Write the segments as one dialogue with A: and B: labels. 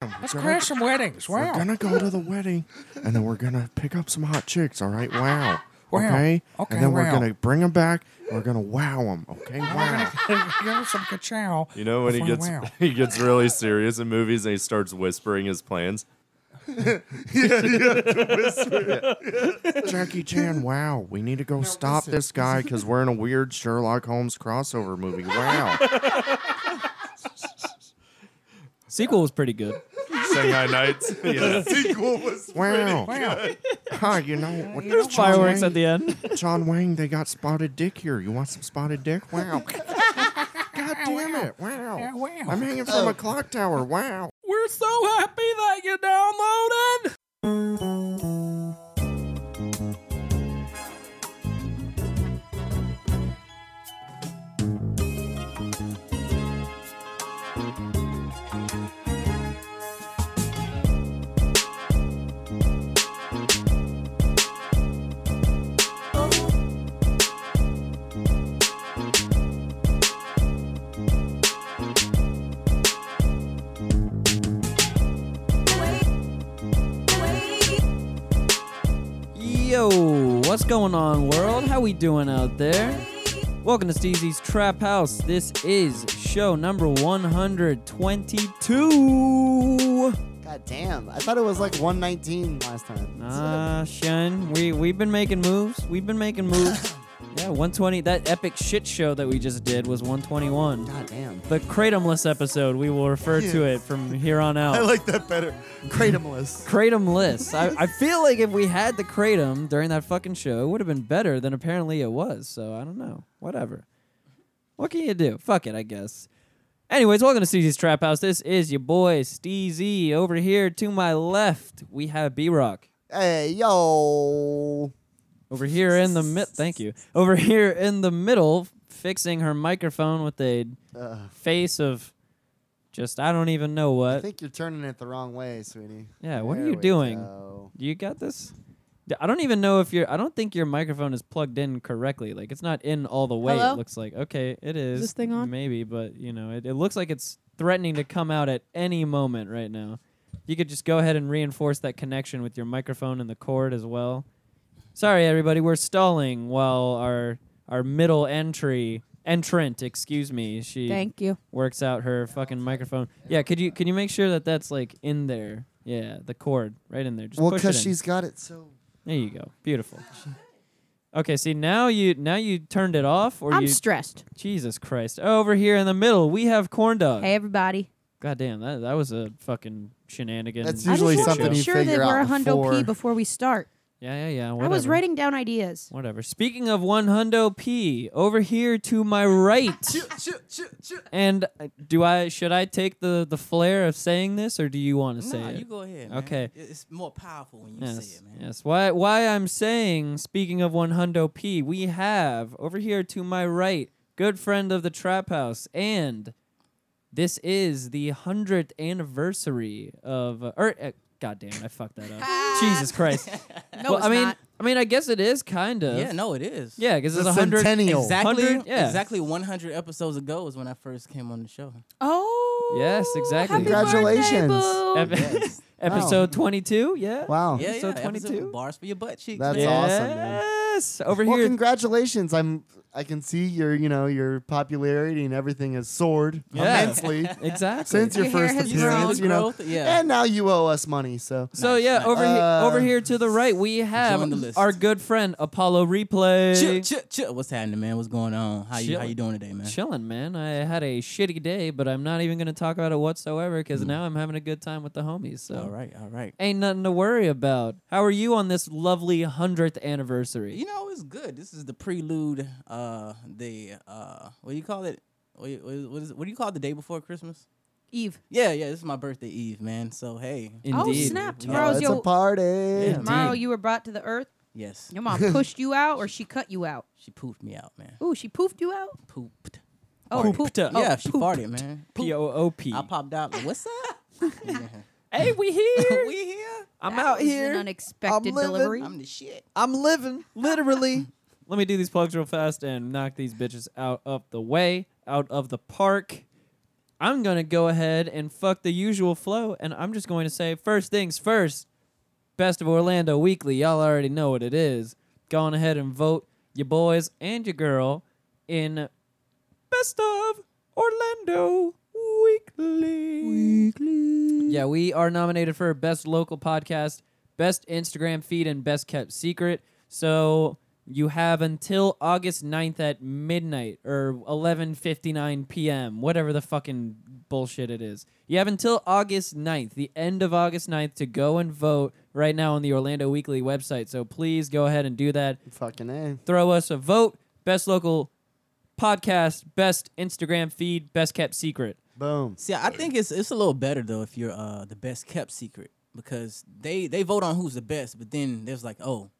A: down.
B: Let's
A: We're gonna-
B: crash some weddings. Wow.
A: We're gonna go to the wedding, and then we're gonna pick up some hot chicks. All right, wow.
B: Wow.
A: Okay.
B: Okay,
A: And then we're
B: wow.
A: gonna bring them back. and We're gonna wow them. Okay. Wow.
B: Give us some ka-chow.
C: You know when he
B: before
C: gets
B: wow.
C: he gets really serious in movies and he starts whispering his plans.
A: Jackie Chan. Wow. We need to go stop this guy because we're in a weird Sherlock Holmes crossover movie. Wow.
D: Sequel was pretty good.
C: Shanghai Nights. Yeah.
A: Wow.
B: Wow.
A: Hi. You know what?
B: There's
A: John
D: Fireworks
A: Wayne-
D: at the end.
A: John Wayne. They got spotted dick here. You want some spotted dick? Wow. God damn it.
B: Yeah,
A: Wow.
B: wow.
A: I'm hanging from a clock tower. Wow.
D: We're so happy that you downloaded. Yo, what's going on, world? How we doing out there? Welcome to Steezy's Trap House. This is show number 122.
E: God damn. I thought it was like 119 last time.
D: Ah, Shen, we we've been making moves. We've been making moves. yeah, 120. That epic shit show that we just did was 121.
E: God damn.
D: The Kratomless episode. We will refer to it from here on out.
E: I like that better. Kratomless.
D: Kratom list. I, I feel like if we had the Kratom during that fucking show, it would have been better than apparently it was. So I don't know. Whatever. What can you do? Fuck it, I guess. Anyways, welcome to Steezy's Trap House. This is your boy Steezy. Over here to my left, we have B Rock.
E: Hey, yo.
D: Over here in the mid, thank you. Over here in the middle, fixing her microphone with a
E: Uh,
D: face of just I don't even know
E: I
D: what.
E: think you're turning it the wrong way, sweetie.
D: Yeah, what are
E: There
D: you
E: we
D: doing?
E: go.
D: You got this? D- I don't even know if you're. I don't think your microphone is plugged in correctly. Like it's not in all the way.
F: Hello?
D: It looks like okay, it is.
F: this thing on?
D: Maybe, but you know, it, it looks like it's threatening to come out at any moment right now. You could just go ahead and reinforce that connection with your microphone and the cord as well. Sorry, everybody, we're stalling while our our middle entry entrant, excuse me, she
F: Thank you.
D: works out her fucking microphone. Yeah, could you can you make sure that that's like in there? Yeah, the cord right in there. Just
E: Well,
D: push it
E: because
D: in.
E: she's got it so.
D: There you go. Beautiful. Okay, see now you now you turned it off or
F: I'm
D: you
F: stressed.
D: Jesus Christ. Over here in the middle, we have corn dog.
F: Hey, everybody.
D: God damn, that that was a fucking shenanigan.
E: That's
D: shit
E: usually
F: I just wanna
E: something
D: show.
E: you
F: make sure that
E: figure
F: we're
E: out
F: a hundo
E: before-
F: P before we start.
D: Yeah, yeah, yeah. Whatever.
F: I was writing down ideas.
D: Whatever. Speaking of one hundo P, over here to my right. And uh, do I should I take the the flair of saying this or do you want to say
G: Nah,
D: it?
G: you go ahead. Man.
D: Okay.
G: It- it's more powerful when you
D: Yes.
G: say it, man.
D: Yes. Why? Why I'm saying, speaking of one hundo p, we have over here to my right, good friend of the trap house, and this is the hundredth anniversary of. Or, uh, God damn, I fucked that up. Jesus Christ.
F: Ah. No,
D: well,
F: it's
D: I mean,
F: not.
D: I mean, I guess it is kind of.
G: Yeah, no, it is.
D: Yeah, because it's
E: The
D: a hundred.
E: centennial.
G: Exactly.
D: 100 yeah.
G: Exactly 100 episodes ago is when I first came on the show.
F: Oh.
D: Yes, exactly.
F: happy birthday,
E: Congratulations.
F: boo.
D: Ep-
G: Yes.
D: episode 22. Yeah.
E: Oh, Wow.
G: Yeah,
D: Episode
G: yeah.
D: 22?
G: Episode bars for your butt cheeks.
E: That's
G: man.
E: awesome, man.
D: Yes. Over
E: Well,
D: here.
E: congratulations! I'm. I can see your, you know, your popularity and everything has soared
D: Yeah.
E: immensely
D: exactly.
E: since your
F: Your hair
E: first
F: has
G: You see
E: appearance.
G: the
E: You know,
G: growth? Yeah.
E: and now you owe us money. So
D: So
G: Nice,
D: yeah,
G: nice.
D: over here, over
E: Uh,
D: here to the right, we have
G: the list.
D: our good friend Apollo
G: Chill,
D: Replay.
G: chill, chill. What's happening, man? What's going on? How you how you doing today, man?
D: Chilling, man. I had a shitty day, but I'm not even gonna talk about it whatsoever because now I'm having a good time with the homies. So
G: All right, all right.
D: ain't nothing to worry about. How are you on this lovely hundredth anniversary?
G: You know, it's good. This is the prelude. Uh, the uh, what do you call it? What, do you- what is- what is it? What do you call it the day before Christmas?
F: Eve.
G: Yeah, yeah. This is my birthday eve, man. So hey,
D: Indeed.
F: Oh, snap.
G: Yeah,
E: Oh,
F: Tomorrow's
E: it's a
F: your,
E: party.
F: tomorrow
D: Indeed.
F: you were brought to the earth.
G: yes,
F: Your mom pushed you out or she cut you out?
G: she pooped me out, man.
F: Ooh, she poofed you out?
G: Pooped.
F: Oh,
D: Pooped.
F: pooped.
D: Yeah,
F: Oh,
G: yeah, she
F: pooped.
G: farted, man.
D: P O O P.
G: I popped out. Like, What's up?
D: Hey, we here.
G: we here?
D: I'm
F: That
D: out
F: was An
D: here.
F: unexpected
D: living.
F: delivery.
G: I'm the shit.
D: I'm living, literally. Let me do these plugs real fast and knock these bitches out of the way, out of the park. I'm going to go ahead and fuck the usual flow. And I'm just going to say, first things first, Best of Orlando Weekly. Y'all already know what it is. Go on ahead and vote your boys and your girl in Best of Orlando Weekly. Yeah, we are nominated for Best Local Podcast, Best Instagram Feed, and Best Kept Secret. So you have until August 9th at midnight or 11.59 p.m., whatever the fucking bullshit it is. You have until August 9th, the end of August 9th, to go and vote right now on the Orlando Weekly website. So please go ahead and do that
E: Fucking A.
D: throw us a vote. Best local podcast, best Instagram feed, best kept secret.
E: Boom.
G: See, I think it's it's a little better though if you're uh the best kept secret because they they vote on who's the best, but then there's like, oh,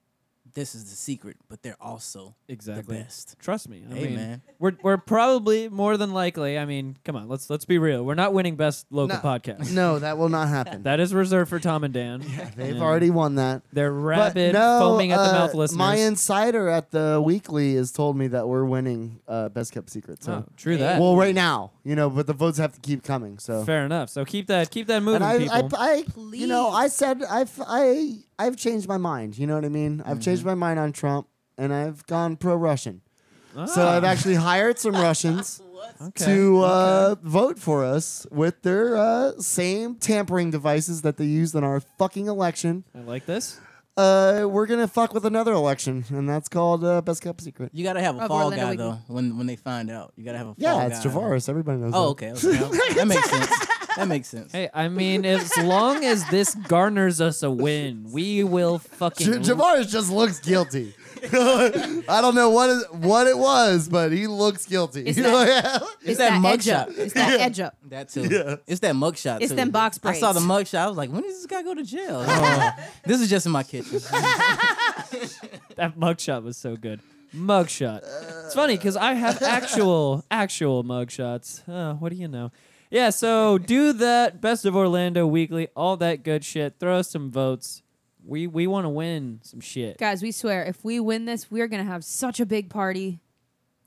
G: this is the secret, but they're also the best.
D: Trust me. I
G: Hey,
D: mean,
G: man.
D: We're, we're probably more than likely. I mean, come on, let's let's be real. We're not winning best local
E: No.
D: podcast.
E: No, that will not happen.
D: That is reserved for Tom and Dan.
E: They've
D: And
E: already won that.
D: they're
E: But
D: rabid,
E: no,
D: foaming at the
E: uh,
D: mouth listeners.
E: My insider at the weekly has told me that we're winning uh, best kept secret. So
D: Oh, true that.
E: well, right now, you know, but the votes have to keep coming. So
D: Fair enough. So keep that keep that moving,
E: and I,
D: people.
E: I, I, you know, I said I've, I, I've changed my mind. You know what I mean?
D: Mm-hmm.
E: I've changed my mind on Trump, and I've gone pro Russian. So
D: Ah,
E: I've actually hired some Russians
D: okay.
E: to uh, vote for us with their uh, same tampering devices that they used in our fucking election.
D: I like this.
E: Uh, we're gonna fuck with another election, and that's called uh, best kept secret.
G: You gotta have a
F: Of
G: fall
F: Orlando
G: guy
F: Weekly.
G: though when when they find out. You gotta have a fall
E: Yeah, it's
G: guy.
E: Javaris. Everybody knows.
G: Oh,
E: that.
G: okay. okay. that makes sense. That makes sense.
D: Hey, I mean, as long as this garners us a win, we will fucking
E: J- Javaris just looks guilty. I don't know what is, what it was, but he looks guilty.
F: Is
E: You know,
F: It's
G: that
F: that,
G: mug
F: edge
G: shot.
F: up. It's that edge up.
G: That too. It's that mugshot.
F: It's
G: too.
F: them box
G: I saw the
F: braids.
G: mugshot. I was like, when does this guy go to jail? Oh, this is just in my kitchen.
D: That mugshot was so good. Mugshot. it's funny because I have actual, actual mugshots. Uh, what do you know? Yeah, so do that. Best of Orlando Weekly, all that good shit. Throw us some votes. We we want to win some shit.
F: Guys, we swear, if we win this, we're gonna have such a big party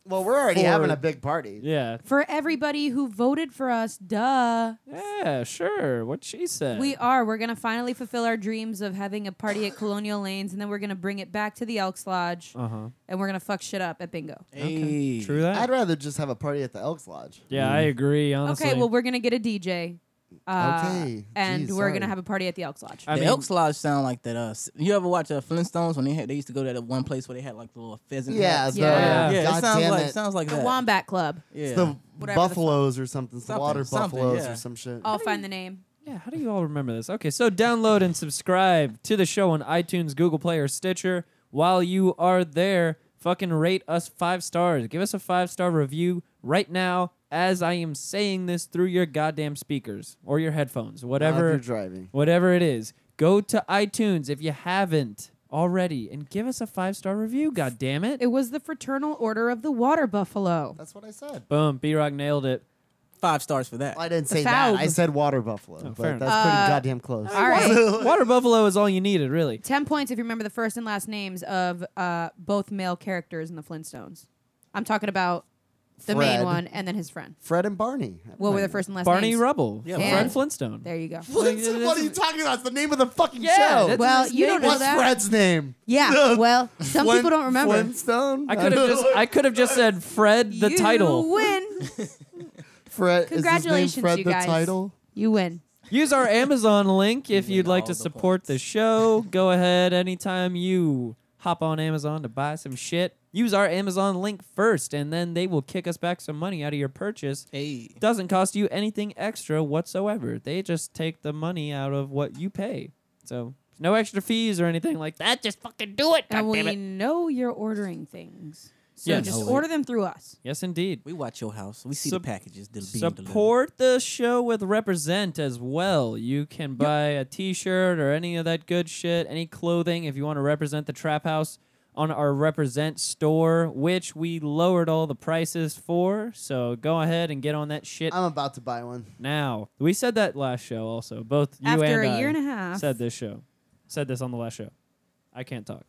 E: well, we're already
D: For-
E: having a big party.
D: Yeah.
F: for everybody who voted for us. Duh.
D: Yeah, sure. What she said.
F: We are. We're gonna finally fulfill our dreams of having a party at Colonial Lanes, and then we're gonna bring it back to the Elks Lodge,
D: Uh-huh.
F: and we're gonna fuck shit up at Bingo.
G: Hey.
D: True that? Mm.
E: I'd rather just have a party at the Elks Lodge.
D: yeah, I agree, honestly.
F: Okay, well, we're gonna get a DJ. Uh,
E: Okay.
F: And
E: Jeez,
F: we're
E: sorry.
F: gonna have a party at the Elks Lodge.
D: I
G: the
D: mean,
G: Elks Lodge sound like that. Uh, s- you ever watch uh, Flintstones when they had they used to go to that one place where they had like the little pheasant?
E: Yeah,
G: hats?
E: the,
D: Yeah.
G: yeah.
E: God
G: it sounds
E: damn
G: like
E: it.
G: sounds like
F: the
G: that.
F: Wombat Club.
G: yeah.
E: It's the
F: Whatever the
E: buffaloes or something. It's the
G: Something,
E: water
G: something,
E: buffaloes
G: yeah.
E: or some shit.
F: I'll find the name.
D: Yeah, how do you all remember this? Okay, so download and subscribe to the show on iTunes, Google Play, or Stitcher. While you are there, fucking rate us five stars. Give us a five star review right now as I am saying this through your goddamn speakers or your headphones,
E: While
D: whatever
E: you're driving.
D: whatever it is. Go to iTunes if you haven't already and give us a five star review, god damn it.
F: It was the Fraternal Order of the Water Buffalo.
E: That's what I said.
D: Boom, B Rock nailed it.
G: five stars for that.
E: I didn't say
F: fowl.
E: that. I said water buffalo,
D: fair
E: but that's pretty
F: enough.
E: goddamn close.
F: All right.
D: Water Buffalo is all you needed, really.
F: 10 points if you remember the first and last names of uh, both male characters in the Flintstones. I'm talking about the
E: Fred.
F: main one and then his friend.
E: Fred and Barney.
F: What were the first and last
D: Barney
F: names?
D: Rubble,
G: Yeah,
D: Fred
F: Barney.
D: Flintstone.
F: There you go.
E: What, what are you talking about? It's the name of the fucking
D: Yeah,
E: show.
D: that's
F: Well,
D: his
F: you don't
D: name.
F: know
E: What's
F: that.
E: Fred's name?
F: Yeah, well, some
E: Flint-
F: people don't remember.
E: Flintstone.
D: I could have just I could have just said Fred the
F: you
D: title.
F: win.
E: Fred. Is
F: Congratulations,
E: his name Fred
F: you
E: the
F: guys.
E: title.
F: You win.
D: Use our Amazon link if
G: You
D: you'd
G: win
D: like
G: all
D: to
G: the
D: support the
G: points.
D: show. Go ahead anytime you hop on Amazon to buy some shit. Use our Amazon link first and then they will kick us back some money out of your purchase.
G: hey.
D: Doesn't cost you anything extra whatsoever. They just take the money out of what you pay. So no extra fees or anything like that. Just fucking do it. God
F: and we
D: damn it.
F: know you're ordering things. So
D: Yes.
F: just
G: No,
F: order them through us.
D: Yes indeed.
G: We watch your house. We see
D: Sup-
G: the packages that are being delivered.
D: support the show with represent as well you can buy a t-shirt or any of that good shit any clothing if you want to represent the trap house on our represent store which we lowered all the prices for so go ahead and get on that shit
F: Oh.
E: I'm about to buy one.
D: now we said that last show also both you
F: After
D: and
F: a year
D: I
F: and a half.
D: said this show said this on the last show i can't talk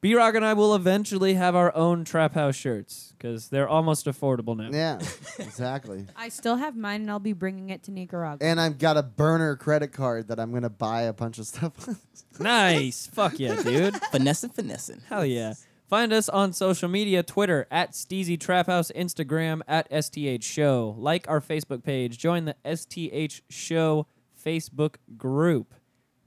D: B Rock and I will eventually have our own Trap House shirts because they're almost affordable now.
E: Yeah, exactly.
F: I still have mine, and I'll be bringing it to Nicaragua.
E: And I've got a burner credit card that I'm gonna buy a bunch of stuff with.
D: Nice. Fuck yeah, dude.
G: Finessing, finessing.
D: Hell yeah. Find us on social media Twitter at Steezy Trap House, Instagram at STH Show. Like our Facebook page. Join the STH Show Facebook group.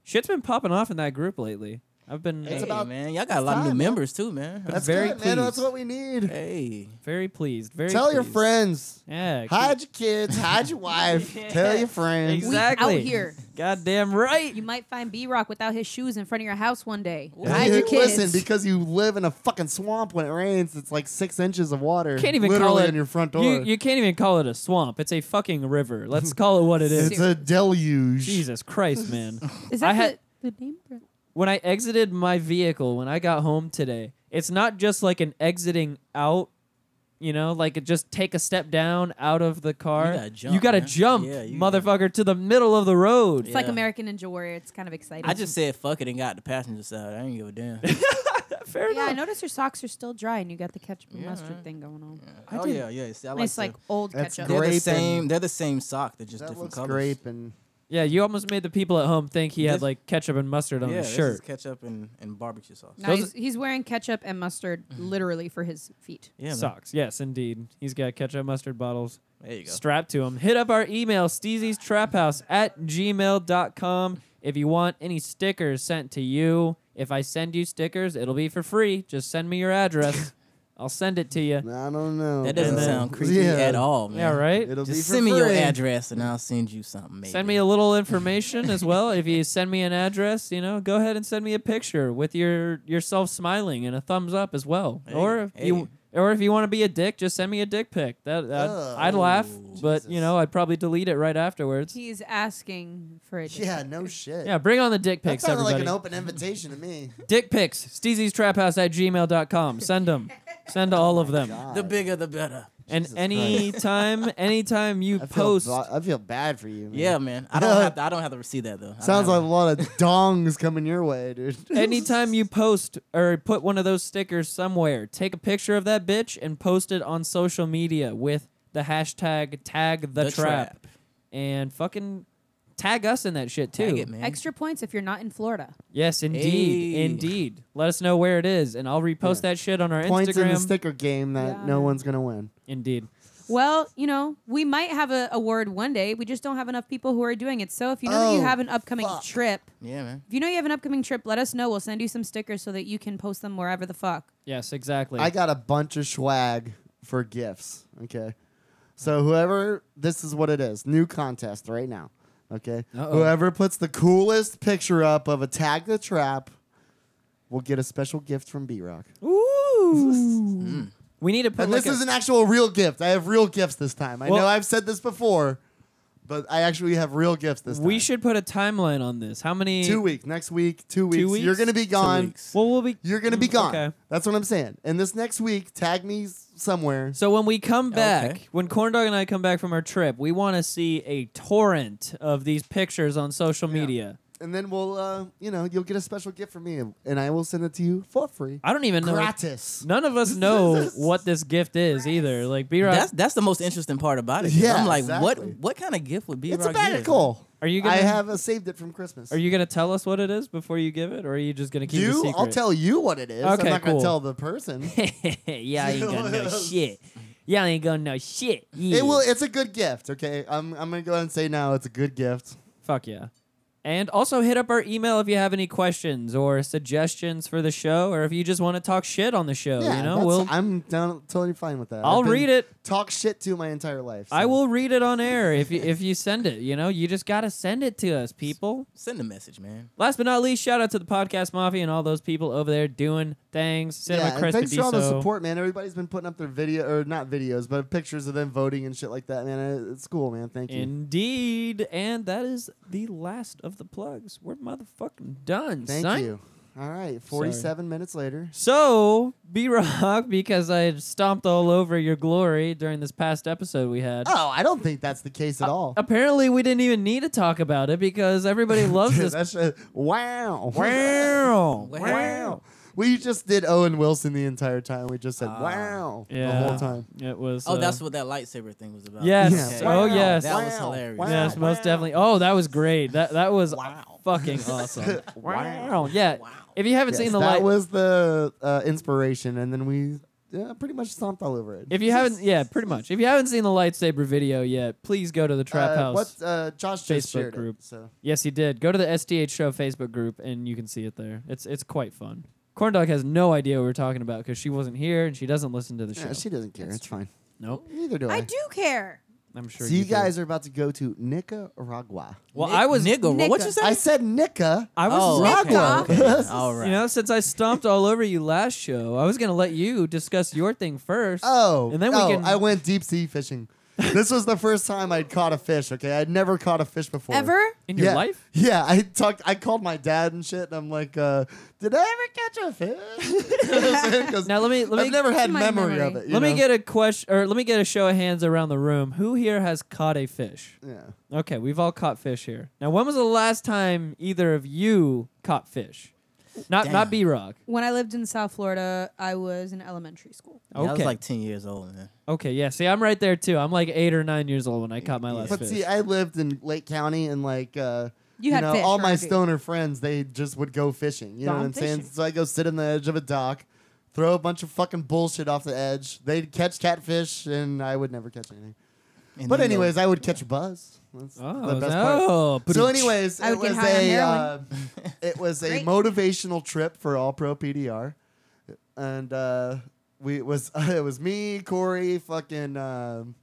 D: Shit's been popping off in that group lately. I've been
E: It's
G: Hey,
D: uh,
E: about-
G: man, y'all got a lot of new
E: time, man.
G: members too, man.
E: That's
D: very
E: good, man. That's
D: pleased.
E: what we need.
G: Hey,
D: very pleased. Very
E: Tell your
D: pleased.
E: friends.
D: Yeah.
E: Hide your kids. Hide your wife. Tell your friends.
F: We out
D: Exactly.
F: here.
D: Goddamn right.
F: You might find B Rock without his shoes in front of your house one day.
E: And
F: Hide
E: you-
F: your kids.
E: Listen, because you live in a fucking swamp when it rains, it's like six inches of water.
D: can't even
E: literally
D: call it
E: on your front door.
D: You, you can't even call it a swamp. It's a fucking river. Let's call it what it is.
E: it's a deluge.
D: Jesus Christ, man.
F: Is
D: I
F: that
D: had-
F: the, the name? brand?
D: when I exited my vehicle when I got home today, it's not just like an exiting out, you know, like it just take a step down out of the car.
G: You gotta jump,
D: You gotta
G: man.
D: jump,
G: Yeah, you gotta-
D: motherfucker, to the middle of the road.
F: It's like
G: Yeah.
F: American Ninja Warrior. It's kind of exciting.
G: I just said fuck it and got the passenger side. I didn't give a damn.
D: Fair
F: yeah. I
D: enough.
F: noticed your socks are still dry, and you got the ketchup and
G: Yeah,
F: mustard
G: man.
F: thing going on.
D: I
G: oh
D: did-
G: yeah, yeah. See, I like
F: Nice,
G: the-
F: like old
E: That's
F: ketchup.
G: They're
E: grape
G: the
E: and-
G: same. They're the same sock. They're just
E: That
G: different
E: looks
G: colors.
E: grape and
D: Yeah, you almost made the people at home think he had
G: This-
D: like ketchup and mustard on
G: yeah,
D: his
G: this
D: shirt.
G: is ketchup and, and barbecue sauce.
F: No,
D: Those-
F: he's, he's wearing ketchup and mustard literally for his feet.
G: Yeah, man.
D: Socks. Yes, indeed. He's got ketchup mustard bottles.
G: There you go.
D: strapped to him. Hit up our email, Steezy's Trap House at gmail.com. If you want any stickers sent to you, if I send you stickers, it'll be for free. Just send me your address. I'll send it to you.
E: I don't know.
G: That doesn't
E: man.
G: sound creepy
E: Yeah.
G: at all, man.
D: Yeah, right?
E: It'll be
G: Just
E: for
G: send me your
E: free.
G: address and I'll send you something. Maybe.
D: Send me a little information as well. If you send me an address, you know, go ahead and send me a picture with your yourself smiling and a thumbs up as well.
G: Hey,
D: or if you
G: hey.
D: or if you want to be a dick, just send me a dick pic. That, that I'd
E: Oh,
D: laugh, but you
E: Jesus.
D: know, I'd probably delete it right afterwards.
F: He's asking for a dick.
E: Yeah, no shit.
D: Yeah, bring on the dick
E: that
D: pics,
E: sounded
D: everybody.
E: like an open invitation to me.
D: Dick pics, steezy's trap house at gmail.com. Send them. Send all of them.
G: The bigger, the better.
D: And
E: Oh Jesus
D: anytime, anytime you
E: I feel,
D: post,
E: ba- I feel bad for you. Man.
G: Yeah, man. I don't have. To, I don't have to receive that though. I don't
E: Sounds like
G: have
E: a lot of dongs coming your way, dude.
D: anytime you post or put one of those stickers somewhere, take a picture of that bitch and post it on social media with the hashtag tag the,
G: The
D: trap.
G: trap.
D: and fucking tag us in that shit too.
G: Tag it, man.
F: Extra points if you're not in Florida.
D: Yes, indeed,
G: Hey.
D: indeed. Let us know where it is, and I'll repost that shit on our
E: Points in
D: Instagram.
E: the sticker game that
F: Yeah.
E: no one's gonna win.
D: indeed.
F: Well, you know, we might have a award one day. We just don't have enough people who are doing it. So if you know that you
E: Oh,
F: have an upcoming
E: fuck.
F: trip,
G: Yeah, man.
F: if you know you have an upcoming trip, let us know. We'll send you some stickers so that you can post them wherever the fuck.
D: Yes, exactly.
E: I got a bunch of swag for gifts. Okay. So whoever this is what it is. New contest right now. Okay.
D: Uh-oh.
E: Whoever puts the coolest picture up of a tag the trap will get a special gift from B Rock.
D: Ooh. we need to put
E: Mm. And
D: like
E: this
D: a-
E: is an actual real gift. I have real gifts this time. I
D: Well-
E: know I've said this before, but I actually have real gifts this time.
D: We should put a timeline on this. How many?
E: two week, next week, two weeks. You're
D: weeks?
E: gonna be gone.
G: weeks.
D: Well, we'll be.
E: You're gonna be
D: Mm,
E: gone.
D: okay.
E: That's what I'm saying. And this next week, tag me s- somewhere.
D: So when we come back,
G: Okay.
D: when Corndog and I come back from our trip, we want to see a torrent of these pictures on social media.
E: and then we'll uh, you know you'll get a special gift from me and, and i will send it to you for free
D: I don't even know.
E: gratis
D: None of us know what this gift is either. Like, B Rock,
G: That's that's the most interesting part about it. 'cause
E: Yeah,
G: I'm like,
E: exactly.
G: what what kind of gift would be?
E: it's a medical
D: are you gonna
E: i have uh, saved it from christmas
D: are you gonna tell us what it is before you give it, or are you just gonna keep it a
E: you
D: secret?
E: i'll tell you what it is
D: Okay,
E: i'm not
D: cool.
E: gonna tell the person
D: yeah, I ain't gonna know shit. Yeah, I ain't gonna know shit. Yeah.
E: it will it's a good gift okay I'm, I'm gonna go ahead and say now it's a good gift
D: Fuck yeah. And also hit up our email if you have any questions or suggestions for the show, or if you just want to talk shit on the show.
E: yeah,
D: you know,
E: that's-
D: we'll
E: i'm down totally fine with that
D: I'll
E: I've been-
D: read it.
E: talk shit to my entire life
D: I
E: so.
D: will read it on air if you, if you send it. You know, you just gotta send it to us, people.
G: Send a message, man.
D: Last but not least, shout out to the podcast mafia and all those people over there doing things. Cinema
E: yeah, and
D: Chris
E: thanks for all the
D: Pediso.
E: support, man. Everybody's been putting up their video or not videos, but pictures of them voting and shit like that, man. Uh, It's cool, man. Thank you.
D: Indeed, and that is the last of the plugs. We're motherfucking done.
E: Thank
D: son.
E: you. All right, 47 minutes later.
D: So, B Rock, because I had stomped all over your glory during this past episode we had.
E: Oh, I don't think that's the case
D: Uh,
E: at all.
D: Apparently, we didn't even need to talk about it because everybody loves this.
E: That's just- wow.
D: wow. Ah,
G: Wow.
E: We just did Owen Wilson the entire time. We just said wow the whole time.
D: It was.
G: Oh, that's
D: uh,
G: what that lightsaber thing was about.
D: Yes.
E: Yeah.
D: Oh,
E: Wow.
D: yes.
G: That was
E: Wow.
G: hilarious.
E: Wow.
D: Yes, most definitely. Oh, that was great. That that was fucking awesome. Oh,
E: Wow.
D: Yeah. If you haven't
E: Yes,
D: seen the
E: that
D: light,
E: was the uh, inspiration, and then we yeah, pretty much stomped all over it.
D: if you haven't, yeah, pretty much. If you haven't seen the lightsaber video yet, please go to the Trap
E: uh,
D: House.
E: What uh, Josh just
D: Facebook
E: shared it,
D: group.
E: so
D: Yes, he did. Go to the SDH Show Facebook group and you can see it there. It's it's quite fun. Corn Dog has no idea what we're talking about because she wasn't here and she doesn't listen to the show.
E: yeah, she doesn't care. It's fine.
D: nope.
E: Neither do I.
F: I do care.
D: I'm sure.
E: So you
D: do.
E: guys are about to go to Nicaragua.
D: Well, I was.
G: nigga.
F: Nigga.
G: What you say?
E: I said Nica.
D: I was.
G: oh, okay.
F: Nigga.
G: okay. All right.
D: You know, since I stomped all over you last show, I was gonna let you discuss your thing first.
E: Oh,
D: and then we
E: oh,
D: can.
E: I went deep sea fishing. this was the first time I'd caught a fish. Okay, I'd never caught a fish before.
F: Ever?
D: in your
E: yeah.
D: life.
E: Yeah, I talked. I called my dad and shit, and I'm like, uh, "Did I ever catch a fish?" 'Cause
D: Now let me let me
E: I've never had
F: my
E: memory, of
F: memory.
E: it. you
D: let me
E: know?
D: get a question or let me get a show of hands around the room. Who here has caught a fish?
E: Yeah.
D: Okay, we've all caught fish here. Now, when was the last time either of you caught fish? Not not
G: Damn.
D: B Rock.
F: When I lived in South Florida, I was in elementary school.
G: Yeah,
D: Okay.
G: I was like ten years old, man.
D: okay. Yeah. See, I'm right there too. I'm like eight or nine years old when I caught my last
E: But
D: fish.
E: see, I lived in Lake County, and like, uh,
F: You had
E: know,
F: fish,
E: all my
F: Rocky.
E: stoner friends, they just would go fishing. You know
F: Gone
E: what I'm saying?
F: fishing.
E: So I go sit on the edge of a dock, throw a bunch of fucking bullshit off the edge. They'd catch catfish, and I would never catch anything.
G: And
E: But
G: then uh, the-
E: anyways, I would catch a buzz. That's
D: oh
E: the best part.
D: no.
E: So anyways,
F: I
E: it
F: would get
E: was
F: high on
E: a
F: heroin.
E: uh, it was a
F: Great.
E: motivational trip for All Pro PDR, and uh, we it was it was me, Corey, fucking. um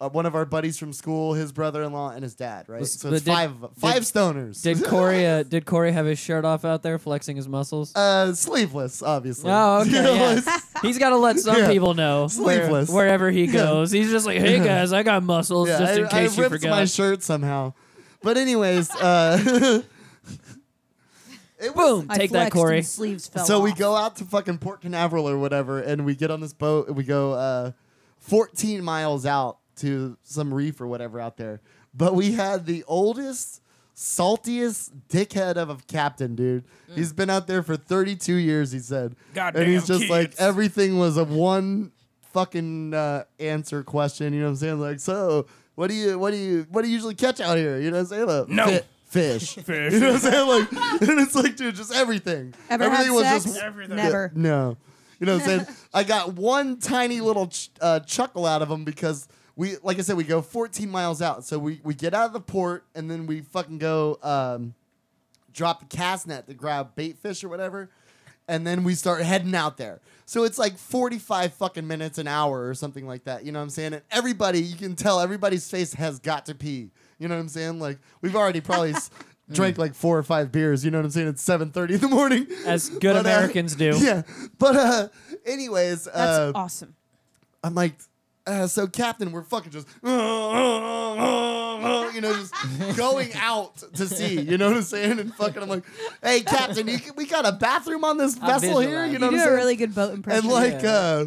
E: uh, one of our buddies from school, his brother-in-law, and his dad, right?
D: Was-
E: so
D: but
E: it's
D: did-
E: five, five stoners.
D: Did Corey uh, did Corey have his shirt off out there flexing his muscles?
E: uh, sleeveless, obviously.
D: Oh, okay.
E: You know,
D: yeah.
E: it's-
D: He's got to let some
E: Yeah.
D: people know where-
E: Sleeveless.
D: wherever he goes. He's just like, hey guys, I got muscles
E: yeah,
D: just
E: I,
D: in case
E: I
D: you
E: ripped
D: forgot.
E: my shirt somehow. But anyways, uh, it was-
D: Boom,
F: I
D: take that,
F: flexed
D: Corey.
F: and sleeves fell
E: so we
F: off.
E: go out to fucking Port Canaveral or whatever, and we get on this boat and we go uh, 14 miles out to some reef or whatever out there. But we had the oldest, saltiest dickhead of a captain, dude.
F: Mm.
E: He's been out there for 32 years, he said.
B: Goddamn
E: and he's just like,
B: kids.
E: everything was a one fucking uh, answer question. You know what I'm saying? Like, so what do you, what do you, what do you usually catch out here? You know what I'm saying? Like,
B: No.
E: fi- Fish.
B: Fish.
E: You know what I'm saying? Like, and it's like, dude, just everything.
F: Ever
E: everything
F: had
E: was
F: sex?
E: just
B: Everything.
F: Never.
E: no. You know what I'm saying? I got one tiny little ch- uh, chuckle out of him because we, like I said, we go 14 miles out. So we, we get out of the port and then we fucking go um, drop the cast net to grab bait fish or whatever. And then we start heading out there. So it's like 45 fucking minutes, an hour or something like that. You know what I'm saying? And everybody, you can tell everybody's face has got to pee. You know what I'm saying? Like we've already probably s- drank like four or five beers. You know what I'm saying? It's 7.30 in the morning.
D: As good
E: But, uh,
D: Americans do.
E: Yeah. But uh anyways,
F: That's
E: uh,
F: awesome.
E: I'm like uh, so captain, we're fucking just you know just going out to sea, you know what I'm saying? And fucking I'm like, "Hey captain, you, we got a bathroom on this vessel here,
D: visualize.
E: you know what
F: You
E: I'm
F: do a
E: saying?"
F: really good boat
E: and
F: impression.
E: like uh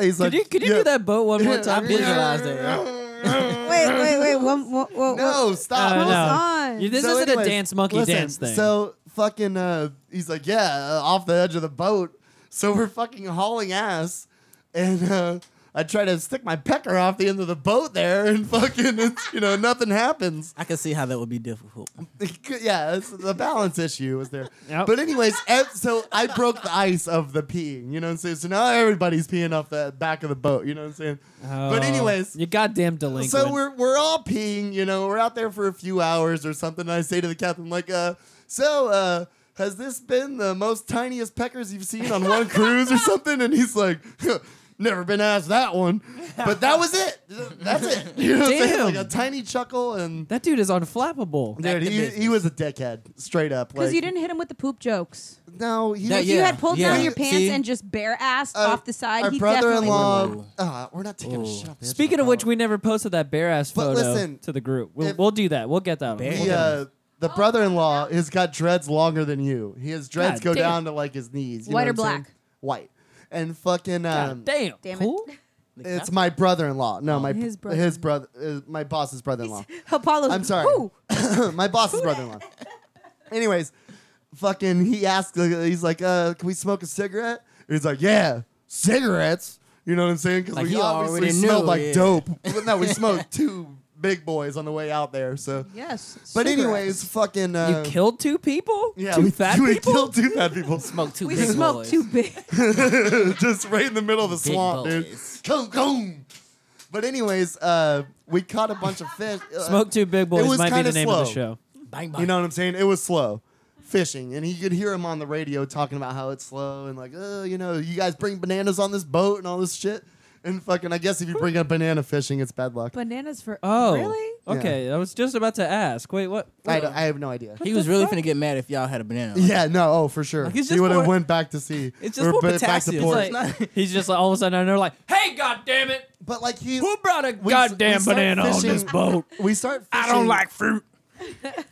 E: he's like
D: Could you could you
E: yeah.
D: do that boat one more time?
G: I visualized it. right?
F: wait, wait, wait. One, one, one,
E: No, stop.
D: Uh,
F: Come
D: no.
F: on.
D: You- this
E: So
D: isn't
E: anyways,
D: a dance monkey
E: listen,
D: dance thing.
E: So fucking, uh, he's like, yeah, uh, off the edge of the boat. So we're fucking hauling ass, and uh, I try to stick my pecker off the end of the boat there, and fucking, it's, you know, nothing happens.
G: I can see how that would be difficult.
E: yeah, it's the balance issue was there.
D: Yep.
E: But anyways, ev- so I broke the ice of the peeing. You know what I'm saying? So now everybody's peeing off the back of the boat. You know what I'm saying? but
D: Oh,
E: anyways,
D: you goddamn delinquent.
E: so we're we're all peeing, you know. We're out there for a few hours or something. And I say to the captain, like, uh, so uh, has this been the most tiniest peckers you've seen on one cruise or something? And he's like, "Huh, never been asked that one, but that was it. That's it. You know what I'm saying?
D: Damn.
E: Like a tiny chuckle and.
D: that dude is unflappable.
E: Dude, he,
G: business.
E: he was a dickhead, straight up.
F: Because
E: like-
F: you didn't hit him with the poop jokes.
E: No, he
G: That-
E: was-
F: If you
G: Yeah,
F: had pulled down
G: yeah.
F: your pants
G: See?
F: and just bare assed
E: Our-
F: off the side,
E: Our
F: Uh, he
E: brother-in-law.
G: Ooh.
E: Uh, we're not taking a
G: Ooh.
E: shot. bitch.
D: Speaking of
E: No.
D: which, we never posted that bare ass
E: But
D: photo
E: listen,
D: to the group. We'll,
E: if-
D: we'll do that. We'll get that. One.
G: Bare-
D: We'll
E: He,
D: get that
E: uh,
F: Oh,
E: the brother-in-law has got dreads longer than you. He has dreads
D: God
E: go
D: damn.
E: down to like his knees. you know
F: White
E: what
F: or
E: I'm saying?
F: black?
E: White. And fucking
D: one.
E: um,
D: God damn.
F: Damn it.
D: cool.
E: it's my brother-in-law. No, my his
F: His
E: brother,
F: brother.
E: his brother uh, my boss's brother-in-law.
F: Apollo.
E: I'm sorry. my boss's brother-in-law. Anyways, fucking he asked he's like, uh, can we smoke a cigarette? And he's like, Yeah, cigarettes. You know what I'm saying? Because
G: Like,
E: we
G: he
E: obviously
G: already
E: smelled
G: knew,
E: like
G: yeah.
E: dope. But no, we smoked two big boys on the way out there. So
F: Yes.
E: But
F: cigarettes.
E: anyways, fucking uh,
D: you killed two people?
E: yeah,
D: two
E: we,
D: fat
E: we
D: people?
E: killed two fat people.
G: Smoke two
F: we
G: big
F: smoked
G: boys.
F: too big.
E: just right in the middle of the
G: Big
E: swamp, dude.
G: boys.
E: Coom, coom. But anyways, uh, we caught a bunch of fish. Uh,
D: Smoke two big boys
E: was
D: might be
E: kinda
D: the name of the
E: slow.
D: show.
G: Bang bang.
E: You know what I'm saying? It was slow fishing, and you could hear him on the radio talking about how it's slow and like, oh, you know, you guys bring bananas on this boat and all this shit. And fucking, I guess if you bring a banana fishing, it's bad luck.
F: Bananas for
D: Oh,
F: really?
D: Okay, I was just about to ask. Wait, what?
E: I, don't- I have no idea.
G: he was really finna get mad if y'all had a banana.
E: Yeah, no, oh for sure.
D: Like, it's
E: he
D: just
E: would have
D: for-
E: went back to sea.
D: It's just
E: or
D: for
E: ba- back to
D: potassium.
E: port.
D: It's like, he's just like, all of a sudden, and they're like, "Hey, god damn it,
E: but like he,
D: who brought a
E: we-
D: goddamn
E: we start
D: banana on
E: fishing-
D: this boat?"
E: we start. Fishing,
B: I don't like fruit.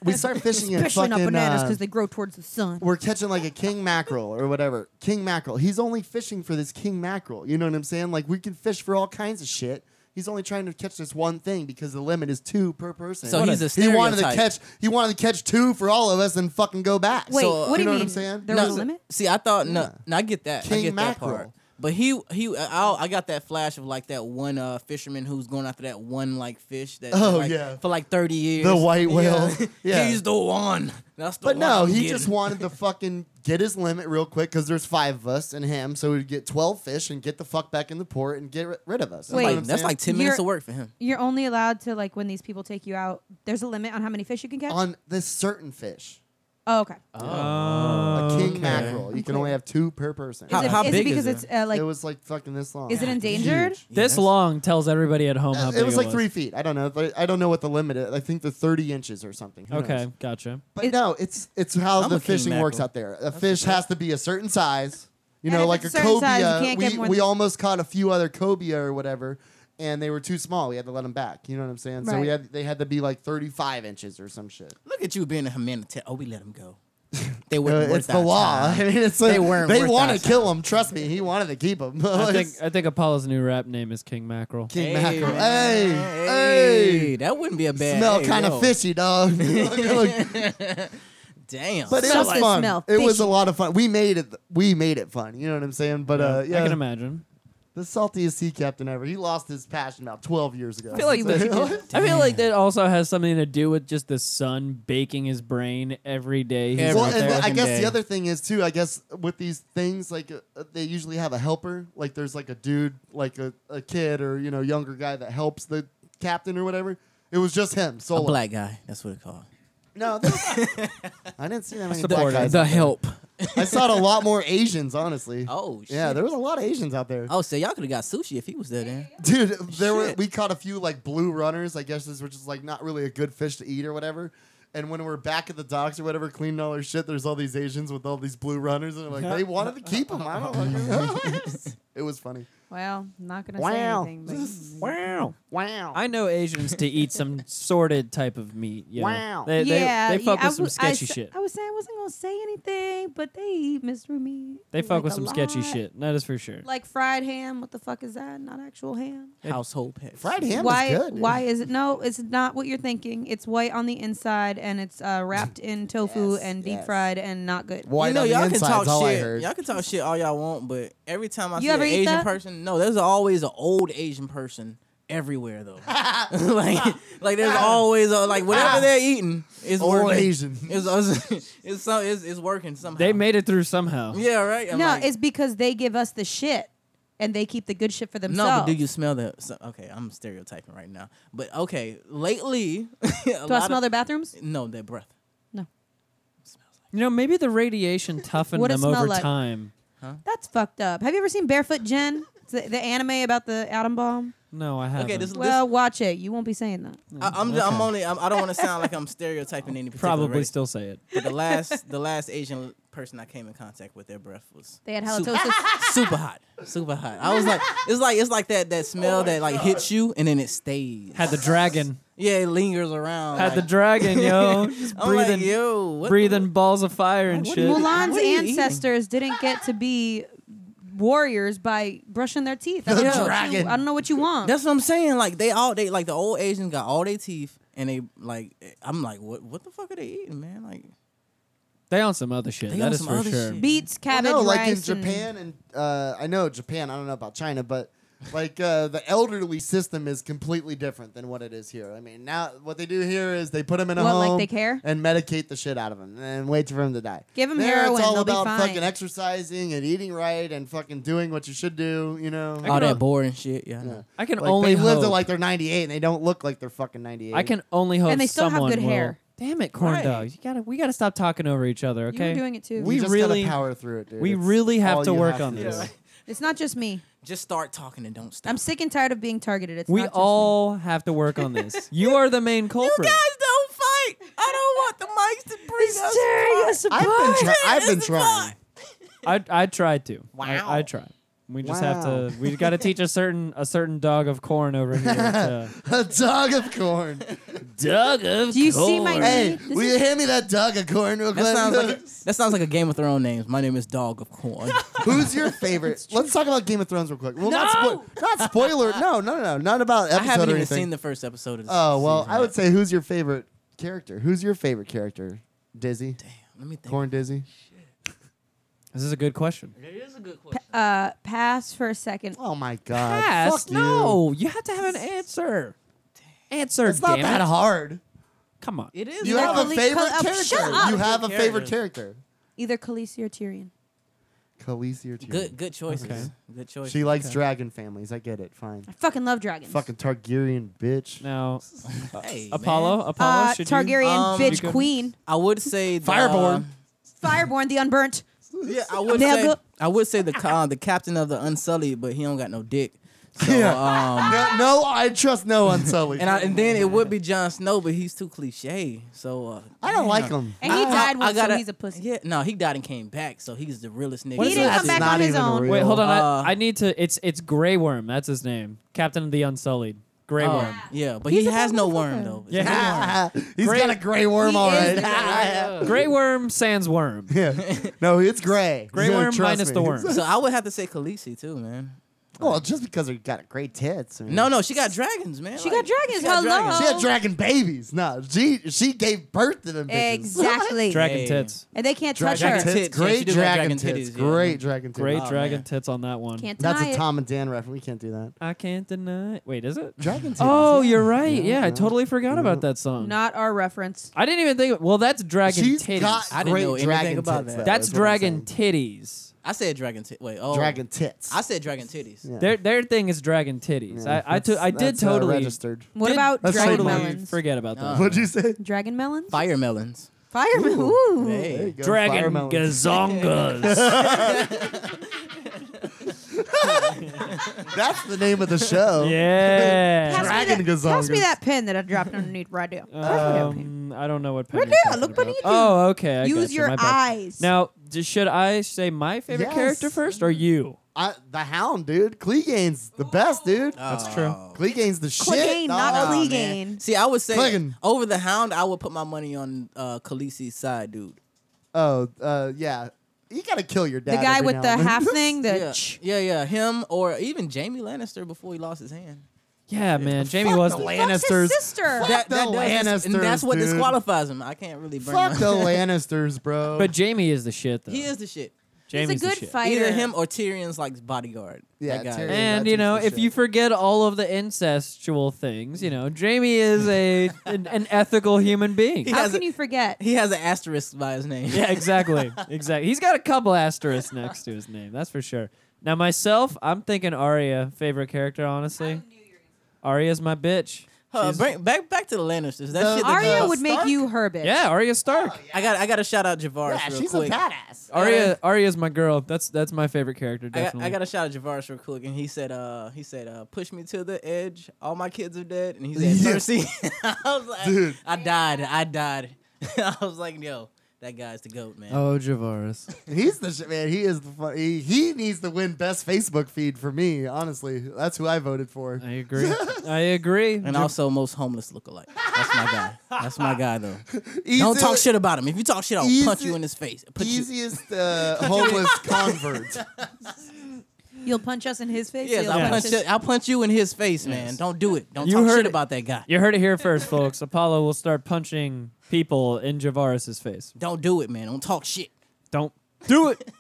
E: We start fishing in
F: Especially
E: fucking.
F: not bananas
E: uh,
F: because they grow towards the sun.
E: we're catching like a king mackerel or whatever. King mackerel. He's only fishing for this king mackerel. You know what I'm saying? Like we can fish for all kinds of shit. He's only trying to catch this one thing because the limit is two per person.
G: So What he's a- a
E: he wanted to
G: stereotype.
E: catch he wanted to catch two for all of us and fucking go back.
F: Wait,
G: So,
F: what do
E: you
F: you
E: know
F: mean?
E: what I'm saying?
F: There was a limit.
G: See, I thought no, no, I get that. I
E: King
G: get that part.
E: mackerel.
G: But he he, I, I got that flash of like that one uh, fisherman who's going after that one like fish that
E: Oh,
G: like,
E: yeah.
G: for like thirty years.
E: The white whale.
G: Yeah.
E: Yeah.
G: he's the one. That's the
E: but
G: one
E: no,
G: I'm
E: he
G: getting.
E: just wanted to fucking get his limit real quick because there's five of us and him, so we'd get twelve fish and get the fuck back in the port and get ri- rid of us. That's
F: Wait,
E: what
G: Like,
E: I'm
G: that's
E: saying.
G: like 10 minutes
F: You're-
G: of work for him.
F: You're only allowed to like when these people take you out. There's a limit on how many fish you can catch.
E: on this certain fish,
F: oh, okay.
E: a king mackerel. You can only have two per person.
G: How-
F: is it,
G: how
F: is
G: big
F: it
G: is
F: because
G: it?
F: it's uh, like
E: it was like fucking this long.
F: is it endangered?
E: Huge.
D: This
G: Yes.
D: long tells everybody at home how big
E: Uh, It was like three feet. I don't know. Like, I don't know what the limit is. I think the thirty inches or something. Who
D: Okay,
E: knows?
D: gotcha.
E: but no, it's it's how
G: I'm
E: the
G: a king
E: fishing works
G: mackerel.
E: out there. A fish has to be a certain size. You
F: And
E: know,
F: if
E: like a
F: it's a certain size, you
E: cobia.
F: can't get
E: we
F: more
E: we
F: than-
E: almost caught a few other cobia or whatever, and they were too small. We had to let them back. You know what I'm saying? So we
F: Right.
E: had they had to be like thirty five inches or some shit.
G: Look at you being a humanitarian. Oh, we let him go. They
E: Uh,
G: were
E: it's the law. I mean, it's like,
G: They weren't
E: They
G: worth
E: want
G: our
E: to kill him. Trust me, he wanted to keep him.
D: I think I think Apollo's new rap name is King Mackerel.
E: king
G: Hey,
E: mackerel.
G: man.
E: Hey, hey.
G: that wouldn't be a bad
E: Smell
G: hey,
E: kind
G: yo.
E: of fishy, dog.
G: Damn.
E: But it
F: Smell
E: was
F: like-
E: fun.
F: smell
E: It was
F: fishy.
E: a lot of fun. We made it. We made it fun. You know what I'm saying? But uh,
D: I
E: yeah,
D: can imagine.
E: the saltiest sea captain ever. He lost his passion about 12 years ago. I
D: feel like that, I feel like that also has something to do with just the sun baking his brain every day. He's
G: Every
E: well,
D: out
E: and
D: there.
E: I guess
G: day.
E: the other thing is too. I guess with these things, like uh, they usually have a helper. Like there's like a dude, like a, a kid or you know younger guy that helps the captain or whatever. It was just him
G: a
E: solo.
G: black guy. That's what it's called.
E: No, they- I didn't see that many black
D: Supporter.
E: guys.
G: The help.
E: I saw a lot more Asians, honestly.
G: Oh, shit.
E: yeah, there was a lot of Asians out there.
G: Oh, so y'all could have got sushi if he was there then.
E: Dude, there were
G: Shit.
E: we caught a few like blue runners. I guess these were just like not really a good fish to eat or whatever. And when we're back at the docks or whatever, cleaning all their shit, there's all these Asians with all these blue runners, and I'm like, they wanted to keep them. I don't know. it was funny.
F: Well, not gonna say
E: Wow.
F: anything. But
D: wow.
E: Wow.
D: I know Asians to eat some sorted type of meat. You know.
E: Wow.
D: They, they-
F: yeah,
D: they, fuck
F: yeah, I
D: with some
F: was- I
D: sketchy
F: s-
D: shit.
F: I was saying I wasn't gonna say anything, but they eat mystery meat.
D: They fuck
F: like
D: with
F: a
D: some sketchy
F: lot.
D: shit. That is for sure.
F: Like fried ham. What the fuck is that? Not actual ham.
G: Household pets.
E: fried ham
F: why?
E: is good. dude.
F: why is it? No, it's not what you're thinking. It's white on the inside and it's uh, wrapped in tofu
E: Yes,
F: and deep
E: yes.
F: fried and not good.
E: White
G: you know,
E: on the
G: y'all can
E: inside
G: talk
E: is all I
G: shit.
E: heard.
G: Y'all can talk shit all y'all want, but every time I
F: You
G: see an
F: ever eat
G: Asian
F: that?
G: person, no, there's always an old Asian person everywhere though. like, like there's always a, like whatever they're eating is
E: Old
G: working.
E: Asian.
G: It's it's it's, so- it's, it's working somehow.
F: um,
D: They made it through somehow.
G: yeah right. I'm
F: no,
G: like,
F: it's because they give us the shit and they keep the good shit for
G: no,
F: themselves.
G: but do you smell the? So, okay, I'm stereotyping right now, but okay, lately,
F: Do I smell their bathrooms?
G: No, their breath.
D: You know, maybe the radiation toughened
F: What'd it
D: them over
F: smell like?
D: time.
F: That's fucked up. Have you ever seen Barefoot Jen? It's the, the anime about the atom bomb.
D: No, I haven't.
G: Okay, this,
F: Well, watch it. You won't be saying that.
G: this I, I'm I'm only I'm, I don't want to sound like I'm stereotyping any particular
D: probably
G: race.
D: still say it.
G: But the last the last Asian person I came in contact with, their breath was
F: They had
G: super,
F: halitosis.
G: super hot, super hot. I was like, it's like it's like that that smell that like hits you and then it stays.
D: Had the dragon.
G: yeah, it lingers around.
D: Had the
G: like,
D: dragon, yo. Just
G: I'm like,
D: breathing,
G: yo, what the-
D: breathing balls of fire and shit.
F: Mulan's
G: What are you eating?
F: ancestors didn't get to be warriors by brushing their teeth. I don't, know, what you,
E: dragon.
F: I don't know what you want.
G: That's what I'm saying. Like they all they like the old Asians got all their teeth and they like I'm like what what the fuck are they eating, man? Like
D: They own some other shit.
G: They
D: that
G: own
D: is
G: some
D: for
G: other
D: sure.
G: shit.
F: Beets, cabbage,
E: Oh, no, like in
F: rice, and-
E: Japan and uh, I know Japan. I don't know about China, but like uh, the elderly system is completely different than what it is here. I mean, now what they do here is they put them in a
F: What, like
E: home,
F: they care?
E: and medicate the shit out of them, and wait for them to die.
F: Give 'em
E: There,
F: heroin,
E: It's all
F: they'll be
E: about
F: fine.
E: fucking exercising and eating right and fucking doing what you should do. You know,
G: All that boring shit. Yeah. I know.
E: Yeah.
D: I can
E: Like,
D: only
E: they live
D: hope.
E: to like they're 98 and they don't look like they're fucking 98.
D: I can only hope
F: And they still have
D: someone
F: good
D: will-
F: hair.
D: Damn it, corn
G: Right.
D: dogs! You gotta, we gotta stop talking over each other. Okay,
F: You're doing it too.
E: You
D: We
E: just
D: really-
E: gotta power through it, dude.
D: we
E: It's
D: really have
E: all
D: to
E: you
D: work
E: have
D: on
E: to
D: this.
E: do.
F: it's not just me.
G: Just start talking and don't stop.
F: I'm sick and tired of being targeted. It's
D: we
F: not just
D: all have to work on this. You are the main culprit.
G: don't fight. I don't want the mics to bring us.
E: I've been, try- I've been
G: It's
E: trying.
D: I I tried to. Wow. I, I tried. We just have
E: Wow.
D: to. We got to teach a certain a certain dog of corn over here. To,
E: A dog of corn.
G: Doug of
F: me. Do you see my
E: Hey,
F: knee? This
E: will
F: is-
E: you hand me that dog of corn real quick?
G: That sounds like a, that sounds like a Game of Thrones name. My name is Dog of Corn.
E: Who's your favorite? Let's talk about Game of Thrones real quick. Well, not, spo- not spoiler. No, no, no, no. Not about
G: I
E: episode
G: haven't
E: or
G: even
E: anything.
G: seen the first episode of this.
E: oh well,
G: season
E: I would
G: yet.
E: say who's your favorite character? Who's your favorite character? Dizzy,
G: Damn, let me think.
E: corn Dizzy.
D: this is a good question.
F: uh, pass for a second.
E: Oh my god! Fuck you.
D: No, you have to have an answer. Answer.
E: it's not
D: damn
E: that
D: it.
E: hard.
D: Come on.
G: It is.
E: You have a
F: Khaleesi-
E: favorite
F: Khal- oh,
E: character.
F: shut up.
E: You have a favorite character.
F: Either Khaleesi or Tyrion.
E: Khaleesi or Tyrion.
G: good good choices.
D: Okay.
G: Good choices.
E: She likes dragon families. I get it. Fine.
F: I fucking love dragons.
E: Fucking Targaryen bitch.
D: Now,
G: Hey,
D: Apollo.
G: man.
D: Apollo.
F: uh,
D: should
F: Targaryen
G: um,
D: you
F: bitch
D: go-
F: queen.
G: I would say the, uh,
E: Fireborn.
F: Fireborn the unburnt.
G: yeah, I would
F: Now
G: say
F: go-
G: I would say the ca- uh, the captain of the Unsullied, but he don't got no dick. So, um,
E: No, no, I trust no one, Sully.
G: and I, and then it would be Jon Snow, but he's too cliche. So uh,
E: I don't like
G: damn.
E: him.
F: And he
G: I-
F: died
G: I
F: once, so
G: gotta-
F: he's a pussy.
G: Yeah, no, he died and came back, so he's the realest nigga.
D: He
F: He didn't
E: That's
F: come back
E: not
F: on his
E: even
F: own.
E: real.
D: Wait, hold on.
G: Uh,
D: I, I need to. It's it's Grey Worm. That's his name. Captain of the Unsullied. Grey
G: Uh,
D: Worm.
G: yeah, but
F: He's
G: he
F: a
G: has no
F: motherfucker.
G: worm though. It's
D: Yeah.
G: no worm.
E: He's
D: Gray-
E: got a gray worm,
F: He
E: all
F: is
E: right.
F: the
E: Yeah.
D: Grey Worm sans worm.
E: no, it's gray.
D: Gray
E: You gotta
D: worm
E: trust
D: minus
E: me.
D: the worm.
G: So I would have to say Khaleesi too, man.
E: Well, just because he got great tits. I mean,
G: No, no, she got dragons, man.
F: She got dragons, hello.
E: She had dragon babies. No, she she gave birth to them. Bitches.
F: Exactly.
D: Dragon
G: Hey.
D: tits.
F: and they can't touch
G: Dragon
F: her.
G: tits. Yeah, she
E: Great
G: do got
E: dragon
G: dragon
E: tits.
G: titties, yeah.
E: Great dragon tits.
D: Great
G: Oh,
D: dragon
G: man.
D: tits on that one.
F: Can't
E: That's
F: deny
E: a
F: it.
E: Tom and Dan reference. We can't do that.
D: I can't deny. Wait, is it?
E: Dragon titties.
D: Oh, you're right. Yeah, I
E: yeah.
D: totally forgot about that song.
F: Not our reference.
D: I didn't even think. Well, that's dragon
E: She's
D: titties.
E: got
G: I didn't
E: great
G: know anything
E: dragon
G: about
E: tits, though,
G: that.
D: that's
E: is what I'm
D: dragon
E: saying.
D: titties.
G: I said dragon tit. Wait, oh,
E: Dragon titties.
G: I said dragon titties.
E: Yeah.
D: Their their thing is dragon titties.
E: Yeah,
D: I I, to- I
E: that's-
D: did
E: that's, uh, Oh,
D: totally.
E: registered.
F: What
D: did
F: about
E: That's
F: dragon
E: totally-
F: melons?
D: Forget about that.
G: Uh,
E: What'd you say?
F: Dragon melons?
G: Fire melons.
F: Fireman. Ooh.
G: Hey.
E: go,
D: dragon
E: Firemelon.
D: gazongas.
E: That's the name of the show.
D: yeah.
F: Pass, me
E: Dragon
F: that, pass me
E: gazongas.
F: that pen that I dropped underneath right there. Pass me that pen.
D: Um, I don't know what pen.
F: Right
D: you're
F: there,
D: talking
F: look what
D: about.
F: you do.
D: Oh, okay. I
F: Use
D: gotcha,
F: your
D: my bad.
F: eyes.
D: Now, d- should I say my favorite character
E: Yes.
D: first or you?
E: I, the hound, dude. Clegane's the best, dude.
D: That's true.
E: Clegane's the shit. Oh,
F: Clegane, not
E: dog.
F: Clegane.
G: Man.
F: Clegane.
G: See, I would say
E: Clegane.
G: over the hound, I would put my money on uh, Khaleesi's side, dude.
E: Oh, uh, yeah. You gotta kill your dad.
F: The guy
E: every
F: with
E: now
F: the
E: and then.
F: half thing, the
G: yeah,
F: ch-
G: yeah, yeah, him or even Jamie Lannister before he lost his hand.
D: Yeah, man. Jamie was.
E: the
F: Fucks his
E: Lannisters.
F: sister.
E: Fuck the
G: does- and that's
E: Lannisters,
G: what
E: dude.
G: disqualifies him. I can't really bring
E: Fuck
G: my-
E: the Lannisters, bro.
D: But Jamie is the shit, though.
G: He is the shit.
F: He's a
D: Jamie's the
F: good
D: shit.
F: fighter.
G: Either him or Tyrion's like bodyguard.
E: Yeah,
G: That guy.
E: Tyrion.
D: And
E: That's
D: you know,
E: just the
D: if you
E: shit.
D: forget all of the incestual things, you know, Jamie is a an, an ethical human being.
G: Yeah.
F: How
G: has
F: can
G: a-
F: you forget?
G: He has an asterisk by his name.
D: yeah, exactly, exactly. He's got a couple asterisks next to his name, that's for sure. Now myself, I'm thinking Arya, favorite character, honestly. Arya's my bitch.
G: Uh,
D: She's-
G: bring, back back to the Lannisters. That
E: The-
G: shit. that
F: Arya
G: does-
F: would make you her bitch.
D: yeah, Arya Stark.
G: I got. I got to shout out Javaris.
E: yeah,
G: real
E: she's
G: quick.
E: a badass.
D: Arya, Arya's my girl. That's that's my favorite character,
G: I got,
D: definitely.
G: I got a shout out Javaris real quick, and he said, "Uh, he said, uh, push me to the edge. All my kids are dead." And he said,
E: Yeah.
G: "Cersei." I was like,
E: Dude.
G: "I died. I died." I was like, "Yo, that guy's the goat, man."
D: Oh, Javaris.
E: He's the shit, man. He is the fun. He, he needs to win best Facebook feed for me. Honestly, that's who I voted for.
D: I agree. I agree.
G: And also, most homeless look alike. That's my guy. That's my guy, though.
E: Easy-
G: Don't talk shit about him. If you talk shit, I'll punch
E: Easy-
G: you in his face. Put you-
E: Easiest uh, homeless convert.
F: You'll punch us in his face.
G: Yes,
F: You'll
G: I'll,
F: punch
G: punch
F: us-
G: it- I'll punch you in his face, man. Don't do it. Don't
D: You
G: talk
D: heard
G: shit
D: it.
G: about that guy.
D: You heard it here first, folks. Apollo will start punching people in Javaris's face.
G: Don't do it, man. Don't talk shit.
D: Don't do it.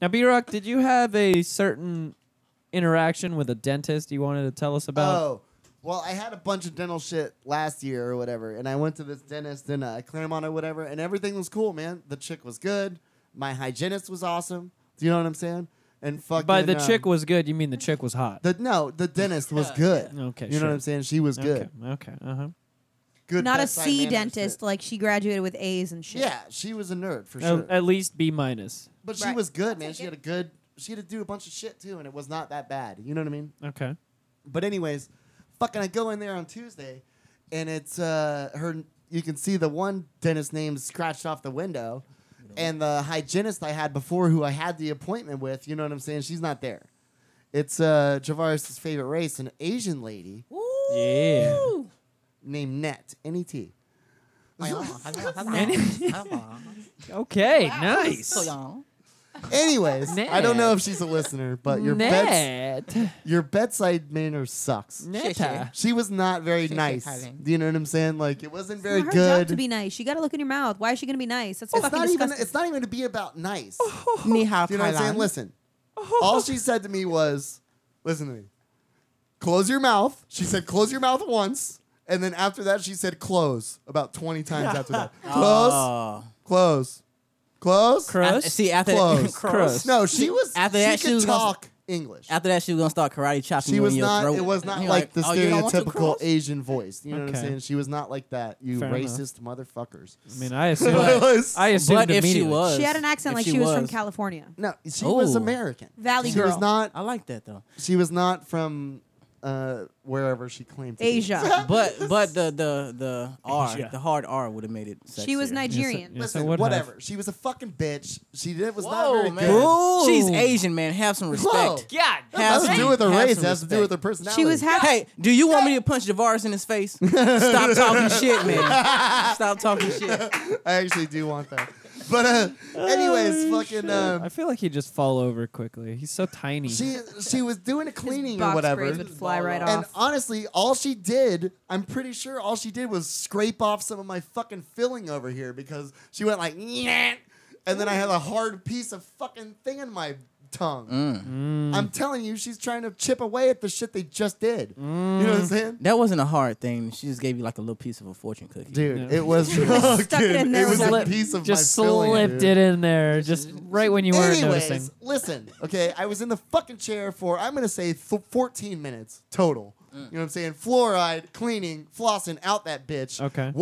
D: now, B Rock, did you have a certain interaction with a dentist you wanted to tell us about?
E: Oh, well, I had a bunch of dental shit last year or whatever, and I went to this dentist in uh, Claremont or whatever, and everything was cool, man. The chick was good. My hygienist was awesome. Do you know what I'm saying? And fucking
D: By the
E: um,
D: chick was good, you mean the chick was hot?
E: The, no, the dentist was good.
D: Okay,
E: you know
D: sure.
E: what I'm saying? She was good.
D: Okay, okay, uh huh.
E: Good.
F: Not a
E: bedside
F: C
E: manners
F: dentist.
E: shit.
F: Like she graduated with A's and shit.
E: Yeah, she was a nerd for
D: At-
E: sure.
D: At least B minus.
E: but she
F: Right.
E: was good, man. She had a good. She had to do a bunch of shit too, and it was not that bad. You know what I mean?
D: Okay.
E: But anyways, fucking, I go in there on Tuesday, and it's uh, her. You can see the one dentist name scratched off the window, and the hygienist I had before, who I had the appointment with. You know what I'm saying? She's not there. It's uh, Javaris's favorite race, an Asian lady
D: Yeah.
E: named Net N E T.
D: Okay. Nice.
G: So y'all.
E: Anyways, I don't know
D: Net.
E: if she's a listener, but your beds,
D: Net.
E: your bedside manner sucks.
D: Netta.
E: She was not very
G: She's
E: nice.
G: having-
E: Do you know what I'm saying? Like it wasn't
F: It's
E: very
F: not her
E: good.
F: job to be nice. You got to look in your mouth. Why is she gonna be nice? That's
E: It's
F: fucking
E: not even.
F: disgusting.
E: It's not even to be about nice.
G: Ni hao,
E: Do you know what I'm saying?
G: Thailand.
E: Listen.
G: Oh.
E: All she said to me was, listen to me. Close your mouth. She said, close your mouth once. And then after that, she said, close about 20 times after that. Close,
G: Oh.
E: close, close,
G: After-
D: Cross.
G: see after
E: close.
D: Cross.
E: No, she was.
G: After
E: she
G: that, she
E: could
G: was gonna-
E: talk English.
G: After that, she was gonna start karate chopping
E: she
G: you
E: was
G: in your
E: not.
G: throat.
E: It was
G: And
E: not
G: you're
E: like the
G: "Oh, you don't want to
E: stereotypical
G: cross?"
E: Asian voice. You know what I'm
D: Okay.
E: saying? She was not like that. You
D: Fair enough.
E: racist motherfuckers.
D: I mean, I assume.
E: It was-
D: I assumed
G: But if she
D: immediately.
G: was,
F: she had an accent
G: if
F: like she, was, from California.
E: No, she was
G: Oh.
E: American.
F: Valley
E: she was
F: girl.
E: not
G: I like that though.
E: She was not from uh, wherever she claimed to be.
F: Asia.
G: But but the the the R,
D: Yeah.
G: the hard R would have made it. Sexier.
F: she was Nigerian.
D: Yes, I
E: Listen,
D: would have.
E: whatever. She was a fucking bitch. She did was not
G: Whoa,
E: very
G: man.
E: good.
D: Ooh.
G: She's Asian, man. Have some respect.
E: Whoa.
D: God.
G: Have
E: Has to
G: some-
E: do with her
G: have
E: race.
G: some
E: Has to do with her
G: respect.
E: personality.
F: She was half.
G: Hey, do you want me to punch Javaris in his face? Stop talking shit, man. Stop talking shit.
E: I actually do want that. But uh, anyways, fucking.
D: I
E: Um,
D: feel like he'd just fall over quickly. He's so tiny.
E: she she was doing a cleaning or
F: box
E: whatever.
F: braids would fly right
E: And
F: off.
E: honestly, all she did, I'm pretty sure all she did was scrape off some of my fucking filling over here because she went like, "Nyeh," and then I had a hard piece of fucking thing in my tongue.
F: Mm.
E: I'm telling you, she's trying to chip away at the shit they just did. You know
F: Mm.
E: what I'm saying?
G: That wasn't a hard thing. She just gave you like a little piece of a fortune cookie.
E: Dude,
D: Yeah.
E: it was
F: Stuck it in
E: fucking,
F: there
E: it was
F: with
E: a
D: Slip-
E: piece of
D: just
E: my filling.
D: slipped
E: dude.
D: it in there, just right when you weren't
E: Anyways,
D: noticing.
E: listen, okay, I was in the fucking chair for I'm gonna say th- 14 minutes total. You know what I'm saying? Fluoride, cleaning, flossing, out that bitch.
D: Okay.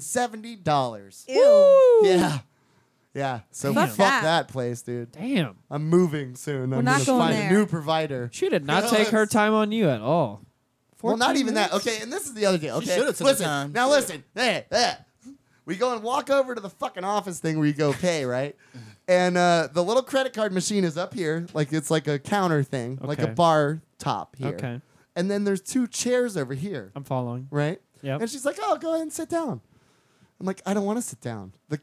E: $170.
F: Ew.
E: Yeah. Yeah. So
F: Fuck
E: fuck
F: that.
E: that. place, dude.
D: Damn,
E: I'm moving soon.
F: We're
E: I'm
F: not
E: gonna
F: going
E: find
F: there.
E: a new provider.
D: she did not
E: Yeah,
D: take her
E: let's-
D: time on you at all.
E: Well, not even that. Okay, and this is the other deal. Okay,
G: should've took the
E: listen.
G: time.
E: Now listen. Hey, hey. We go and walk over to the fucking office thing where you go pay, right? And uh, the little credit card machine is up here, like it's like a counter thing, like a
D: Okay.
E: bar top here.
D: Okay.
E: And then there's two chairs over here,
D: I'm following.
E: right?
D: Yep.
E: And she's like, "Oh, go ahead and sit down." I'm like, "I don't want to sit down." The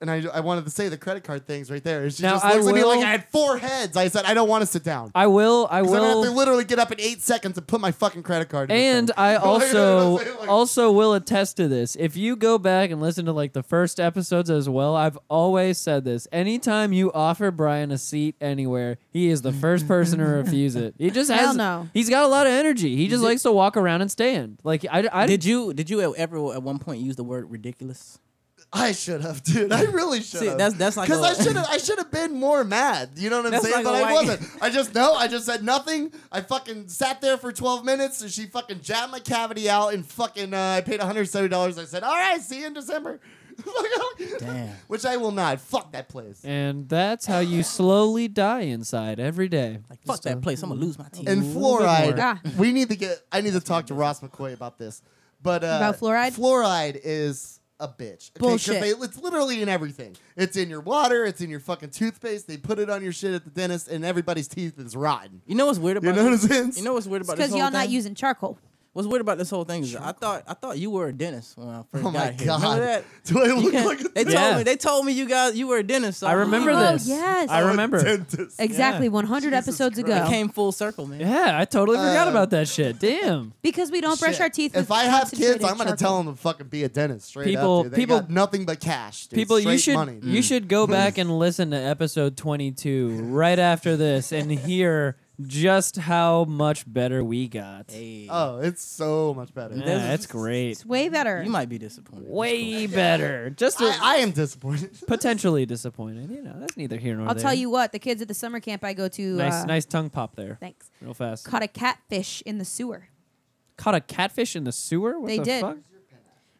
E: and I, I wanted to say the credit card things right there. And she
D: Now,
E: just
D: I
E: looks at me like
D: will-
E: I had four heads. I said, "I don't want to sit down."
D: I will. I
E: Because I'm gonna have to
D: will.
E: literally get up in eight seconds and put my fucking credit card. in the
D: And
E: thing.
D: I
E: Like, you know
D: also
E: what I'm saying? Like,
D: also will attest to this. If you go back and listen to like the first episodes as well, I've always said this. Anytime you offer Brian a seat anywhere, he is the first person to refuse it. He just
F: Hell
D: has
F: no.
D: He's got a lot of energy. He just likes to walk around and stand. Like I, I
G: Did you did you ever at one point use the word ridiculous?
E: I should have, dude. I really should
G: See,
E: have.
G: that's- that's like
E: because
G: a-
E: I should have. I should have been more mad. You know what I'm
G: That's
E: saying?
G: like
E: but
G: a
E: I
G: white-
E: wasn't. I just no. I just said nothing. I fucking sat there for 12 minutes, and she fucking jabbed my cavity out, and fucking uh, I paid 170. dollars I said, "All right, see you in December."
G: Damn.
E: Which I will not. Fuck that place.
D: And that's how you slowly die inside every day.
G: Like fuck that place. I'm gonna lose my teeth.
E: And fluoride,
F: more. Ah.
E: we need to get. I need to talk to Ross McCoy about this. But uh,
F: About fluoride?
E: Fluoride is a bitch. Okay, 'cause
F: Bullshit.
E: They, it's literally in everything. It's in your water. It's in your fucking toothpaste. They put it on your shit at the dentist, and everybody's teeth is rotten.
G: you know what's weird about
E: You know what I'm
G: this?
E: saying?
G: You know what's weird about this
F: Because
G: whole
F: y'all not
G: thing?
F: using charcoal.
G: What's weird about this whole thing is I thought I thought you were a dentist when I first
E: Oh
G: got
E: my
G: here.
E: god!
G: Remember that?
E: Do I look
G: Yeah,
E: like a
G: they told
D: Yeah.
G: me they told me you guys you were a dentist. So
D: I remember
F: Oh,
D: this.
F: yes.
D: I
F: Oh,
D: remember.
E: dentist?
F: Exactly 100 episodes
G: It
F: ago.
G: came full circle, man.
D: Yeah, I totally forgot
E: Uh,
D: about that shit. Damn.
F: because we don't brush
E: Shit.
F: our teeth.
E: If
F: with
E: I have kids,
F: concentrated
E: I'm gonna
F: charcoal.
E: tell them to fucking be a dentist. Straight
D: People-
E: up, dude. They
D: people-
E: got nothing but cash. Dude.
D: People, you
E: Straight
D: should
E: money.
D: you should go back and listen to episode 22 right after this and hear just how much better we got.
G: Hey,
E: Oh, it's so much better.
D: yeah, that's great.
F: It's way better.
G: you might be disappointed.
D: Way better. Just a-
E: I, I am disappointed.
D: potentially disappointed. You know, that's neither here nor
F: I'll
D: there.
F: tell you what, the kids at the summer camp I go to.
D: Nice,
F: uh,
D: nice tongue pop there.
F: Thanks.
D: Real fast.
F: Caught a catfish in the sewer.
D: Caught a catfish in the sewer. What
F: They
D: the
F: did.
D: Fuck?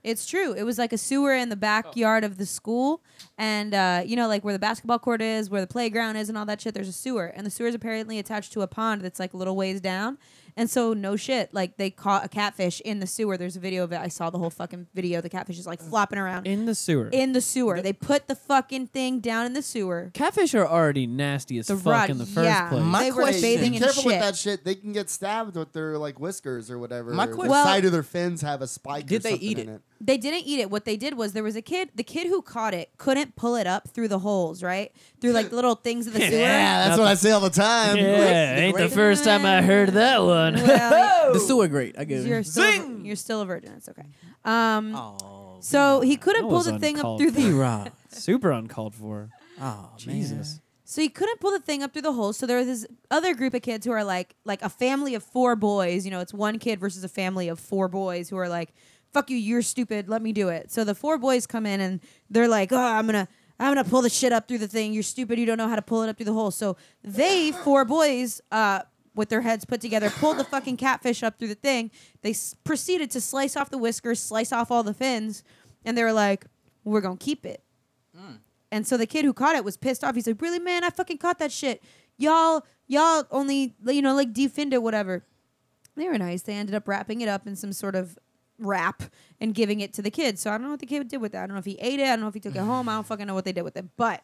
F: It's true. It was like a sewer in the backyard of the school, and uh, you know, like where the basketball court is, where the playground is, and all that shit. There's a sewer, and the sewer is apparently attached to a pond that's like a little ways down. And so, no shit, like they caught a catfish in the sewer. There's a video of it. I saw the whole fucking video. The catfish is like flopping around
D: In the sewer.
F: in the sewer. They put the fucking thing down in the sewer.
D: Catfish are already nasty as
F: The
D: fuck
F: rod,
D: in the first
F: yeah.
D: place.
G: My
F: they were
G: question-
F: bathing
E: Be
F: in
E: careful
F: shit.
E: with that shit. They can get stabbed with their like whiskers or whatever.
G: My
E: or
G: question-
E: the
F: Well-
E: side of their fins have a spike.
G: Did
E: or
G: they
E: something
G: eat
E: in
G: it?
E: it?
F: They didn't eat it. Uh, What they did was there was a kid. The kid who caught it couldn't pull it up through the holes, right? Through like the little things of the sewer.
E: Yeah, that's what I say all the time.
D: yeah, ain't the first time I heard that one.
F: Well,
G: The sewer grate. I get
F: you're
G: it.
F: still, a, you're still a virgin. It's okay. Um,
G: Oh,
F: so he couldn't
D: That
F: pull
D: was
F: the thing up
D: uncalled
F: through
D: for.
F: the.
G: Rob.
D: Super uncalled for.
G: Oh,
D: Jesus.
F: So he couldn't pull the thing up through the holes. So there was this other group of kids who are like, like a family of four boys. You know, it's one kid versus a family of four boys who are like, "Fuck you, you're stupid. Let me do it." So the four boys come in and they're like, "Oh, I'm gonna." I'm gonna pull the shit up through the thing. You're stupid. You don't know how to pull it up through the hole. So they, four boys, uh, with their heads put together, pulled the fucking catfish up through the thing. They s- proceeded to slice off the whiskers, slice off all the fins, and they were like, "We're gonna keep it." And so the kid who caught it was pissed off. He's like, "Really, man? I fucking caught that shit. Y'all, y'all only you know like defend it, whatever." They were nice. They ended up wrapping it up in some sort of wrap and giving it to the kid. So I don't know what the kid did with that. I don't know if he ate it. I don't know if he took it home. I don't fucking know what they did with it. But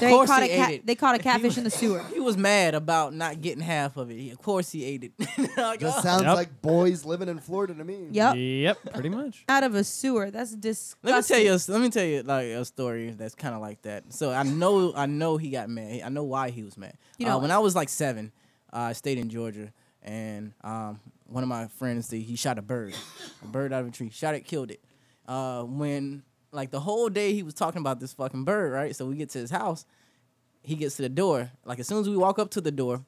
F: they
G: course
F: caught
G: he
F: a
G: ate it.
F: they caught a catfish in the sewer.
G: He was mad about not getting half of it. He, of course, he ate it. Like,
E: Just
G: oh.
E: sounds
D: Yep.
E: like boys living in Florida to me.
F: Yep.
D: Yep, pretty much.
F: Out of a sewer. That's disgusting.
G: Let me tell you. a- Let me tell you like a story that's kind of like that. So I know, I know he got mad. I know why he was mad.
F: You
G: Uh,
F: know
G: when
F: what?
G: I was like seven, uh, I stayed in Georgia, and um, one of my friends he, he shot a bird, a bird out of a tree. Shot it, killed it. Uh, when like the whole day he was talking about this fucking bird, right? So we get to his house, he gets to the door. Like as soon as we walk up to the door,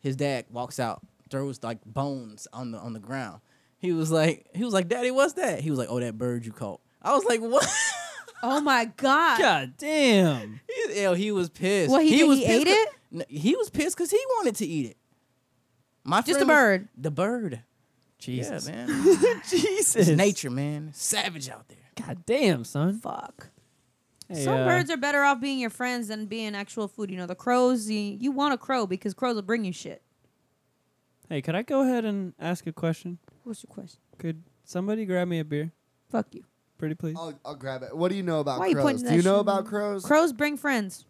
G: his dad walks out, throws like bones on the on the ground. He was like, he was like, Daddy, what's that? He was like, Oh, that bird you caught. I was like, What?
F: Oh my god.
D: God damn.
G: he, yo, he was pissed.
F: What, he did-
G: was
F: he
G: pissed
F: ate
G: 'cause-
F: it?
G: No, he was pissed because he wanted to eat it. My
F: Just
G: friend
F: the
G: was-
F: bird.
G: the bird.
D: Jesus.
G: Yeah, man.
D: Jesus.
G: it's nature, man. Savage out there.
D: God damn, son.
F: Fuck.
D: Hey,
F: Some
D: uh,
F: birds are better off being your friends than being actual food. You know, the crows, you, you want a crow because crows will bring you shit.
D: Hey, could I go ahead and ask a question?
F: What's your question?
D: Could somebody grab me a beer?
F: Fuck you.
D: Pretty please.
F: Oh,
E: I'll, I'll grab it. What do you know about
F: Why you
E: crows?
F: pointing
E: Do
F: that
E: you know
F: shit
E: about
F: at me?
E: crows?
F: Crows bring friends.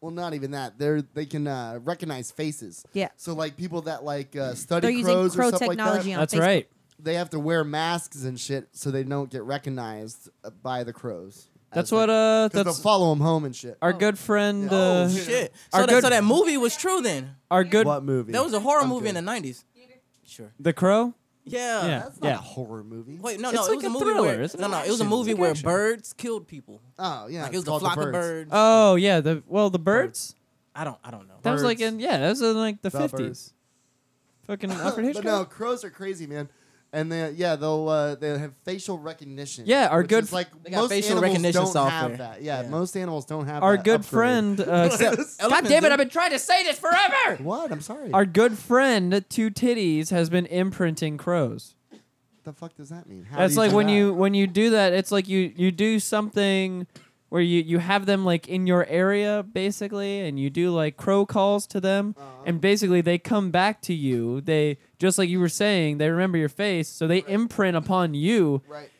E: well, not even that. They're they can uh, recognize faces.
F: Yeah.
E: So like people that like uh,
F: They're
E: study
F: using
E: crows
F: crow
E: or stuff like that,
F: technology on
D: That's
F: Facebook.
D: right.
E: they have to wear masks and shit so they don't get recognized uh, by the crows.
D: That's
E: As, like,
D: what uh
E: 'cause
D: that's
E: they'll follow them home and shit.
D: our good friend
E: Oh,
D: uh
E: shit.
G: Shit.
D: Our
G: So that, so
D: good-
G: that movie was true then.
D: our good
E: what movie?
G: That was a horror
E: I'm
G: movie
E: good.
G: in the 90s. Sure.
D: the crow?
G: Yeah.
D: Yeah.
E: That's not
D: Yeah.
E: a horror movie.
G: Wait, no,
D: It's
G: no,
D: like
G: it was
D: a
G: a, movie
D: thriller,
G: where
D: isn't it?
G: no, no, it was a
D: Action.
G: movie
D: It's
G: where
D: action.
G: birds killed people.
E: Oh yeah, it's
G: like it was a
E: called
G: flock
E: the
G: of
E: birds.
G: birds. Uh,
D: Oh yeah, the well the birds?
G: I don't, I don't know.
D: That was like
E: Birds.
D: in yeah, that was in like the
E: The
D: fifties. Fucking Alfred
E: but no,
D: Hitchcock.
E: crows are crazy, man. And they, yeah, they'll uh, they have facial recognition.
D: Yeah, our
E: which
D: good
E: is like
G: They got
E: most
G: facial
E: animals
G: recognition
E: don't
G: software.
E: have that. Yeah,
G: Yeah.
E: most animals don't have
D: Our
E: that
D: good
E: upgrade.
D: friend uh
G: God
D: damn it,
G: I've been trying to say this forever.
E: What? I'm sorry.
D: our good friend Two Titties has been imprinting crows.
E: the fuck does that mean? How do
D: That's
E: you
D: like
E: do
D: when
E: that?
D: you when you do that, it's like you you do something where you you have them like in your area basically, and you do like crow calls to them,
E: Uh-huh.
D: and basically they come back to you. They just like you were saying, they remember your face, so they imprint upon you.
E: right.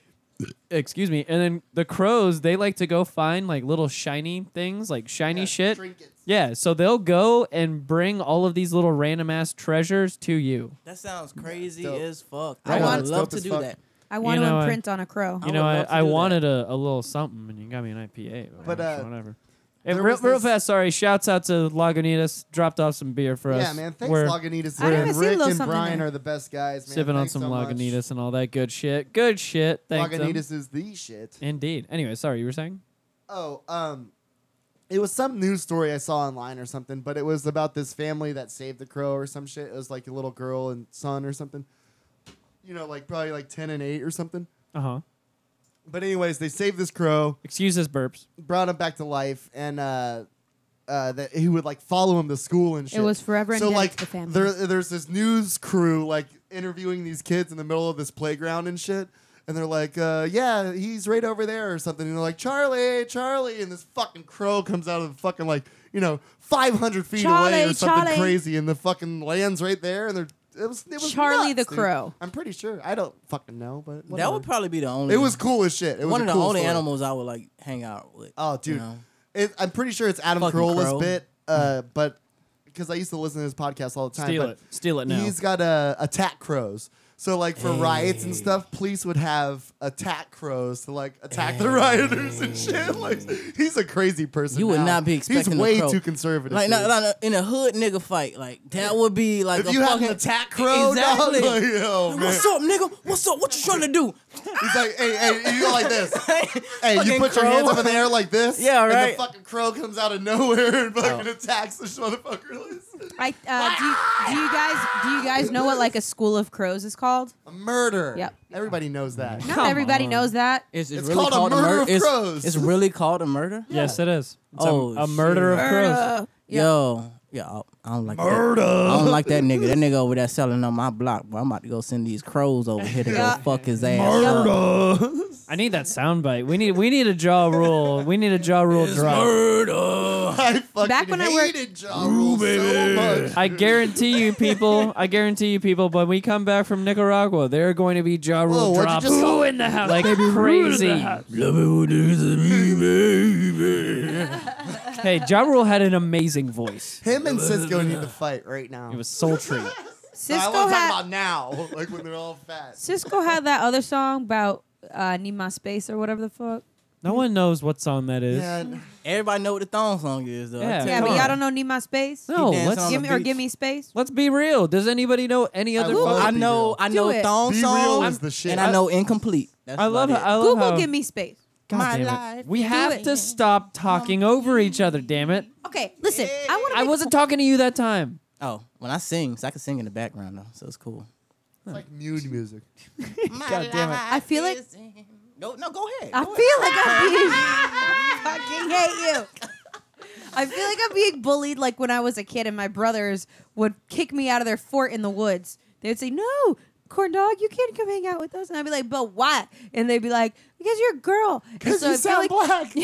D: Excuse me, and then the crows they like to go find like little shiny things, like shiny
E: Yeah,
D: shit.
E: trinkets.
D: Yeah, so they'll go and bring all of these little random ass treasures to you.
G: That sounds crazy
E: Dope.
G: as fuck.
F: I
G: I
F: want-
G: would love
E: Dope
G: to
E: as
G: do
E: fuck.
G: that.
F: I want
D: know,
F: to
D: I-
F: imprint on a crow.
D: You
G: would
D: know, I,
G: love to
D: I
G: do that.
D: wanted a, a little something, and you got me an IPA. But,
E: But, uh,
D: whatever. And
E: there
D: real,
E: was
D: real
E: this-
D: fast, sorry. Shouts out to Lagunitas. Dropped off some beer for us.
E: Yeah, man. Thanks,
D: We're
E: Lagunitas.
F: I
E: and
F: haven't seen
E: Rick
F: Lil
E: and
F: Something
E: Brian
F: in it.
E: are the best guys. Man.
D: sipping on
E: Thanks
D: some
E: so much.
D: Lagunitas and all that good shit. Good shit. Thanks. them.
E: Lagunitas is the shit.
D: Indeed. Anyway, sorry, you were saying?
E: Oh, um, it was some news story I saw online or something, but it was about this family that saved the crow or some shit. It was like a little girl and son or something. You know, like probably like ten and eight or something.
D: Uh
G: Uh-huh.
D: huh.
E: But anyways, they saved this crow,
D: Excuse us, burps.
E: brought him back to life, and uh, uh, that he would like follow him to school and shit.
F: It was forever
E: so
F: indebted
E: like
F: to the family.
E: there, there's this news crew like interviewing these kids in the middle of this playground and shit and they're like uh, yeah he's right over there or something and they're like charlie charlie and this fucking crow comes out of the fucking like you know 500 feet away or
F: Charlie,
E: something
F: Charlie.
E: crazy and the fucking lands right there and they're it was, it was
F: Charlie
E: nuts,
F: the
E: dude.
F: Crow.
E: i'm pretty sure i don't fucking know but
G: That
E: whatever.
G: would probably be the only.
E: it was cool as shit it was
G: one
E: a
G: of the
E: cool
G: only
E: story.
G: animals I would like hang out with.
E: Oh, dude,
G: know?
E: it, I'm pretty sure it's Adam
G: Fucking
E: Carolla's
G: crow.
E: bit, uh, but because I used to listen to his podcast all the time.
D: Steal
E: but
D: it. Steal it now.
E: He's got uh, attack crows. So like for riots and stuff, police would have attack crows to like attack the rioters and shit. Like he's a crazy person.
G: You would
E: now.
G: not be expecting
E: He's
G: a
E: way
G: crow.
E: too conservative.
G: Like,
E: dude.
G: not, not in a hood nigga fight, like that would be like
E: if
G: a
E: you had
G: fucking e-,
E: an attack crow, dog,
G: Exactly.
E: like, yo, man.
G: What's up, nigga? What's up? What you trying to do?
E: he's like, hey, hey, you go like this. Hey, you
G: Fucking
E: put your
G: crow.
E: hands up in the air like this.
G: Yeah,
E: And the
G: right. Oh.
E: fucking crow comes out of nowhere and fucking attacks this motherfucker.
F: I, uh, do, you, do you guys do you guys know what like a school of crows is called?
E: A murder.
F: Yep.
E: Everybody knows that.
F: Not
D: Come
F: everybody
D: on.
F: knows that.
G: Is it
E: It's
G: really
E: called a murder
G: mur-
E: of
G: it's-
E: crows.
G: It's, really called a murder.
D: Yes, it is. It's a-
G: Oh,
D: a, murder
G: shit.
D: of crows.
F: Uh,
G: Yo, yeah, I- I don't like murder. I don't like that nigga. That nigga over there selling on my block. But I'm about to go send these crows over here to
F: Yeah.
G: go fuck his ass. up.
D: I need that soundbite. We need we need a jaw rule. We need a jaw rule drop.
E: I fucking
F: Back when I worked-
E: hated Ja Rule so much.
D: I guarantee you, people. I guarantee you, people. When we come back from Nicaragua, there are going to be jaw rule
E: Whoa, Oh, what'd you
D: drops
E: just call it?
D: in the house like crazy. hey, jaw rule had an amazing voice.
E: Him and Cisco need to fight right now.
D: It was sultry.
E: I
F: Cisco
E: want to talk
F: had
E: about now, like when they're all fat.
F: Cisco had that other song about uh, need my space or whatever the fuck.
D: No one knows what song that is.
E: Yeah, n-
G: Everybody know what the thong song is though. I
D: Yeah.
G: tell
F: Yeah,
D: come
F: but
G: you.
F: y'all
D: on.
F: don't know need my space.
D: No,
G: He danced
D: let's
G: on
F: give
G: the
F: me or
G: beach.
F: give me space.
D: let's be real. Does anybody know any other?
E: love
D: fucking-
G: I
E: Be
G: know,
E: Real.
G: I
F: Do
G: know
F: it.
G: thong
E: Be
G: song,
E: Real is the shit.
G: and I know incomplete. That's
D: I love.
G: about
D: I love
F: Google
D: how, uh,
F: give me space.
D: God
G: my
D: damn it.
G: life.
D: We
G: Do
D: have
F: it.
D: to stop talking over each other. Damn it!
F: Okay, listen. I want to.
D: I wasn't talking to you that time.
G: it. Oh, when I sing, 'cause I can sing in the background though, so it's cool.
E: it's like mood music.
G: God damn it!
F: I feel like
G: No, no, go ahead.
F: I
G: Go
F: feel
G: ahead.
F: like I'm being. fucking hate you. I feel like I'm being bullied like when I was a kid and my brothers would kick me out of their fort in the woods. They'd say, No, corn dog, you can't come hang out with us. And I'd be like, But why? And they'd be like, Because you're a girl. Because
E: you sound black.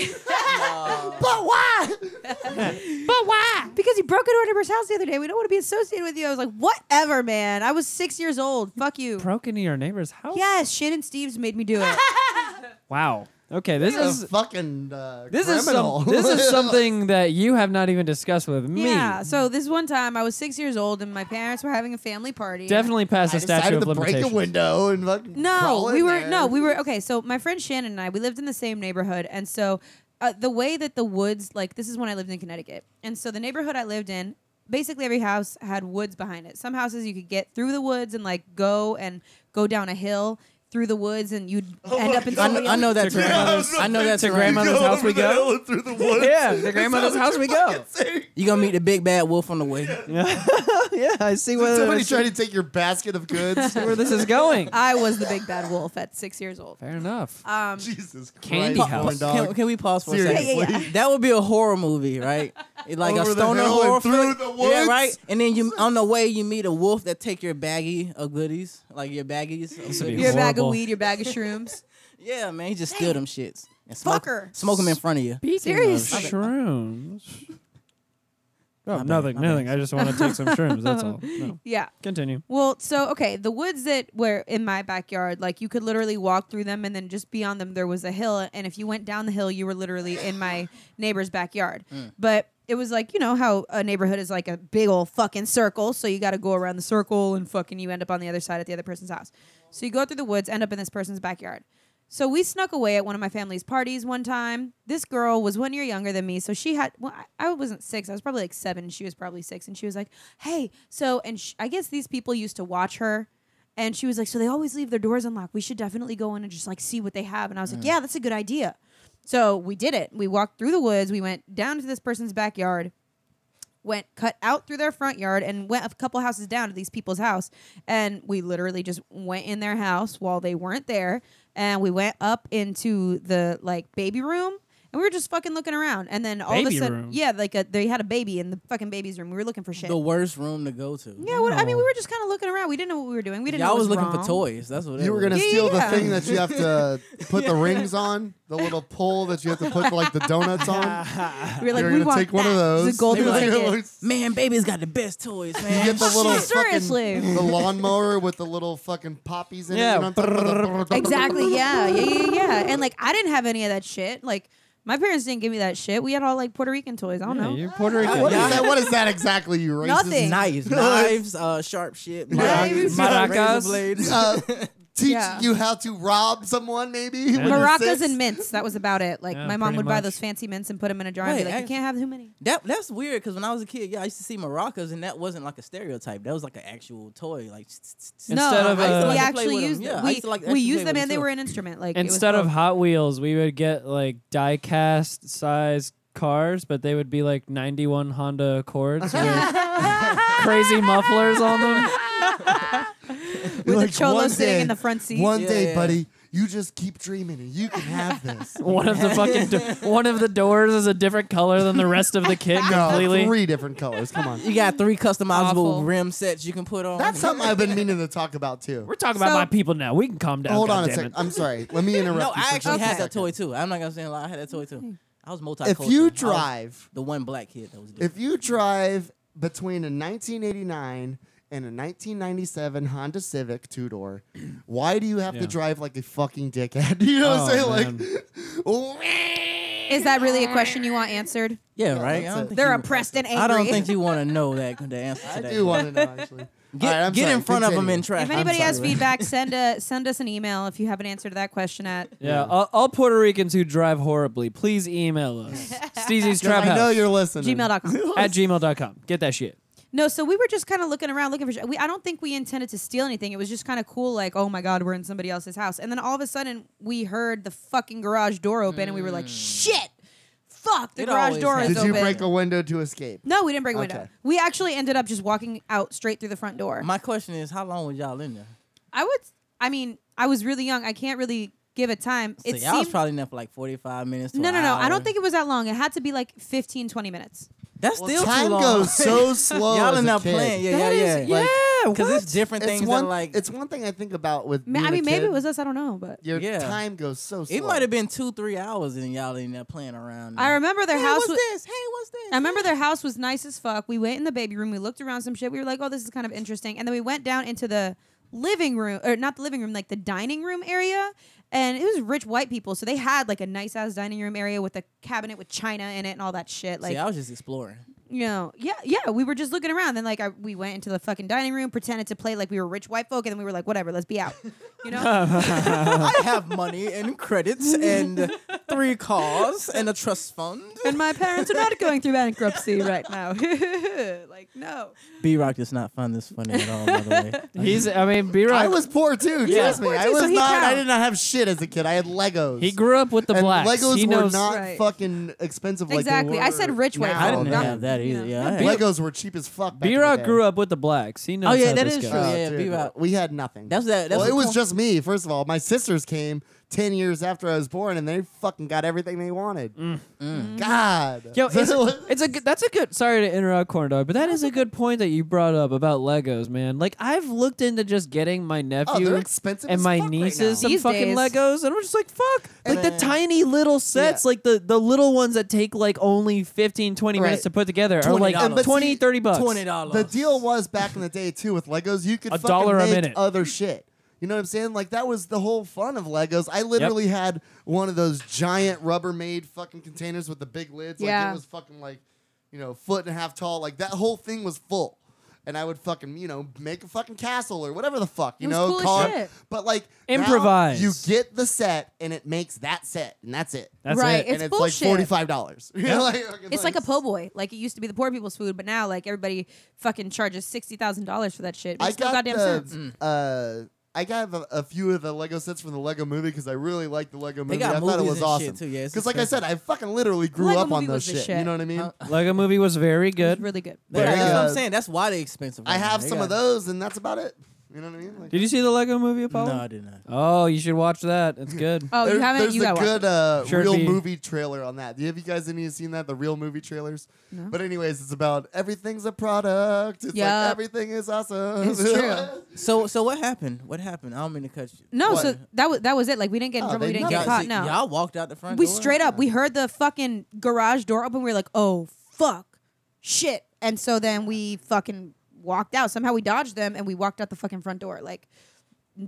E: but why?
F: But why? Because he broke into our neighbor's house the other day. We don't want to be associated with you. I was like, Whatever, man. I was six years old. Fuck you.
D: broke into your neighbor's house.
F: yes, Shannon and Steve's made me do it.
D: Wow. Okay. This
E: You're a
D: is
E: fucking uh,
D: this is
E: criminal.
D: some, this is something that you have not even discussed with me.
F: Yeah. So this one time I was six years old and my parents were having a family party.
D: Definitely past
E: I
D: the statute
E: decided
D: of
E: to break a
D: limitations.
E: window and fucking
F: No,
E: crawl
F: we
E: in
F: were
E: there.
F: no, we were okay. So my friend Shannon and I, we lived in the same neighborhood, and so uh, the way that the woods, like this is when I lived in Connecticut, and so the neighborhood I lived in, basically every house had woods behind it. Some houses you could get through the woods and like go and go down a hill through the woods, and you'd
E: Oh
F: end up in.
G: I
F: somebody
G: know, I know
F: else's-
G: that
D: To grandmother's-
G: grandmother's. I know that's
D: to grandmother's house we
E: Over the hill
D: go.
E: and through the woods.
D: Yeah, the grandmother's house we go.
G: You gonna meet the big bad wolf on the way.
D: yeah, I see where,
E: Somebody
D: this,
E: tried to take your basket of goods.
F: Um,
D: where this is going.
F: I was the big bad wolf at six years old.
D: Fair enough.
F: Um,
E: Jesus Christ,
D: Candy house.
E: corn dog.
G: Can, can we pause for a second?
E: Seriously.
F: Yeah, yeah,
G: That would be a horror movie, right? It Like
E: Over
G: a
E: the
G: stoner
E: hill
G: horror
E: and through
G: flick.
E: the
G: Yeah,
E: woods?
G: right. And then you on the way you meet a wolf that take your baggie of goodies, like your baggies. Of
D: would be
G: goodies.
F: your bag of
D: Horrible.
F: weed, your bag of shrooms.
G: Yeah, man, he just steal them shits and smoke,
F: Fucker.
G: smoke them in front of you.
F: Seriously.
D: shrooms.
G: My
D: Oh,
G: bad,
D: nothing,
G: my bad.
D: nothing. I just want to take some shrooms. That's all. No.
F: Yeah.
D: Continue.
F: Well, so okay, the woods that were in my backyard, like you could literally walk through them, and then just beyond them there was a hill, and if you went down the hill, you were literally in my neighbor's backyard. But it was like you know how a neighborhood is like a big old fucking circle so you got to go around the circle and fucking you end up on the other side at the other person's house so you go through the woods end up in this person's backyard so we snuck away at one of my family's parties one time this girl was one year younger than me so she had well, I, I wasn't six i was probably like seven she was probably six and she was like hey so and sh- i guess these people used to watch her and she was like, so they always leave their doors unlocked. We should definitely go in and just like see what they have. And I was like, yeah, that's a good idea. So we did it. We walked through the woods. We went down to this person's backyard, went cut out through their front yard, and went a couple houses down to these people's house. And we literally just went in their house while they weren't there. And we went up into the like baby room. And we were just fucking looking around, and then all of
B: Baby
F: a sudden,
B: room?
F: yeah, like a, they had a baby in the fucking baby's room. We were looking for shit.
G: The worst room to go to.
F: yeah, what, I mean, we were just kind of looking around. We didn't know what we were doing. We didn't. know
G: Y'all
F: what
G: was looking
F: wrong.
G: for toys. That's what it
E: You were
G: was.
E: gonna
F: Yeah,
E: steal
F: yeah.
E: the thing that you have to put the rings on, the little pole that you have to put like the donuts on.
F: We were like,
E: You're
F: we
E: gonna
F: want
E: take one of
F: that. This
E: those.
F: is a golden
E: You're gonna
F: ticket.
E: like-
G: Man, baby's got the best toys,
E: You
G: man.
E: get the little
F: Seriously.
E: fucking the lawnmower with the little fucking poppies in it.
D: Yeah.
E: You know what I'm talking about?
F: Exactly. Yeah. Yeah. Yeah. Yeah. And like, I didn't have any of that shit. Like, my parents didn't give me that shit. We had all like Puerto Rican toys. I don't know.
D: You're Puerto Rican.
E: What is that? What is that exactly? You racist?
F: Nothing.
G: knives, knives, uh, sharp shit,
F: Knives.
G: maracas,
D: Maracas.
G: razor blades.
E: Uh, teach
F: Yeah.
E: you how to rob someone, maybe. when you're
F: Maracas
E: six?
F: and mints. That was about it. Like,
B: Yeah,
F: my mom
B: pretty
F: would buy
B: much.
F: those fancy mints and put them in a jar and
G: Wait,
F: be like,
G: I-
F: you can't have too many.
G: That that's weird because when I was a kid, yeah, I used to see maracas and that wasn't like a stereotype. That was like an actual toy. Like tss, tss, tss.
D: Instead
F: no,
D: of,
F: I
D: uh, I
F: used to we
G: used to play
F: actually
G: with 'em.
F: used
G: Yeah, I
F: them. We,
G: used to
F: we
G: like actually play
F: used them
G: with
F: and they
G: 'em,
F: were
G: too.
F: an instrument. Like, it was
D: Instead of
F: dope.
D: Hot Wheels, we would get like die cast size cars, but they would be like 91 Honda Accords with crazy mufflers on them.
E: You're
F: with
E: like,
F: a cholo
E: "One
F: sitting
E: day-
F: in the front seat.
E: One
G: Yeah,
E: day,
G: yeah.
E: buddy, you just keep dreaming and you can have this.
D: One of the fucking do- one of the doors is a different color than the rest of the kit
E: no,
D: completely.
E: three different colors. Come on.
G: You got three customizable
F: Awful.
G: rim sets you can put on.
E: That's something I've been meaning to talk about too. Oh,
D: We're talking about
F: So-
D: my people now. We can calm down.
E: Hold on a
D: goddammit.
E: second. I'm sorry. Let me interrupt.
G: No,
E: you
G: I
E: for
G: actually
E: just a
G: had that
E: second.
G: toy too. I'm not gonna say a lie. I had that toy too. I was multicultural.
E: If
G: I
E: you
G: was
E: drive,
G: the one black kid that was. Different.
E: if you drive between a 1989 and a 1997 Honda Civic two door, why do you have to
D: Yeah.
E: drive like a fucking dickhead? You know what
D: Oh,
E: I'm saying?
F: Is that really a question you want answered?
G: Yeah, right.
E: that's
G: I don't
E: it.
G: think
F: They're
G: you-
F: oppressed and angry.
G: I don't think you want to know that the answer to
E: Like,
G: that.
E: I do want to know actually.
G: Get,
E: All right, I'm
G: get
E: sorry,
G: in front of them
E: continue.
G: in traffic.
F: If anybody
G: I'm
F: has
G: sorry.
F: feedback, send a send us an email if you have an answer to that question at
D: Yeah, All, all Puerto Ricans who drive horribly, please email us. Steezy's Trap
E: I know
D: House
E: you're listening.
F: gmail.com.
D: at gmail.com. Get that shit.
F: No, so we were just kind of looking around, looking for. Sh- we I don't think we intended to steal anything. It was just kind of cool, like, oh my god, we're in somebody else's house, and then all of a sudden we heard the fucking garage door open, and we were like,
G: Mm.
F: shit, fuck, the
G: It
F: garage
G: always
F: door is
E: Did
F: open.
E: you break a window to escape?
F: no, we didn't break a window.
E: Okay.
F: We actually ended up just walking out straight through the front door.
G: My question is, how long was y'all in there?
F: I would, I mean, I was really young. I can't really give a time.
G: So
F: It
G: y'all was
F: seemed.
G: probably in there for like 45 minutes. To
F: No,
G: an
F: no, no. I
G: hour.
F: don't think it was that long. It had to be like 15, 20 minutes.
G: that's still too
E: Time
G: long.
E: goes so slow.
G: y'all
E: as
G: in
E: a
G: there
E: kid.
G: playing? Yeah,
D: That
G: yeah,
D: is-
G: yeah.
D: yeah,
G: Because it's different
E: It's
G: things
E: one.
G: that like
E: it's one thing I think about with.
F: Ma-
E: being
F: I
E: a
F: mean, maybe
E: kid.
F: it was us. I don't know, but
E: Your
G: Yeah.
E: time goes so slow.
G: it might have been two, three hours, and y'all in there playing around.
F: I remember their
G: Hey,
F: house.
G: what's
F: wa-
G: this? Hey, what's this?
F: I remember their house was nice as fuck. We went in the baby room. We looked around some shit. We were like, oh, this is kind of interesting. And then we went down into the living room, or not the living room, like the dining room area. And it was rich white people. So they had like a nice ass dining room area with a cabinet with china in it and all that shit. Like,
G: See, I was just exploring.
F: you know, yeah, yeah. We were just looking around. Then, like, I, we went into the fucking dining room, pretended to play like we were rich white folk. And then we were like, whatever, let's be out. You know?
G: I have money and credits and three cars and a trust fund.
F: and my parents are not going through bankruptcy right now. like, no.
G: B Rock does not find this funny at all, by the way.
D: He's, I mean, B
E: I
D: Rock,
E: was poor too. Trust me,
F: poor
E: I
F: too, so
E: was
F: he
E: not. I
F: counts.
E: did not have shit as a kid. I had Legos.
D: he grew up with the
E: and
D: blacks.
E: Legos
D: he
E: were
D: knows
E: not
F: Right.
E: fucking expensive. Like
F: Exactly.
E: They
F: I said
E: were
F: rich white
E: now,
G: I didn't
F: Oh,
G: have that either. Yeah. I had-
E: Legos were cheap as fuck.
D: B Rock grew up with the blacks. He knows
G: Oh, yeah,
D: how
G: that
D: this
G: is
D: goes.
G: true. Yeah, yeah, B-Rock.
E: Uh, We had nothing.
G: That's that- that's
E: well, it
G: what-
E: was just me. First of all, my sisters came ten years after I was born, and they fucking got everything they wanted. God.
D: Mm. Yo, it's,
E: So-
D: it's a good, that's a good. Sorry to interrupt, corn dog, but that is a good point that you brought up about Legos, man. Like I've looked into just getting my
E: oh,
D: nephew
E: they're expensive.
D: and
E: as
D: my
E: fuck right
D: nieces
E: now.
D: some
F: These
D: fucking
F: days.
D: Legos, and I'm just like, fuck, like the
G: Man.
D: tiny little sets,
E: Yeah.
D: like the the little ones that take like only 15, 20
E: Right.
D: minutes to put together, are like
G: $20.
D: 20, 30 bucks.
G: Twenty dollars.
E: The deal was back in the day too with Legos, you could
D: A
E: fucking
D: dollar a
E: make
D: minute.
E: other shit. You know what I'm saying? Like that was the whole fun of Legos. I literally had one of those giant Rubbermaid fucking containers with the big lids. Like
F: Yeah.
E: it was fucking like, you you know, foot and a half tall. Like that whole thing was full. And I would fucking, you know, make a fucking castle or whatever the fuck, you
F: It was
E: know,
F: cool as
E: car.
F: shit.
E: But like now
D: Improvise.
E: you get the set and it makes that set and that's it.
D: That's
F: right.
D: it.
F: It's
E: and it's
F: bullshit.
E: like forty five dollars.
F: It's like a po' boy. Like it used to be the poor people's food, but now like everybody fucking charges sixty thousand dollars for that shit.
E: I
F: Makes no
E: got
F: goddamn sense. Mm.
E: the, uh, I got a, a few of the Lego sets from the Lego Movie because I really liked the Lego Movie.
G: got
E: I thought it
G: movies
E: was
G: and
E: awesome
G: shit, too. Yeah, it's
E: like I said, I fucking literally grew
F: Lego
E: up on
F: Movie
E: those
F: was the
E: shit,
F: shit.
E: You know what I mean?
G: Uh,
D: Lego movie was very
F: It's
D: good.
F: really good.
G: That's
E: Very
G: what I'm
E: good.
G: saying. That's why they expensive.
E: I
G: right now.
E: have
G: They
E: some of
G: got-
E: those, and that's about it. You know what I mean? Like,
D: Did you see the Lego movie, Apollo?
G: No, I did not.
D: Oh, you should watch that. It's good.
F: Oh, you
E: There-
F: haven't?
E: There's
F: You
E: a
F: got
E: good uh,
D: Sure
E: real
D: be.
E: movie trailer on that. Have you guys any seen that? The real movie trailers. But anyways, it's about everything's a product. It's
F: Yeah.
E: like everything is awesome.
F: It's true.
G: So, so what happened? What happened? I don't mean to cut you.
F: No,
E: What?
F: so that was that was it. Like we didn't get in
E: Oh,
F: trouble.
E: they
F: We
E: know
F: didn't get
E: that.
F: caught.
G: see,
F: No,
G: y'all walked out the front.
F: we
G: door?
F: straight up we heard the fucking garage door open. We were like, oh fuck, shit, and so then we fucking walked out. Somehow we dodged them and we walked out the fucking front door. Like,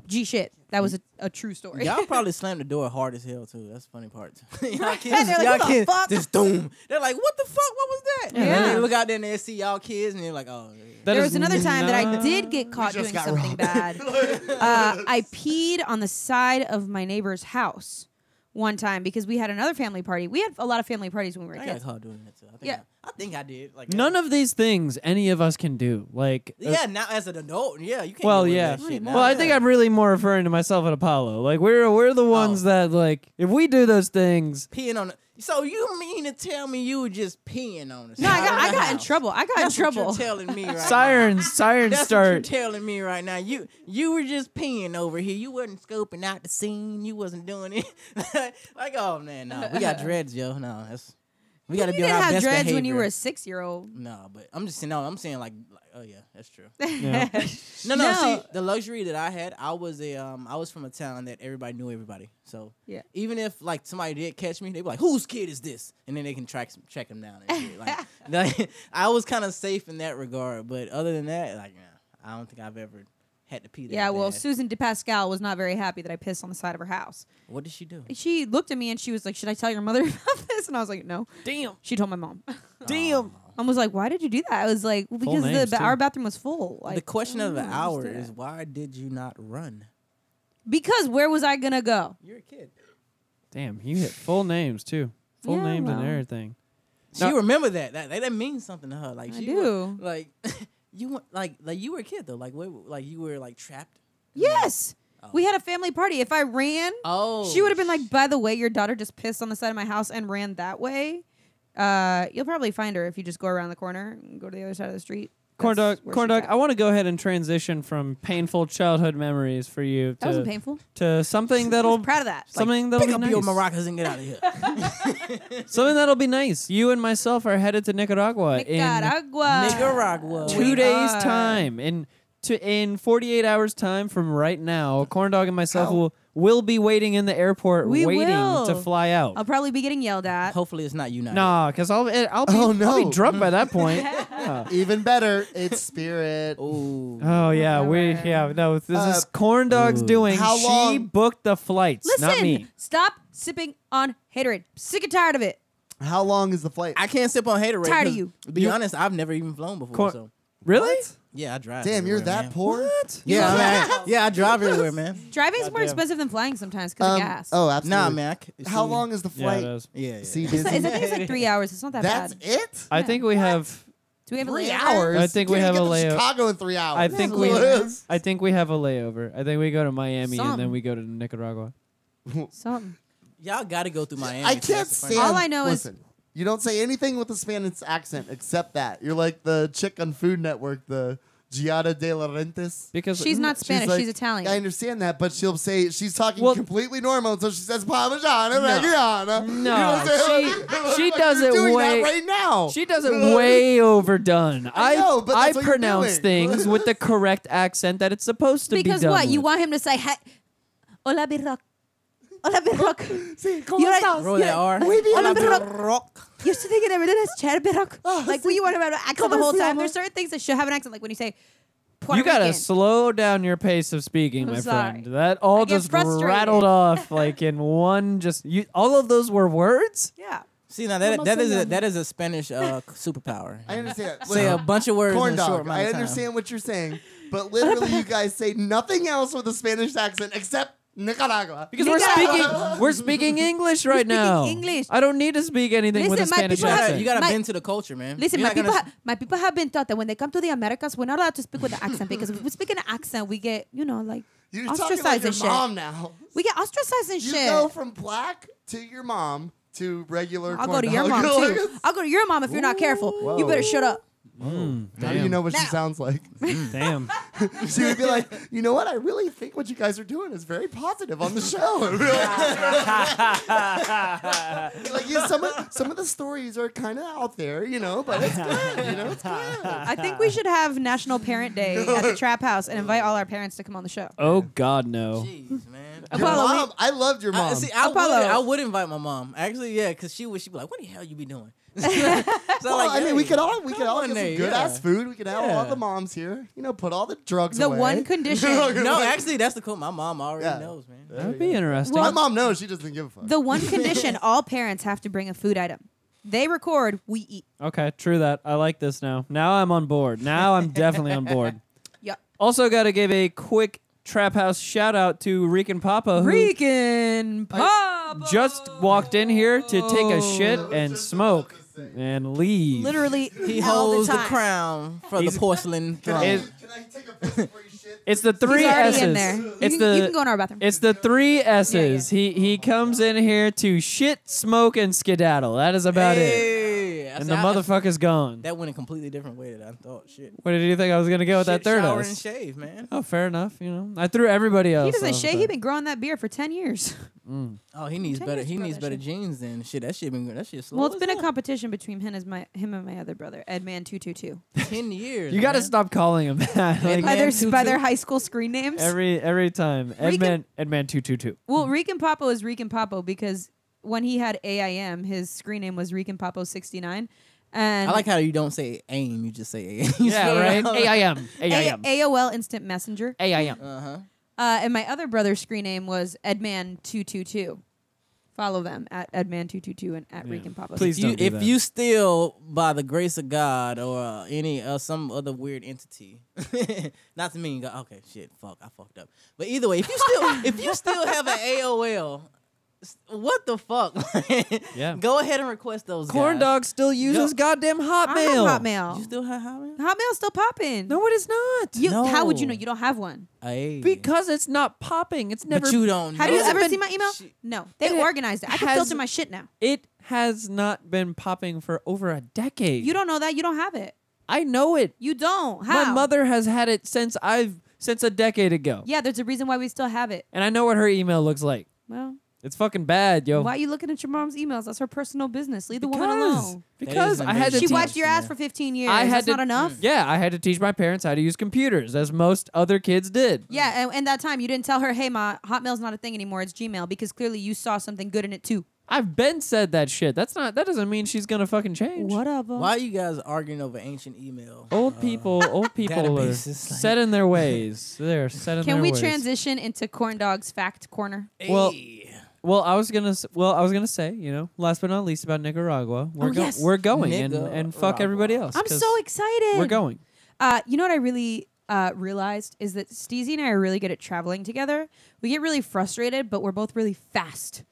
F: g shit, that was a, a true story.
G: Y'all probably slammed the door hard as hell too. That's the funny part. y'all
F: Right.
G: kids,
F: They're like,
G: y'all
F: "What the
G: kids,
F: fuck?"
G: just doom. They're like, "What the fuck? What was that?"
F: Yeah.
G: And then they look out there and they see y'all kids, and they're like, "Oh." yeah.
D: That
F: there
D: is
F: was another time that I
D: not-
F: did get caught
E: just
F: doing
E: got
F: something
E: robbed.
F: bad. uh, I peed on the side of my neighbor's house one time because we had another family party. We had a lot of family parties when we were
G: I got
F: kids.
G: caught doing that too. I think
F: Yeah.
G: I, I think I did. Like
D: None of these things any of us can do. Like, uh,
G: Yeah, now as an adult, yeah, you can't.
D: well,
G: get away with
D: yeah.
G: that shit now.
D: Well, I think I'm really more referring to myself and Apollo. Like, we're we're
E: Oh.
D: the ones that like if we do those things.
G: peeing on. The, so you mean to tell me you were just peeing on? The
F: No, I
G: side
F: got
G: of
F: I
G: the
F: got in
G: house?
F: trouble. I got in
G: That's
F: trouble.
G: What you're telling me, right? now.
D: Sirens, sirens
G: That's
D: start.
G: what you're telling me right now. You you were just peeing over here. You wasn't scoping out the scene. You wasn't doing it. like, oh man, no, we got dreads, yo. No, that's we got to
F: You
G: be on
F: didn't
G: our
F: have
G: best
F: dreads
G: behavior.
F: when you were a six year old.
G: no, but I'm just saying. No, I'm saying like, like, oh yeah, that's true.
D: Yeah.
G: No, no,
F: No.
G: See, the luxury that I had, I was a um, I was from a town that everybody knew everybody. So
F: Yeah.
G: even if like somebody did catch me, they'd be like, "Whose kid is this?" And then they can track some, track them down. And shit. Like, like, I was kind of safe in that regard. But other than that, like, nah, I don't think I've ever had to pee. That
F: Yeah, well,
G: bad.
F: Susan DePascal was not very happy that I pissed on the side of her house.
G: what did she do?
F: She looked at me and she was like, "Should I tell your mother about this?" And I was like, "No."
D: Damn.
F: She told my mom.
D: Damn.
F: Mom was like, "Why did you do that?" I was like, well, "Because the
D: names,
F: ba-
D: too.
F: our bathroom was full." Like, "Oh,
G: the question of the
F: I don't know,
G: hour
F: just do
G: is
F: that.
G: why did you not run?
F: because where was I gonna go?
G: You're a kid.
D: Damn. You hit full names too. Full
F: Yeah,
D: names
F: well.
D: and everything.
G: She
D: No.
G: remember that. That that, that means something to her. Like
F: I
G: she
F: do.
G: Was, like you were like like you were a kid though. Like what, like you were like trapped.
F: Yes. We had a family party. If I ran,
G: Oh,
F: she would have been like, "By the way, your daughter just pissed on the side of my house and ran that way." Uh, you'll probably find her if you just go arown the corner and go to the other side of the street.
D: Corn dog,
F: That's where
D: corn
F: she's
D: dog.
F: at.
D: I want to go ahead and transition from painful childhood memories for you
F: that wasn't
D: to,
F: painful.
D: to something that'll
F: I'm proud of that.
D: something that'll
G: Pick
D: be
G: up
D: nice.
G: your maracas and get out of here.
D: Something that'll be nice. You and myself are headed to Nicaragua,
F: Nicaragua. Oh
G: Nicaragua.
D: in
G: Two
D: two
F: We
D: days'
F: are.
D: time. In to in 48 hours' time from right now, corn dog and myself will will be waiting in the airport,
F: We
D: waiting to
F: will.
D: fly out.
F: I'll probably be getting yelled at.
G: Hopefully, it's not United.
D: nah, because I'll it- I'll be
E: Oh,
D: I'll
E: no.
D: be drunk by that point. Yeah.
E: Even better, it's Spirit.
G: Ooh.
D: Oh yeah, we yeah no. This is corn dog's doing.
E: Uh, How
D: She
E: long-
D: booked the flights,
F: Listen,
D: not me.
F: stop sipping on haterade. Sick and tired of it.
E: How long is the flight?
G: I can't sip on hater.
F: Tired of you.
G: To be honest, I've never even flown before.
D: Cor-
G: so
D: Really?
G: yeah, I drive.
E: Damn, you're
G: everywhere,
E: that
G: man.
E: poor.
G: Yeah, I mean, I- yeah, I drive everywhere, man.
F: Driving's more expensive than flying sometimes because
E: Um,
F: of gas.
E: Oh, absolutely.
G: Nah, man. I c-
E: How
G: see-
E: long is the
D: Yeah,
E: flight?
D: it is.
G: Yeah, yeah.
E: See,
F: So I
E: Disney?
F: think it's like three hours. It's not that
E: that's
F: bad.
E: it.
D: I think we have.
F: Do we have a
E: Three
F: layover?
E: hours.
D: I think we
E: Can't
D: have
E: get
D: a
E: to
D: layover.
E: Chicago in three hours.
D: I think we.
E: Liz.
D: I think we have a layover. I think we go to Miami and then
F: Some.
D: we go to Nicaragua.
F: Something.
G: Y'all got to go through Miami.
E: I
G: too.
E: can't
G: That's the funny-
E: stand.
F: All I know is-
E: listen, you don't say anything with a Spanish accent except that. You're like the chick on Food Network, the Giada de la Rentis.
D: Because
F: She's not Spanish.
E: like,
F: She's,
E: I
F: Italian.
E: understand that, but she'll say she's talking
D: Well-
E: completely normal, so she says Parmesan and Reggiana. You know
D: No,
E: what I'm saying?
D: she-
E: Like,
D: she
E: you're
D: does it
E: doing
D: way-
E: that right now.
D: She does it way overdone. I
E: I know, but
D: I
E: that's what you're
D: pronounce
E: doing.
D: things with the correct accent that it's supposed to be.
F: Because
D: done
F: what? You
D: with.
F: want him to say, hey, Hola, Birrock. Hola, Birrock.
E: See, come
F: You're
E: on,
F: like-
E: stop.
G: Roll that
F: Yeah.
G: R.
E: We be
G: Hola,
E: on the
G: Birrock.
F: You're sitting in a middle as chair, Birrock.
E: Ah,
F: Like, when you want to have an accent the
E: on,
F: whole time,
E: Siamo.
F: there's certain things that should have an accent. Like when you say, Puerto
D: You gotta
F: Rican.
D: slow down your pace of speaking,
F: I'm
D: my
F: sorry.
D: friend. That all
F: I get
D: just
F: frustrated.
D: rattled off like in one. Just you, all of those were words.
F: Yeah.
G: See now that
H: Mama
G: that is
H: say
G: a,
H: no.
G: that is a Spanish uh, superpower.
E: I understand.
G: Say a
E: Listen,
G: bunch of words
E: corn
G: in a short
E: dog.
G: amount
E: I
G: of time.
E: understand what you're saying, but literally, you guys say nothing else with a Spanish accent except Nicaragua.
D: Because we're speaking, we're speaking English right
F: speaking
D: now.
F: English.
D: I don't need to speak anything with a
F: Listen, my
D: Spanish
G: You
F: people have-
G: gotta,
D: accent.
G: you gotta
F: My-
G: bend to the culture, man.
F: Listen, my
G: You're not
F: people,
G: gonna-
F: ha- my people have been taught that when they come to the Americas, we're not allowed to speak with an accent because if we speak in an accent, we get, you know, like
E: You're talking
F: ostracized
E: like your
F: and shit.
E: mom now.
F: We get ostracized and
E: You
F: shit.
E: go from black to your mom to regular.
F: I'll go
E: corn
F: to your
E: dog.
F: mom too. I'll go to your mom if you're not careful. You better shut up.
E: How do you know what she
F: Now.
E: sounds like?
D: Damn.
E: She would be like, you know what? I really think what you guys are doing is very positive on the show. like yeah, some of some of the stories are kind of out there, you know, but it's good. You know, it's good.
F: I think we should have National Parent Day at the Trap House and invite all our parents to come on the show.
D: Oh God, no.
G: Jeez, man.
E: Your
F: Apollo, we-
E: mom, I loved your mom.
G: I, see, I would,
F: Apollo.
G: I would invite my mom. Actually, yeah, because she would. She'd be like, "What the hell you be doing?" so
E: Well, I mean, we
G: hey,
E: could all we could all get
G: on
E: some
G: there,
E: good
G: yeah.
E: ass food. We could have all
G: Yeah.
E: the moms here. You know, put all the drugs
F: The
E: away.
F: one condition.
G: No, actually, that's the cool. My mom already
E: Yeah.
G: knows, man.
D: That'd be interesting.
E: My
F: Well-
E: mom knows she doesn't give a fuck.
F: the one condition all parents have to bring a food item. They record, we eat.
D: okay, true that. I like this now. Now I'm on board. Now I'm definitely on board.
F: Yep.
D: Also, gotta give a quick trap house shout out to Reek and Papa. who-
F: Regan Pop
D: just walked in here to take a shit and smoke and leave.
F: Oh. literally
G: He
F: all
G: holds
F: the,
G: the,
F: time.
G: crown for
D: He's-
G: the porcelain throne.
D: Is-
E: I take a piss before you shit?
D: it's the
F: He's
D: three
F: already
D: S's.
F: in there. You
D: It's
F: can-
D: the
F: you can go in our bathroom.
D: it's the three S's. He he comes in here to shit, smoke, and skedaddle. That is about it.
G: hey, I
D: And
G: said,
D: the
G: I-
D: motherfucker's gone.
G: that went a completely different way that I thought. Shit.
D: What did you think I was gonna go with that
G: Shit,
D: third
G: shower and
D: S?
G: shave, man.
D: Oh, fair enough. You know, I threw everybody else.
F: he doesn't
D: off,
F: shave.
D: but-
F: He's been growing that beard for 10 years.
G: Oh, he needs
F: Ten
G: better.
F: years
G: He
F: ago,
G: needs
F: that
G: better
F: shit.
G: jeans than shit. That shit been that shit slow.
F: well, it's been a
G: as hell.
F: competition between him, as my, him and my other brother, Edman222.
G: ten years.
D: You gotta
G: man.
D: stop calling him that. like,
F: By their,
G: Edman222.
F: by their high school screen names.
D: every every time, Edman
F: Regan-
D: Edman two two two.
F: Well, Reek and Papo is Reek and Papo because when he had AIM, his screen name was Reek and Papo 69. And
G: I like how you don't say aim. You just say aim.
D: Yeah, right. A I M A I
F: A-
D: M
F: AOL Instant Messenger.
D: A I M.
G: Uh huh.
F: Uh, and my other brother's screen name was Edman222. Follow them at Edman222 and at Reek and Papo.
D: Please
G: you,
D: don't do
G: if
D: that.
G: you still by the grace of God or uh, any uh, some other weird entity, not to mean God. Okay, shit, fuck, I fucked up. But either way, if you still if you still have an AOL, s- what the fuck?
D: Yeah.
G: Go ahead and request those.
D: Corn
G: guys.
D: dog still uses goddamn Hotmail.
F: I have
G: You
F: Hotmail.
G: still have Hotmail?
F: Hotmail's still popping.
D: No, it is not.
F: You, How would you
G: No.
F: know? You don't have one.
G: Hey.
D: because it's not popping. It's never.
G: but you don't.
F: Have
G: know.
F: you ever
D: been-
F: seen my email?
G: She-
F: No. They
D: It
F: organized it. I can
D: has-
F: filter my shit now.
D: it has not been popping for over a decade.
F: You don't know that. You don't have it.
D: I know it.
F: You don't. How?
D: My mother has had it since I've since a decade ago.
F: Yeah, there's a reason why we still have it.
D: And I know what her email looks like.
F: Well,
D: It's fucking bad, yo.
F: why are you looking at your mom's emails? That's her personal business. Leave the
D: Because,
F: woman alone.
D: because
G: That is
D: I had to
G: amazing.
F: She
D: teach-
F: wiped your ass for 15 years.
D: I had
F: That's
D: to,
F: not enough.
D: Yeah, I had to teach my parents how to use computers, as most other kids did.
F: Yeah, and, and that time you didn't tell her, hey, ma, Hotmail's not a thing anymore. It's Gmail because clearly you saw something good in it too.
D: I've been said that shit. That's not. That doesn't mean she's gonna fucking change.
F: Whatever.
G: Why are you guys arguing over ancient email?
D: Old people, old people are
G: Uh, databases, like-
D: set in their ways. They're set in
F: Can
D: their
F: we
D: ways.
F: transition into Corn Dog's Fact Corner?
D: Well, well, I was gonna, s- well, I was gonna say, you know, last but not least about Nicaragua, we're
F: Oh,
D: go-
F: yes.
D: we're going and, and fuck
G: Nicaragua.
D: everybody else.
F: I'm
D: 'cause
F: so excited.
D: We're going.
F: Uh, you know what I really uh, realized is that Steezy and I are really good at traveling together. We get really frustrated, but we're both really fast.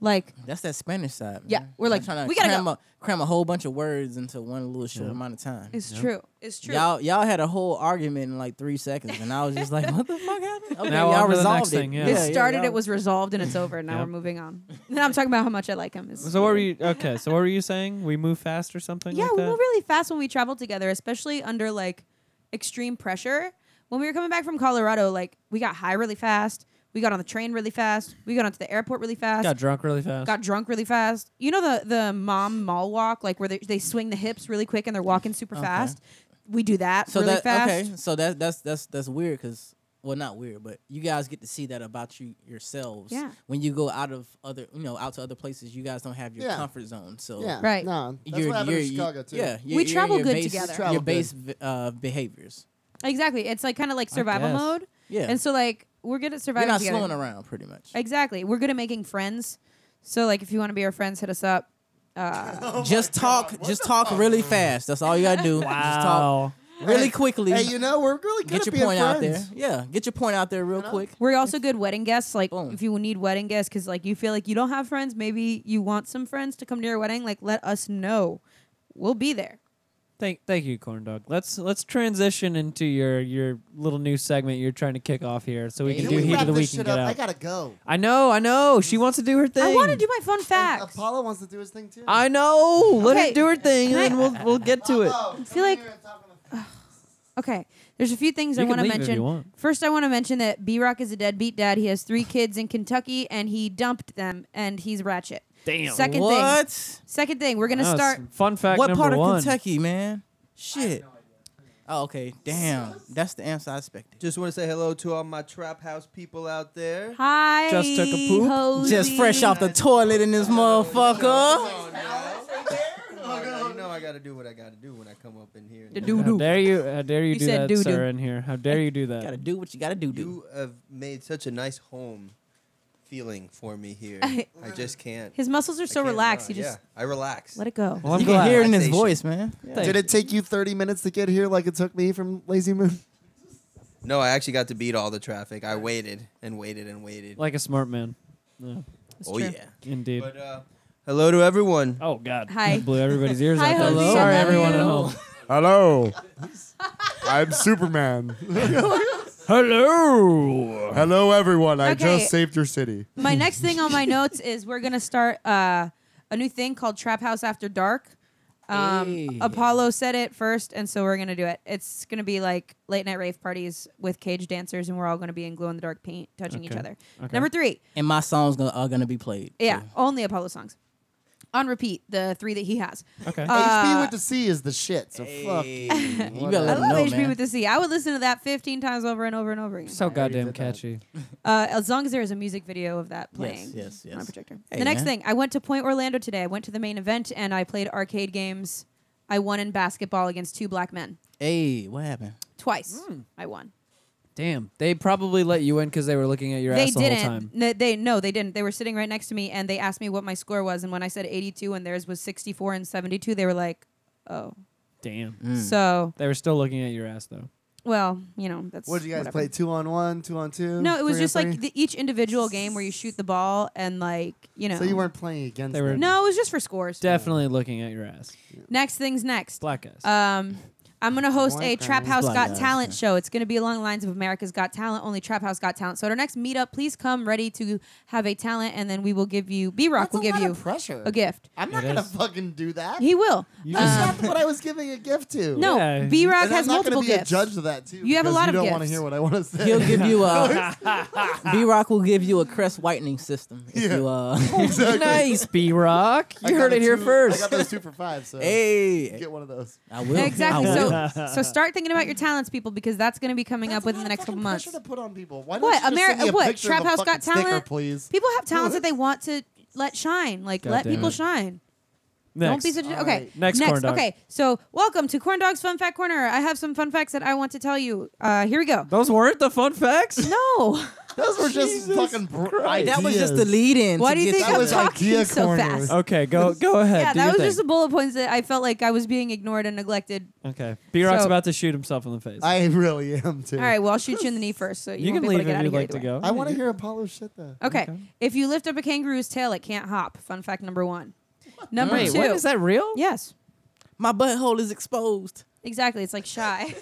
F: Like,
G: That's that Spanish side.
F: Yeah,
G: man.
F: we're like,
G: trying to
F: "We gotta
G: cram
F: go."
G: a, cram a whole bunch of words into one little short amount of time.
F: it's true. It's true.
G: Y'all, y'all had a whole argument in like three seconds, and I was just like, "What the fuck happened?" Okay,
D: Now on
G: y'all
D: to the
G: resolved
D: next
G: it.
D: thing, yeah.
F: It started,
G: y'all-
F: it was resolved, and it's over. Now
D: Yep.
F: we're moving on. And I'm talking about how much I like him. It's-
D: So what were you? Okay, so what were you saying? We move fast or something?
F: yeah,
D: like
F: we
D: that?
F: move really fast when we travel together, especially under like extreme pressure. When we were coming back from Colorado, like we got high really fast. We got on the train really fast. We got onto the airport really fast.
D: got drunk really fast.
F: got drunk really fast. You know the the mom mall walk, like where they, they swing the hips really quick and they're walking super fast. We do that
G: so
F: really
G: that
F: fast.
G: okay. So that that's that's that's weird because well, not weird, but you guys get to see that about you yourselves.
F: Yeah.
G: When you go out of other, you know, out to other places, you guys don't have your
E: Yeah.
G: comfort zone. So
E: Yeah,
F: Right.
E: No, that's
G: you're-
E: what happened in
G: you're- you-
E: Chicago too.
G: Yeah,
F: We
G: you're- you're-
F: travel
G: your
F: good
G: base-
F: together.
E: Travel
G: Your
E: good.
G: base uh, behaviors.
F: Exactly. It's like kind of like survival
D: guess.
F: mode.
G: Yeah.
F: And so like we're good at
G: You're
F: surviving
G: not
F: together.
G: slowing around, pretty much.
F: Exactly. We're good at making friends. So like if you want to be our friends, hit us up. Uh,
G: just talk, just talk really fast. That's all you gotta do. Just talk really quickly.
E: Hey, you know we're really good
G: get
E: at
G: your
E: being
G: point out there.
E: friends.
G: Yeah, get your point out there real quick.
F: we're also good wedding guests. Like,
G: Boom.
F: if you need wedding guests, because like you feel like you don't have friends, maybe you want some friends to come to your wedding. Like, let us know. We'll be there.
D: Thank, thank you, corn dog. Let's let's transition into your your little new segment you're trying to kick off here, so we
E: Can
D: can
E: we
D: do heat
E: wrap
D: of the
E: this
D: week
E: shit
D: and get
E: up? I
D: out.
E: gotta go.
D: I know, I know. She wants to do her thing.
F: I want to do my fun facts.
E: Apollo wants to do his thing too.
D: I know. Let her
F: Okay,
D: do her thing,
F: can
D: and
F: I-
D: then we'll we'll get to it.
E: Apollo,
F: I
E: Oh, come
F: feel like-
E: here and talk on the phone.
F: Okay. There's a few things
D: You
F: I
D: can
F: want to
D: leave if
F: mention.
D: you want.
F: First, I want to mention that B Rock is a deadbeat dad. He has three kids in Kentucky, and he dumped them, and he's ratchet.
D: Damn.
F: Second thing.
G: what?
F: Second thing. We're gonna
D: That was
F: start.
D: Oh, Fun fact
G: What
D: number
G: part of
D: one.
G: Kentucky, man? Shit. Oh, okay. Damn, that's the answer I expected.
H: Just want to say hello to all my trap house people out there.
F: Hi.
D: Just took a poop?
F: Hosey.
G: Just fresh off the toilet in this motherfucker.
H: You know I gotta- you know I got to do what I got to do when I come up in here.
F: The
D: How
F: doo-doo.
D: dare you? How dare you,
F: You
D: do
F: said
D: that,
F: doo-doo.
D: sir? In here, how dare you do that?
G: Gotta do what you gotta do. Do.
H: You have made such a nice home feeling for me here.
F: I-
H: I just can't.
F: His muscles are
H: I
F: so
H: can't
F: relaxed.
H: run.
F: He just
H: yeah, I relax.
F: let it go.
D: Well, I'm
G: you can
D: glad.
G: hear it in his
H: Relaxation.
G: voice, man.
D: Thank
E: Did it take you 30 minutes to get here like it took me from Lazy Moon?
H: No, I actually got to beat all the traffic. I waited and waited and waited.
D: Like a smart man. Yeah,
H: oh
F: true.
H: yeah.
D: indeed.
H: But uh, hello to everyone.
D: oh God.
F: Hi.
D: That blew everybody's ears
F: Hi,
D: out. there.
F: Jose.
D: Sorry,
F: Hello.
D: everyone at
F: Hello.
D: home.
A: Hello. I'm Superman.
C: Hello.
A: Hello, everyone. I
F: Okay. just
A: saved your city.
F: my next thing on my notes is we're gonna start uh, a new thing called Trap House After Dark. Um,
G: Hey.
F: Apollo said it first, and so we're gonna do it. It's gonna be like late night rave parties with cage dancers, and we're all gonna be in glow in the dark paint, touching each
D: Okay.
F: other.
D: Okay.
F: Number three,
G: And my songs gonna, are gonna be played.
F: yeah, only Apollo songs on repeat. The three that he has.
D: Okay.
E: HB
F: Uh,
E: with the C is the shit, so fuck.
G: So You gotta
F: I
G: let
F: love
G: him know,
F: HB
G: man.
F: with the C. I would listen to that 15 times over and over and over again.
D: so goddamn catchy.
F: Uh, as long as there is a music video of that playing
G: yes, yes.
F: on a projector.
G: Hey,
F: the next
G: man.
F: thing, I went to Point Orlando today. I went to the main event and I played arcade games. I won in basketball against two black men
G: Hey, what happened?
F: twice.
E: Hmm.
F: I won.
D: Damn. They probably let you in because they were looking at your
F: they
D: ass the
F: didn't.
D: whole time.
F: No, they no, they didn't. They were sitting right next to me and they asked me what my score was. And when I said 82 and theirs was 64 and 72, they were like, "Oh,
D: Damn.
F: so
D: They were still looking at your ass though.
F: well, you know, that's
E: What did you guys
F: whatever.
E: play? Two on one, two on two?
F: No, it
E: three
F: was
E: on
F: just like
E: three?
F: the, each individual game where you shoot the ball and like you know.
E: So you weren't playing against
D: They were-
E: them.
F: No, it was just for scores.
D: Definitely looking at your ass.
F: Next things next.
D: Black ass.
F: Um, I'm gonna host a Trap House
G: Black
F: Got
G: guys,
F: Talent show. It's gonna be along the lines of America's Got Talent, only Trap House Got Talent. So at our next meetup, please come ready to have a talent, and then we will give you B Rock will give you
E: pressure.
F: a gift.
E: I'm not
D: It
E: gonna
D: is.
E: fucking do that.
F: He will.
D: You
E: That's
D: just-
E: not what I was giving a gift to.
F: No,
D: Yeah.
F: B Rock
E: and I'm
F: has
E: not
F: multiple
E: gonna be
F: gifts.
E: a judge of that too.
F: You have a
E: because
F: lot
E: you
F: of
E: don't want to
F: gifts.
E: hear what I want to say.
G: He'll give you a B Rock will give you a crest whitening system if
E: Yeah.
G: you uh
D: Nice, B Rock.
E: I
D: You
E: got
D: heard
E: a
D: it here
E: two- I
D: first.
E: got those two for five, so
G: Hey
E: get one of those.
G: I will
F: exactly.
G: I
F: So
G: will.
F: so start thinking about your talents, people, because that's gonna be coming up
E: That's a
F: within
E: lot of
F: the next couple
E: fucking
F: months.
E: Pressure to put on people. Why
F: What,
E: don't you just send
F: Ameri-
E: me a
F: what,
E: picture
F: Trap
E: of a
F: House
E: fucking
F: Got
E: sticker,
F: Talent?
E: please.
F: People have talents that they want to let shine. Like
D: God
F: let
D: damn
F: people
D: it.
F: shine. Don't
D: Next.
F: be such a,
E: All
F: okay.
E: right.
D: Next corn dog.
F: Okay, so welcome to Corn Dog's Fun Fact Corner. I have some fun facts that I want to tell you. Uh, here we go.
D: Those weren't the fun facts.
F: No,
E: Those were just fucking br- ideas.
G: That was just the lead in.
F: why do you think
E: that
F: I'm
E: was
F: talking
E: idea
F: so
E: corner.
F: fast?
D: Okay, go go ahead.
F: Yeah,
D: Do
F: that
D: your
F: was
D: thing.
F: just the bullet points that I felt like I was being ignored and neglected.
D: Okay. B Rock's
F: So-
D: about to shoot himself in the face.
E: I really am too.
F: All right, well I'll shoot you in the knee first, so you,
D: you
F: won't
D: can
F: be
D: leave
F: able to get
D: if
F: out
D: you'd
F: of here
D: like to
F: either
D: go.
E: I want to hear Apollo shit though.
F: way. Okay. if you lift up a kangaroo's tail, it can't hop. Fun fact number one. Number
D: Wait,
F: two.
D: what is that real?
F: Yes,
G: My butthole is exposed.
F: exactly. It's like shy.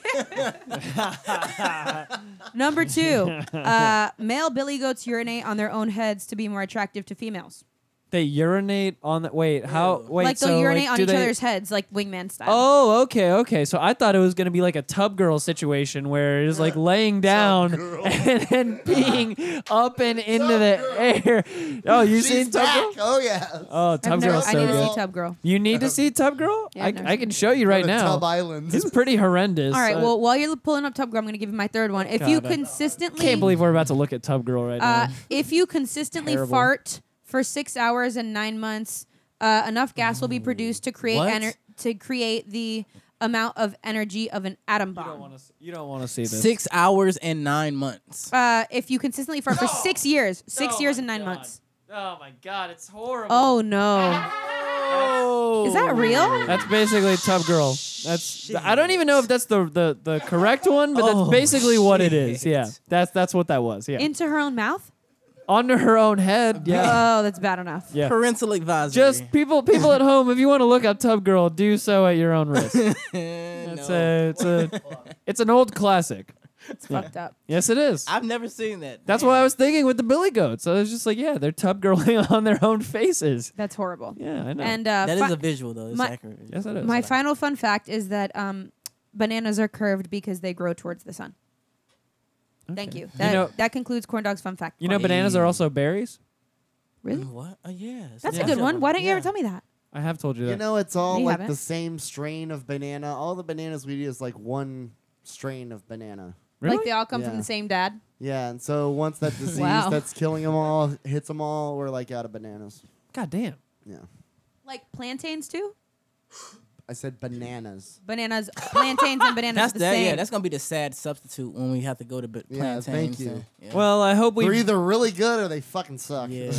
F: number two. Uh, male billy goats urinate on their own heads to be more attractive to females.
D: They urinate on the wait. How wait?
F: like they'll
D: so,
F: urinate
D: like,
F: on
D: do
F: each
D: they-
F: other's heads, like wingman style.
D: Oh, okay, okay. So I thought it was gonna be like a tub girl situation where it was like laying down and then peeing up and into the air. Oh, you
E: She's
D: seen tub
E: back.
D: girl?
E: Oh yeah.
D: Oh,
F: I've
D: tub
F: never-
D: girl's
F: I
D: so
F: need to
D: good.
F: see Tub Girl.
D: You need to see tub girl.
F: Yeah,
D: I,
F: I've never
D: I
F: seen
D: can show you right
E: Uh-huh. Go to
D: now.
E: Tub Island.
D: It's pretty horrendous.
F: All right.
D: I
F: Well, while you're pulling up Tub Girl, I'm going to give you my third one. If you
D: God, I-
F: consistently,
D: can't believe we're about to look at tub girl right
F: uh,
D: now.
F: if you consistently
D: Terrible.
F: fart for six hours and nine months, uh, enough gas will
D: Mm,
F: be produced to create
G: What?
F: ener- to create the amount of energy of an atom
D: You don't
F: bomb.
D: want to. You don't want to see this.
G: Six hours and nine months.
F: Uh, if you consistently fart for six years, six years and nine months.
D: Oh my god, it's horrible.
F: Oh no!
D: Oh,
G: Whoa.
F: Oh. Is that real?
D: That's basically Tub Girl. That's I don't even know if that's the the, the correct one, but
G: Oh,
D: that's basically what it is.
G: shit.
D: Yeah, that's that's what that was. Yeah,
F: Into her own mouth?
D: onto her own head. Yeah,
F: Oh, that's bad enough.
D: yeah.
G: parental advisory?
D: Just people people at home, if you want to look up Tub Girl, do so at your own risk.
G: no.
D: It's a it's a it's an old classic.
F: It's fucked up.
D: Yes, it is.
G: I've never seen that.
D: That's what I was thinking with the Billy Goats. I was just like, yeah, they're tub girling on their own faces.
F: That's horrible.
D: Yeah, I know.
F: And uh,
G: That
F: fi-
G: is a visual though. It's
F: my-
G: accurate.
D: yes, it is.
F: my final fun fact is that um, bananas are curved because they grow towards the sun. Thank you. That,
D: know-
F: that concludes Corn Dog's fun fact.
D: you know, bananas are also berries.
F: really?
G: What? Oh, yeah. it's
F: That's
D: Yeah.
F: a good one. Why don't you
G: Yeah.
F: ever tell me that?
D: I have told you that.
E: You know, it's all
F: You
E: like the
F: haven't?
E: same strain of banana. All the bananas we eat is like one strain of banana.
D: really?
F: Like they all come from
E: Yeah.
F: the same dad.
E: Yeah, and so once that disease
F: Wow.
E: that's killing them all hits them all, we're like out of bananas.
D: God damn.
E: Yeah,
F: Like plantains too.
E: I said bananas.
F: Bananas, plantains, and bananas.
G: That's
F: are the
G: that.
F: Same.
G: Yeah, that's gonna be the sad substitute when we have to go to b-
E: Yeah,
G: plantains.
E: thank you.
G: and- yeah.
D: Well, I hope we
E: They're either really good or they fucking suck.
G: Yeah.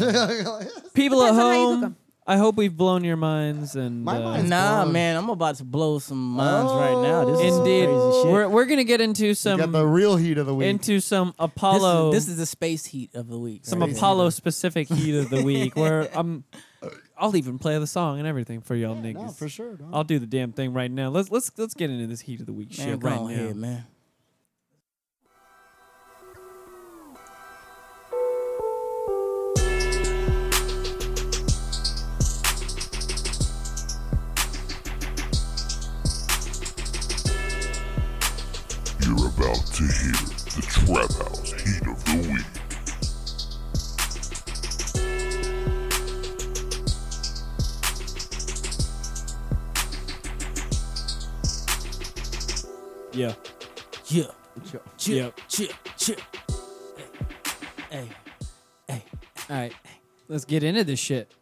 D: people at
F: Depends on how you cook
D: home.
F: 'em.
D: I hope we've blown your minds and
E: My
D: uh,
E: mind's
G: nah,
E: gone.
G: man, I'm about to blow some minds right now. This is
D: indeed.
G: crazy shit.
D: We're we're gonna get into
E: You got
D: some
E: the real heat of the week.
D: into some
G: This is-
D: Apollo
G: This is, the space heat of the week.
D: some
G: right here.
D: Apollo specific heat of the week where I'm I'll even play the song and everything for y'all niggas.
E: no, for sure. dog.
D: I'll do the damn thing right now. Let's let's let's get into this heat of the week
G: Man,
D: shit
G: go
D: right now.
G: on ahead, man.
I: You're about to hear the Trap House Heat of the Week.
D: Yeah.
G: Yeah. Chill,
D: Yep.
G: chill, chill. Hey, hey,
D: All right, let's get into this shit.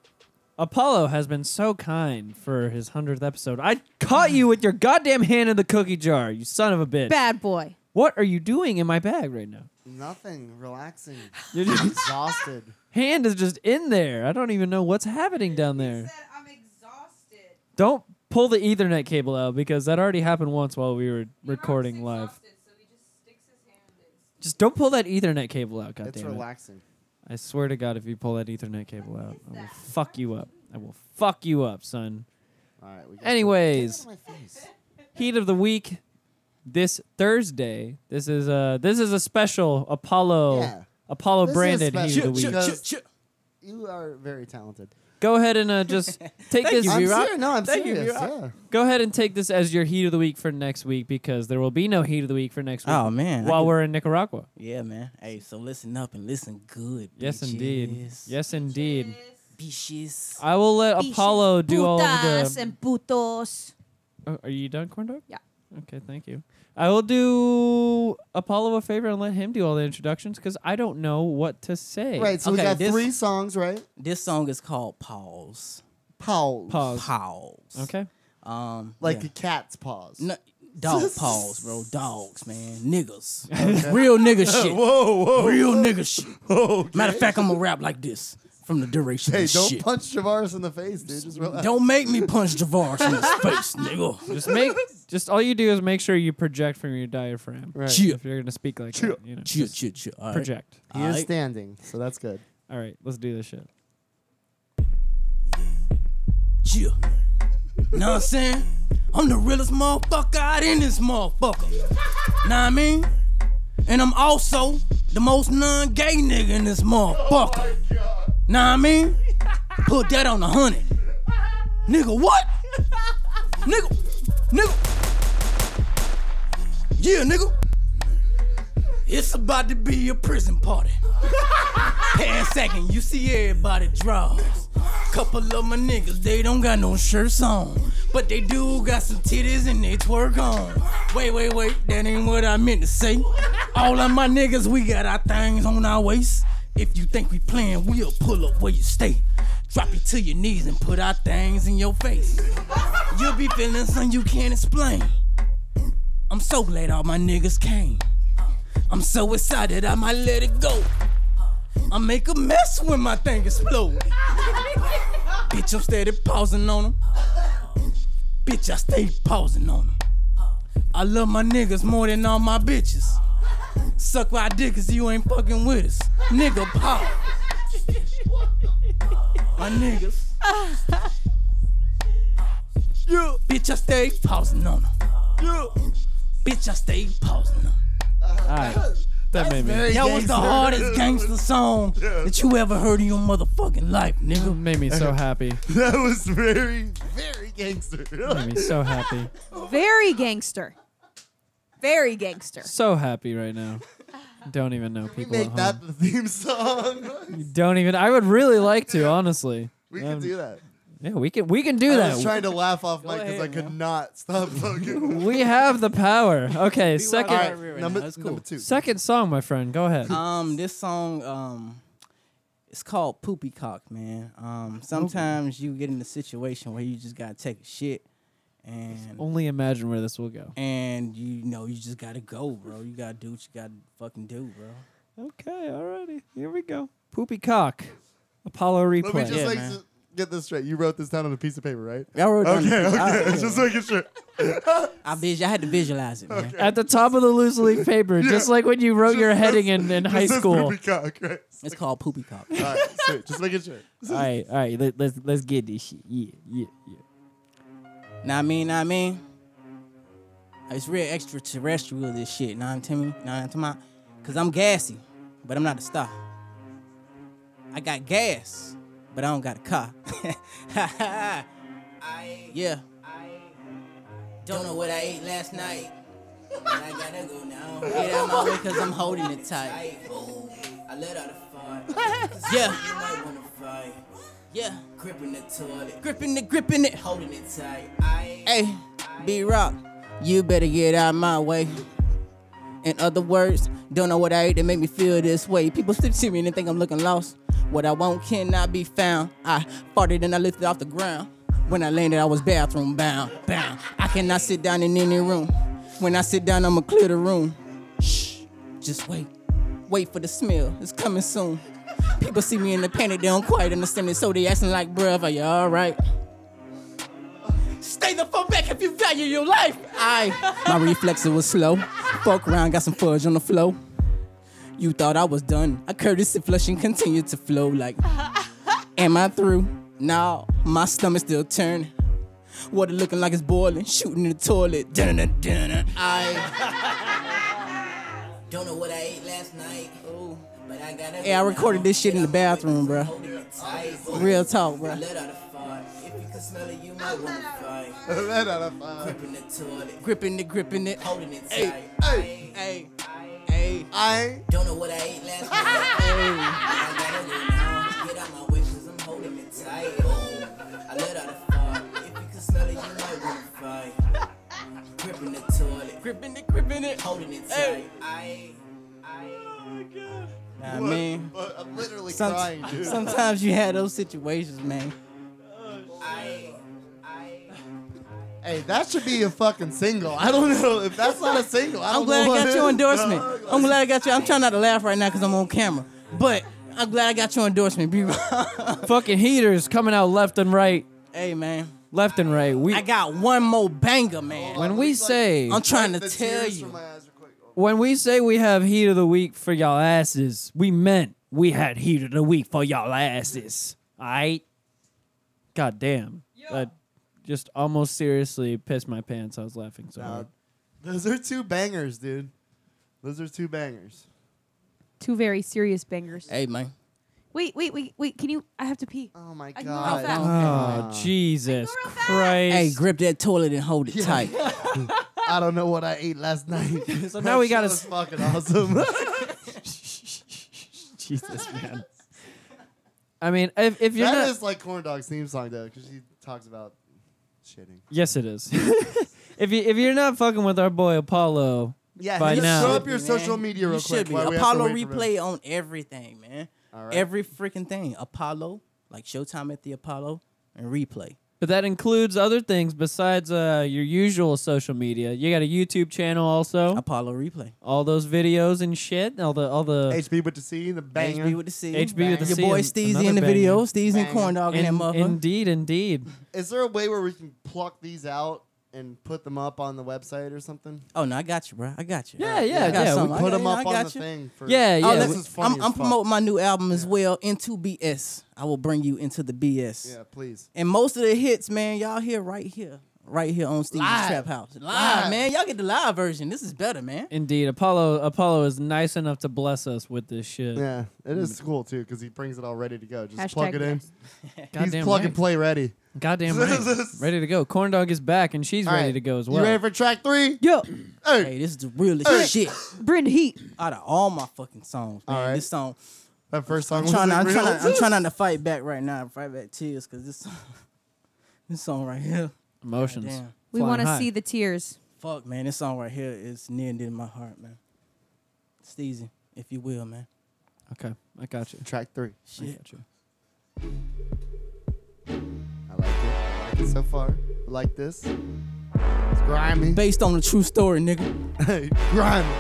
D: Apollo has been so kind for his hundredth episode. I caught you with your goddamn hand in the cookie jar, you son of a bitch.
F: Bad boy.
D: What are you doing in my bag right now?
E: Nothing. Relaxing.
D: Your just-
E: Exhausted.
D: hand is just in there. I don't even know what's happening down there.
F: I'm exhausted.
D: Don't pull the Ethernet cable out because that already happened once while we were recording live. Just don't pull that Ethernet cable out,
E: It's
D: goddamn it.
E: relaxing.
D: I swear to God, if you pull that Ethernet cable out, I will fuck you up. I will fuck you up, son.
E: All right. We got
D: Anyways.
E: Get out of my face.
D: heat of the week this Thursday. This is a this is a special Apollo
E: Yeah.
D: Apollo
E: This is
D: branded
E: special.
D: heat
E: Chill,
D: of the
E: chill,
D: week.
E: chill.
G: chill,
E: Because-
G: chill.
E: You are very talented.
D: Go ahead and uh, just take this.
E: I'm serious. No, I'm
D: Thank you,
E: serious.
D: Burak.
E: yeah.
D: Go ahead and take this as your heat of the week for next week because there will be no heat of the week for next week.
G: Oh, man. I
D: while
G: could-
D: we're in Nicaragua.
G: Yeah, man. Hey, so listen up and listen good.
D: Yes, indeed.
G: bitches.
D: Yes, indeed.
G: Bitches.
D: I will let Apollo do all
F: Putas
D: of the.
F: and putos.
D: Oh, are you done, corn dog?
F: Yeah.
D: Okay, thank you. I will do Apollo a favor and let him do all the introductions because I don't know what to say.
E: Right. So
G: Okay,
E: we got
G: this-
E: three songs, right?
G: This song is called Pause.
E: Pause.
D: Pause.
G: Pause.
D: Okay.
G: Um,
E: Like
G: yeah.
E: a cat's paws.
G: No, dog paws, bro. Dogs, man. Niggas. Real nigga shit.
E: Whoa, whoa.
G: Real nigga shit. Matter of fact, I'm gonna rap like this from the duration
E: Hey,
G: of
E: don't
G: shit.
E: punch Javaris in the face, dude. Just relax.
G: Don't make me punch Javaris in his face, nigga.
D: Just make just all you do is make sure you project from your diaphragm.
E: Right.
G: Chill.
D: If you're gonna speak like that, you know,
G: Chill,
D: just
G: chill, chill. All right.
D: project.
E: He is
G: Aight.
E: standing, so that's good.
D: All right, let's do this shit.
G: Chill. Know what I'm saying? I'm the realest motherfucker out in this motherfucker. Know what I mean? And I'm also the most non gay nigga in this motherfucker. Know what I mean? Put that on the hundred. Nigga, what? nigga, nigga. Yeah, nigga. It's about to be a prison party. Ten second, you see everybody draws. Couple of my niggas, they don't got no shirts on. But they do got some titties and they twerk on. Wait, wait, wait, that ain't what I meant to say. All of my niggas, we got our things on our waist. If you think we playing, we'll pull up where you stay. Drop you to your knees and put our things in your face. You'll be feeling something you can't explain. I'm so glad all my niggas came. I'm so excited, I might let it go. I make a mess when my thing explode. Bitch, I'm steady pausing on 'em. Bitch, I stay pausing on them. I love my niggas more than all my bitches. Suck my dick cause you ain't fucking with us. Nigga, pop. my niggas. yeah. Bitch, I stay pausing on them. Yeah. Bitch, I stay pausing on them.
D: All right. That made me
G: That was the hardest gangster song that you ever heard in your motherfucking life, nigga.
D: made me so happy.
E: That was very, very gangster.
D: Made me so happy.
F: Very gangster. Very gangster.
D: So happy right now. Don't even know people at
E: Make
D: home.
E: that the theme song.
D: Don't even. I would really like to, honestly. Um,
E: we can do that.
D: Yeah, we can. We can do
E: I
D: that.
E: was trying to laugh off mic because
G: ahead,
E: I could not stop fucking.
D: we have the power. Okay,
E: All
D: second
E: right,
G: right now,
E: number,
G: that's cool.
E: number two.
D: second song, my friend. Go ahead.
G: Um, this song, um, it's called Poopy Cock, man. Um, sometimes you get in a situation where you just gotta take a shit, and
D: Only imagine where this will go.
G: and you know you just gotta go, bro. You gotta do what you gotta fucking do, bro.
D: Okay, alrighty. Here we go. Poopy cock. Apollo
E: Let me
D: replay.
E: just
G: Yeah,
E: like,
G: man.
E: s- get this straight. You wrote this down on a piece of paper, right?
G: Y'all wrote down the
E: Okay,
G: shit. I,
E: okay. Just making sure.
G: I, vis- I had to visualize it, man.
D: At the top of the loose leaf paper, just like when you wrote your heading in, in high
E: It says
D: school.
E: poopy cock, right?
G: It's called Poopy Cock.
E: All right, sweet. Just making sure.
D: All right, all right. Let, let's let's get this shit. Yeah, yeah, yeah.
G: Nah, I mean, nah, I mean, it's real extraterrestrial this shit. Nah, I'm telling you, nah, I'm talking because I'm gassy, but I'm not a star. I got gas, but I don't got a car. I yeah. don't know what I ate last night. but I gotta go now. Get out my way because I'm holding it tight. I let out a fart. Yeah. You might wanna fight. Yeah. Gripping the toilet. Gripping it, gripping it. Holding it tight. Hey, B Rock, you better get out my way. In other words, don't know what I ate that make me feel this way. People stick to me and they think I'm looking lost. What I want cannot be found. I farted and I lifted off the ground. When I landed, I was bathroom bound, bound. I cannot sit down in any room. When I sit down, I'ma clear the room. Shh, just wait. Wait for the smell. It's coming soon. People see me in the panic, they don't quite understand it, so they acting like, bruv, are you alright? Stay the fuck back if you value your life. I my reflexes was slow. Fuck around, got some fudge on the flow. You thought I was done. I courtesy flush and continued to flow like Am I through? Now my stomach still turning. Water looking like it's boiling, shooting in the toilet. Dun dun I don't know what I ate last night. Ooh. But I gotta hey, I recorded this shit in the bathroom, bro. Real talk, bro.
E: Let out a fart.
G: Gripping it, gripping it, holding it tight.
E: Hey,
G: Hey, hey,
E: I
G: don't know what I ate last night. Get out my way, cause I'm holding it tight. I let out a fart. If you can smell it, you might want to fight. Gripping the toilet. Gripping it, gripping it, holding it tight. I, I. Nah, man.
E: uh, I'm literally
G: Some-
E: crying, dude.
G: Sometimes you have those situations, man.
E: Hey, that should be a fucking single. I don't know if that's not a single. I don't
G: I'm glad I
E: know what
G: got your
E: is.
G: endorsement. I'm glad I got your. I'm trying not to laugh right now because I'm on camera, but I'm glad I got your endorsement, B.
D: Fucking heaters coming out left and right,
G: hey man,
D: left and right. We
G: I got one more banger, man.
D: when we say
G: I'm trying to
E: The
G: tell
E: tears from
G: you.
E: my eyes are quick. Oh,
D: when we say we have heat of the week for y'all asses, we meant we had heat of the week for y'all asses. Alright? God damn. That just almost seriously pissed my pants. I was laughing so hard.
E: Those are two bangers, dude. Those are two bangers.
F: Two very serious bangers.
G: Hey man,
F: Wait, wait, wait, wait. Can you? I have to pee.
E: Oh my
F: I can
E: god.
F: go fast.
D: Oh, Jesus
F: real fast.
D: Christ.
G: hey, grip that toilet and hold it tight.
E: I don't know what I ate last night.
D: so now we
E: That
D: got
E: shit was
D: to.
E: fucking awesome.
D: Jesus, man. I mean, if, if you're
E: That
D: not.
E: is like Corn Dog's theme song though, because she talks about shitting.
D: yes, it is. if, you, if you're not fucking with our boy Apollo,
E: Yeah,
D: By
E: just
D: now-
E: throw up your
G: Man,
E: social media real
G: you should
E: quick.
G: be.
E: while we have to
G: Apollo
E: wait for
G: replay on everything, man.
E: All right.
G: Every freaking thing. Apollo, like Showtime at the Apollo, and replay.
D: But that includes other things besides uh, your usual social media. You got a YouTube channel also.
G: Apollo replay.
D: all those videos and shit. All the all the
E: HB with the C, the banger.
G: HB with the C.
D: HB with the
G: Your
D: C,
G: boy
D: an-
G: Steezy
D: another
G: in the
D: banger.
G: video. Steezy and
E: Banger.
G: Corn Dog in that
D: In-
G: motherfucker.
D: indeed, indeed.
E: Is there a way where we can pluck these out and put them up on the website or something?
G: Oh no, I got you, bro. I got you.
D: Yeah,
G: Alright,
D: yeah,
G: I got
D: yeah, we
G: something. I
E: Put
G: got-
E: them
G: yeah,
E: up
G: I
E: on
G: got
E: the
G: you.
E: thing. For
D: Yeah, yeah.
G: Oh,
E: this
G: look,
E: is funny
G: I'm,
E: as
G: I'm
E: fuck.
G: promoting my new album as well, Into BS. I will bring you into the BS.
E: Yeah, please.
G: And most of the hits, man, y'all hear right here, right here on Steve's
E: Live.
G: Trap House. Live,
E: Live.
G: man. Y'all get the live version. This is better, man.
D: Indeed, Apollo Apollo is nice enough to bless us with this shit.
E: Yeah, it
G: Mm.
E: is cool too because he brings it all ready to go. Just
F: Hashtag
E: plug it in.
F: yes.
D: Goddamn
E: He's plug
D: right.
E: and play ready.
D: Goddamn right. ready to go. Corn dog is back and she's
E: All
D: ready
E: right,
D: to go as
E: You
D: well.
E: ready for track three?
D: Yo,
E: Hey,
G: Hey, this is the realest shit
F: Bring the heat.
G: out of all my fucking songs, man.
E: Alright.
G: This song,
E: that first song
G: I'm
E: was
G: trying,
E: like
G: I'm,
E: real.
G: trying, I'm trying not to fight back right now, fight back tears, cause this, this song right here,
D: emotions.
G: Damn.
F: We want to see the tears.
G: fuck, man, this song right here is near and dear to my heart, man. Steezy, if you will, man.
D: Okay, I got you.
E: Track three.
D: I
G: Shit.
D: got you.
E: I like it. I like it so far. I like this. It's grimy.
G: Based on a true story, nigga.
E: Hey, grimy.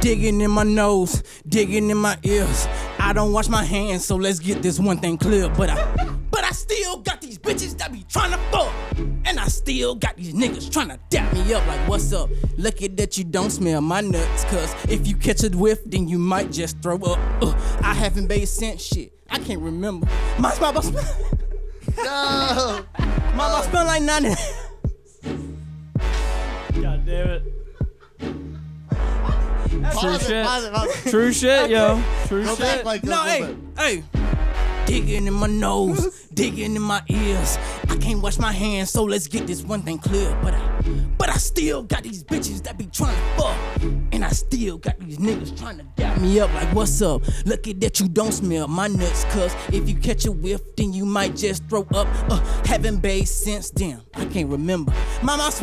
G: Digging in my nose, digging in my ears. I don't wash my hands, so let's get this one thing clear. But I, but I still got these bitches that be tryna fuck, and I still got these niggas tryna dap me up. Like, what's up? Lucky that you don't smell my nuts, cause if you catch a whiff, then you might just throw up. Ugh, I haven't bathed since shit. I can't remember. My mama smell,
E: No.
G: my mama smell like nine.
D: God damn it. True
E: Pause it,
D: shit.
E: pause it, pause it.
D: True shit, yo. True
E: Go
D: shit.
E: back like a
G: No,
E: little
G: hey,
E: bit.
G: hey. Digging in my nose, digging in my ears. I can't wash my hands, so let's get this one thing clear. But I, but I still got these bitches that be tryna fuck, and I still got these niggas tryna to dap me up. Like, what's up? Lucky that you don't smell my nuts, cause if you catch a whiff, then you might just throw up. Uh, haven't bathed since then. I can't remember. My mouth.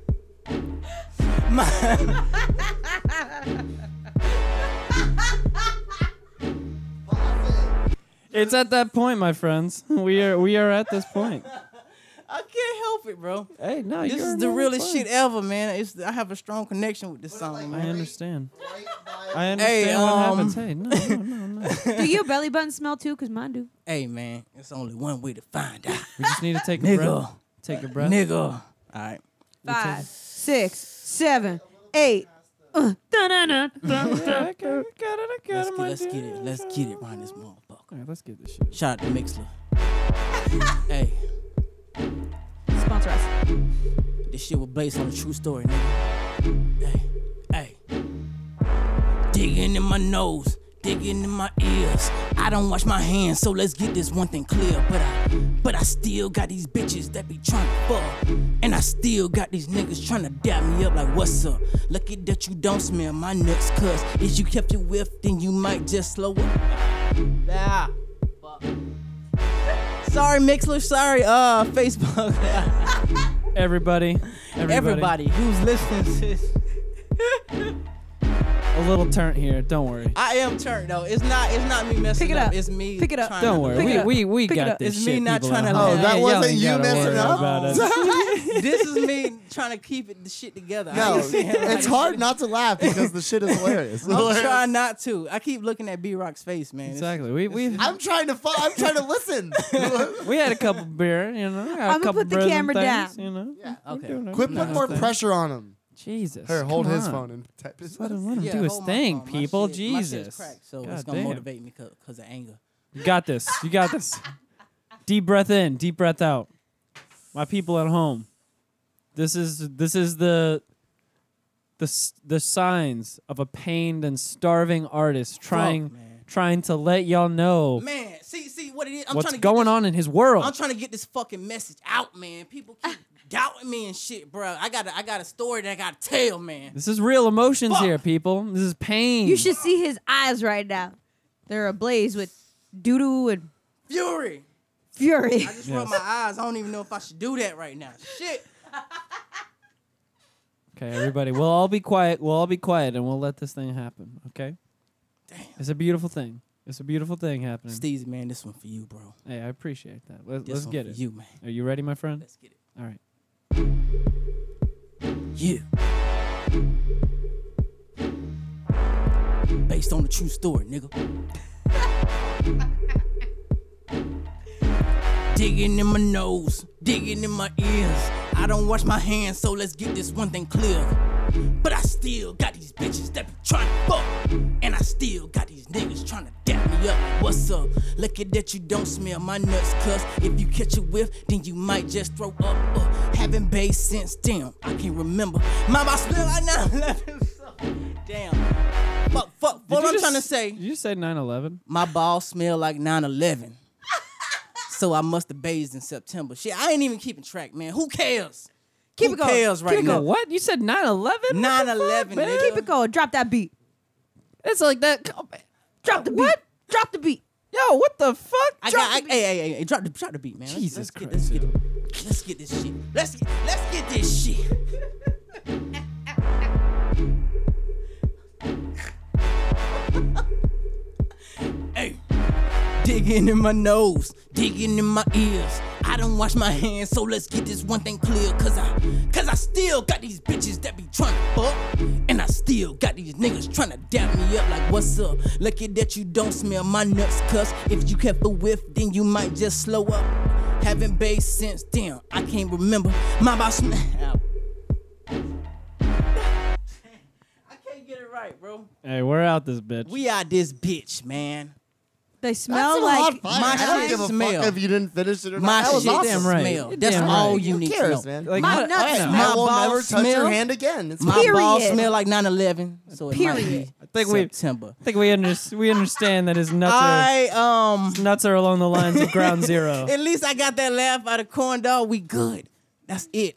G: sm- my.
D: It's at that point, my friends. We are we are at this point.
G: I can't help it, bro.
D: Hey, no,
G: This
D: you're
G: is the
D: man,
G: realest
D: fine.
G: shit ever, man. It's I have a strong connection with this song,
D: I
G: man.
D: understand.
E: Right
D: I understand
G: Hey,
D: what
G: um,
D: happens. Hey, no, no, no, no.
F: do your belly button smell too? Because mine do.
G: Hey, man, it's only one way to find out,
D: We just need to take a breath.
G: nigga,
D: Take a breath.
G: nigga. All right,
F: Five, six, seven, eight. Uh, dun-dun-dun, dun.
D: Yeah, I got it. I got it,
G: let's get,
D: my
G: let's
D: dude.
G: get it, let's get it, around this motherfucker.
D: All right, let's get this shit.
G: Shout out to Mixler. hey,
F: Sponsor us.
G: this shit was based on a true story, nigga. Hey, hey. Digging in my nose, digging in my ears. I don't wash my hands, so let's get this one thing clear. But I, but I still got these bitches that be tryna fuck, and I still got these niggas tryna dab me up like what's up. Lucky that you don't smell my nuts, cause if you kept it whiff, then you might just slow up. Ah, fuck. Sorry, Mixler. Sorry, uh, Facebook.
D: Everybody, everybody,
G: everybody who's listening to this.
D: a little turnt here. Don't worry.
G: I am turned though. It's not. It's not me messing
F: Pick it up.
G: It's me.
F: Pick it up.
G: trying
D: Don't
G: to-
D: worry.
F: Pick it
D: We, we
F: up.
D: we
F: Pick it
D: got
F: up.
D: this
G: It's me
D: shit.
G: not
D: people
G: tryna
D: at
G: laugh.
D: home.
E: Oh, that
D: Y'all
E: wasn't
D: ain't
E: you
D: gotta
E: messing
D: worry
E: up.
D: about us.
G: this is me trying to keep it, the shit together. I
E: No,
G: understand, like,
E: it's hard not to laugh because the shit is hilarious.
D: Oh.
G: I'm trying not to. I keep looking at B Rock's face, man. It's-
D: Exactly. We we
E: I'm trying to. Fu- I'm trying to listen.
D: we had a couple beer. You know. Had a
F: I'ma
D: couple
F: put the
D: beers and
F: camera
D: things,
F: down.
D: You know.
E: Yeah,
D: We're
G: okay.
D: doing it.
E: Quit
D: No,
E: putting more
D: thanks.
G: pressure
E: pressure on him.
D: Jesus.
E: Here, hold
D: come
E: his
D: on.
E: phone and type his.
D: Let him, let him
G: Yeah,
D: do his
G: hold my
D: thing,
G: phone. My
D: people.
G: shit- my shit's
D: Jesus.
G: cracked, so it's
D: God
G: gonna
D: damn.
G: motivate me because of anger.
D: You got this. You got this. deep breath in, deep breath out. My people at home. This is this is the the s- the signs of a pained and starving artist trying
G: man.
D: trying to let y'all know
G: Man, see, see what it is. I'm
D: what's
G: trying to
D: going
G: get this,
D: on in his world.
G: I'm trying to get this fucking message out, man. People keep doubting me and shit, bro. I got, I got a story that I gotta tell, man.
D: this is real emotions
G: Fuck.
D: here, people. This is pain.
F: You should see his eyes right now. They're ablaze with doo doo and
G: Fury.
F: fury.
G: I just rubbed my eyes. I don't even know if I should do that right now. Shit.
D: Okay, everybody. We'll all be quiet. We'll all be quiet and we'll let this thing happen, okay? It's a beautiful thing. It's a beautiful thing happening.
G: Steez, man, this one for you, bro.
D: Hey, I appreciate that. Let,
G: This
D: let's
G: one
D: get
G: for
D: it.
G: you, man.
D: Are you ready, my friend?
G: Let's get it.
D: All right.
G: Yeah. Based on the true story, nigga. digging in my nose, digging in my ears. I don't wash my hands, so let's get this one thing clear. But I still got these bitches that be trying to fuck. And I still got these niggas trying to dap me up. Like, What's up? Lucky that you don't smell my nuts, cuz if you catch a whiff, then you might just throw up. Uh, haven't bathed since damn, I can't remember. Mama, I still I now left Damn. Fuck, fuck,
D: Did
G: what
D: you
G: I'm
D: just-
G: trying to say
D: Did you say 9/11?
G: my balls smell like 9-11. so I must have bathed in September. Shit, I ain't even keeping track, man. Who cares?
F: Keep
G: Who
F: it going.
G: cares right
D: Keep
G: now?
D: going. What? You said 9/11?
G: 9/11, nigga.
F: Keep it going. Drop that beat.
D: It's like that.
F: Drop the beat.
D: What?
F: Drop the beat.
D: Yo, what the fuck?
G: I
D: Drop-
G: got, I, hey, hey, hey, hey, drop the, drop the beat, man. Let's-
D: Jesus
G: let's get-
D: Christ,
G: let's, get, let's get this shit. Let's get, let's get this shit. hey, digging in my nose, digging in my ears. I don't wash my hands, so let's get this one thing clear. Cause I, cause I still got these bitches that be tryna fuck, and I still got these niggas tryna dab me up. Like, what's up? Lucky that you don't smell my nuts, cuz if you kept a whiff, then you might just slow up. Haven't bathed since then, I can't remember. My boss, I can't get it right, bro.
D: hey, we're out this bitch.
G: We out this bitch, man.
F: They
E: That's
F: smell
E: a
F: like
E: hot fire.
G: my
E: I don't give a
G: smell.
E: fuck if you didn't finish it or
G: My
E: not. That was
G: shit
E: awesome.
D: Damn right.
G: smell.
D: You're
G: That's
D: damn
G: all
D: right.
G: you
E: Who
G: need
E: cares,
G: to know.
E: man?
D: like
F: my
D: what-
F: nuts
D: I don't
E: I
D: know.
G: My
E: will
G: balls
E: never touch
G: smell.
E: your hand again. It's
G: My balls
F: Period.
G: smell like 9/11, so it
F: Period.
G: might be
D: think we- uh,
G: September.
D: I think we, under- we understand that his nuts are
G: I um,
D: nuts are along the lines of ground zero.
G: at least I got that laugh out of corn dog. We good. That's it.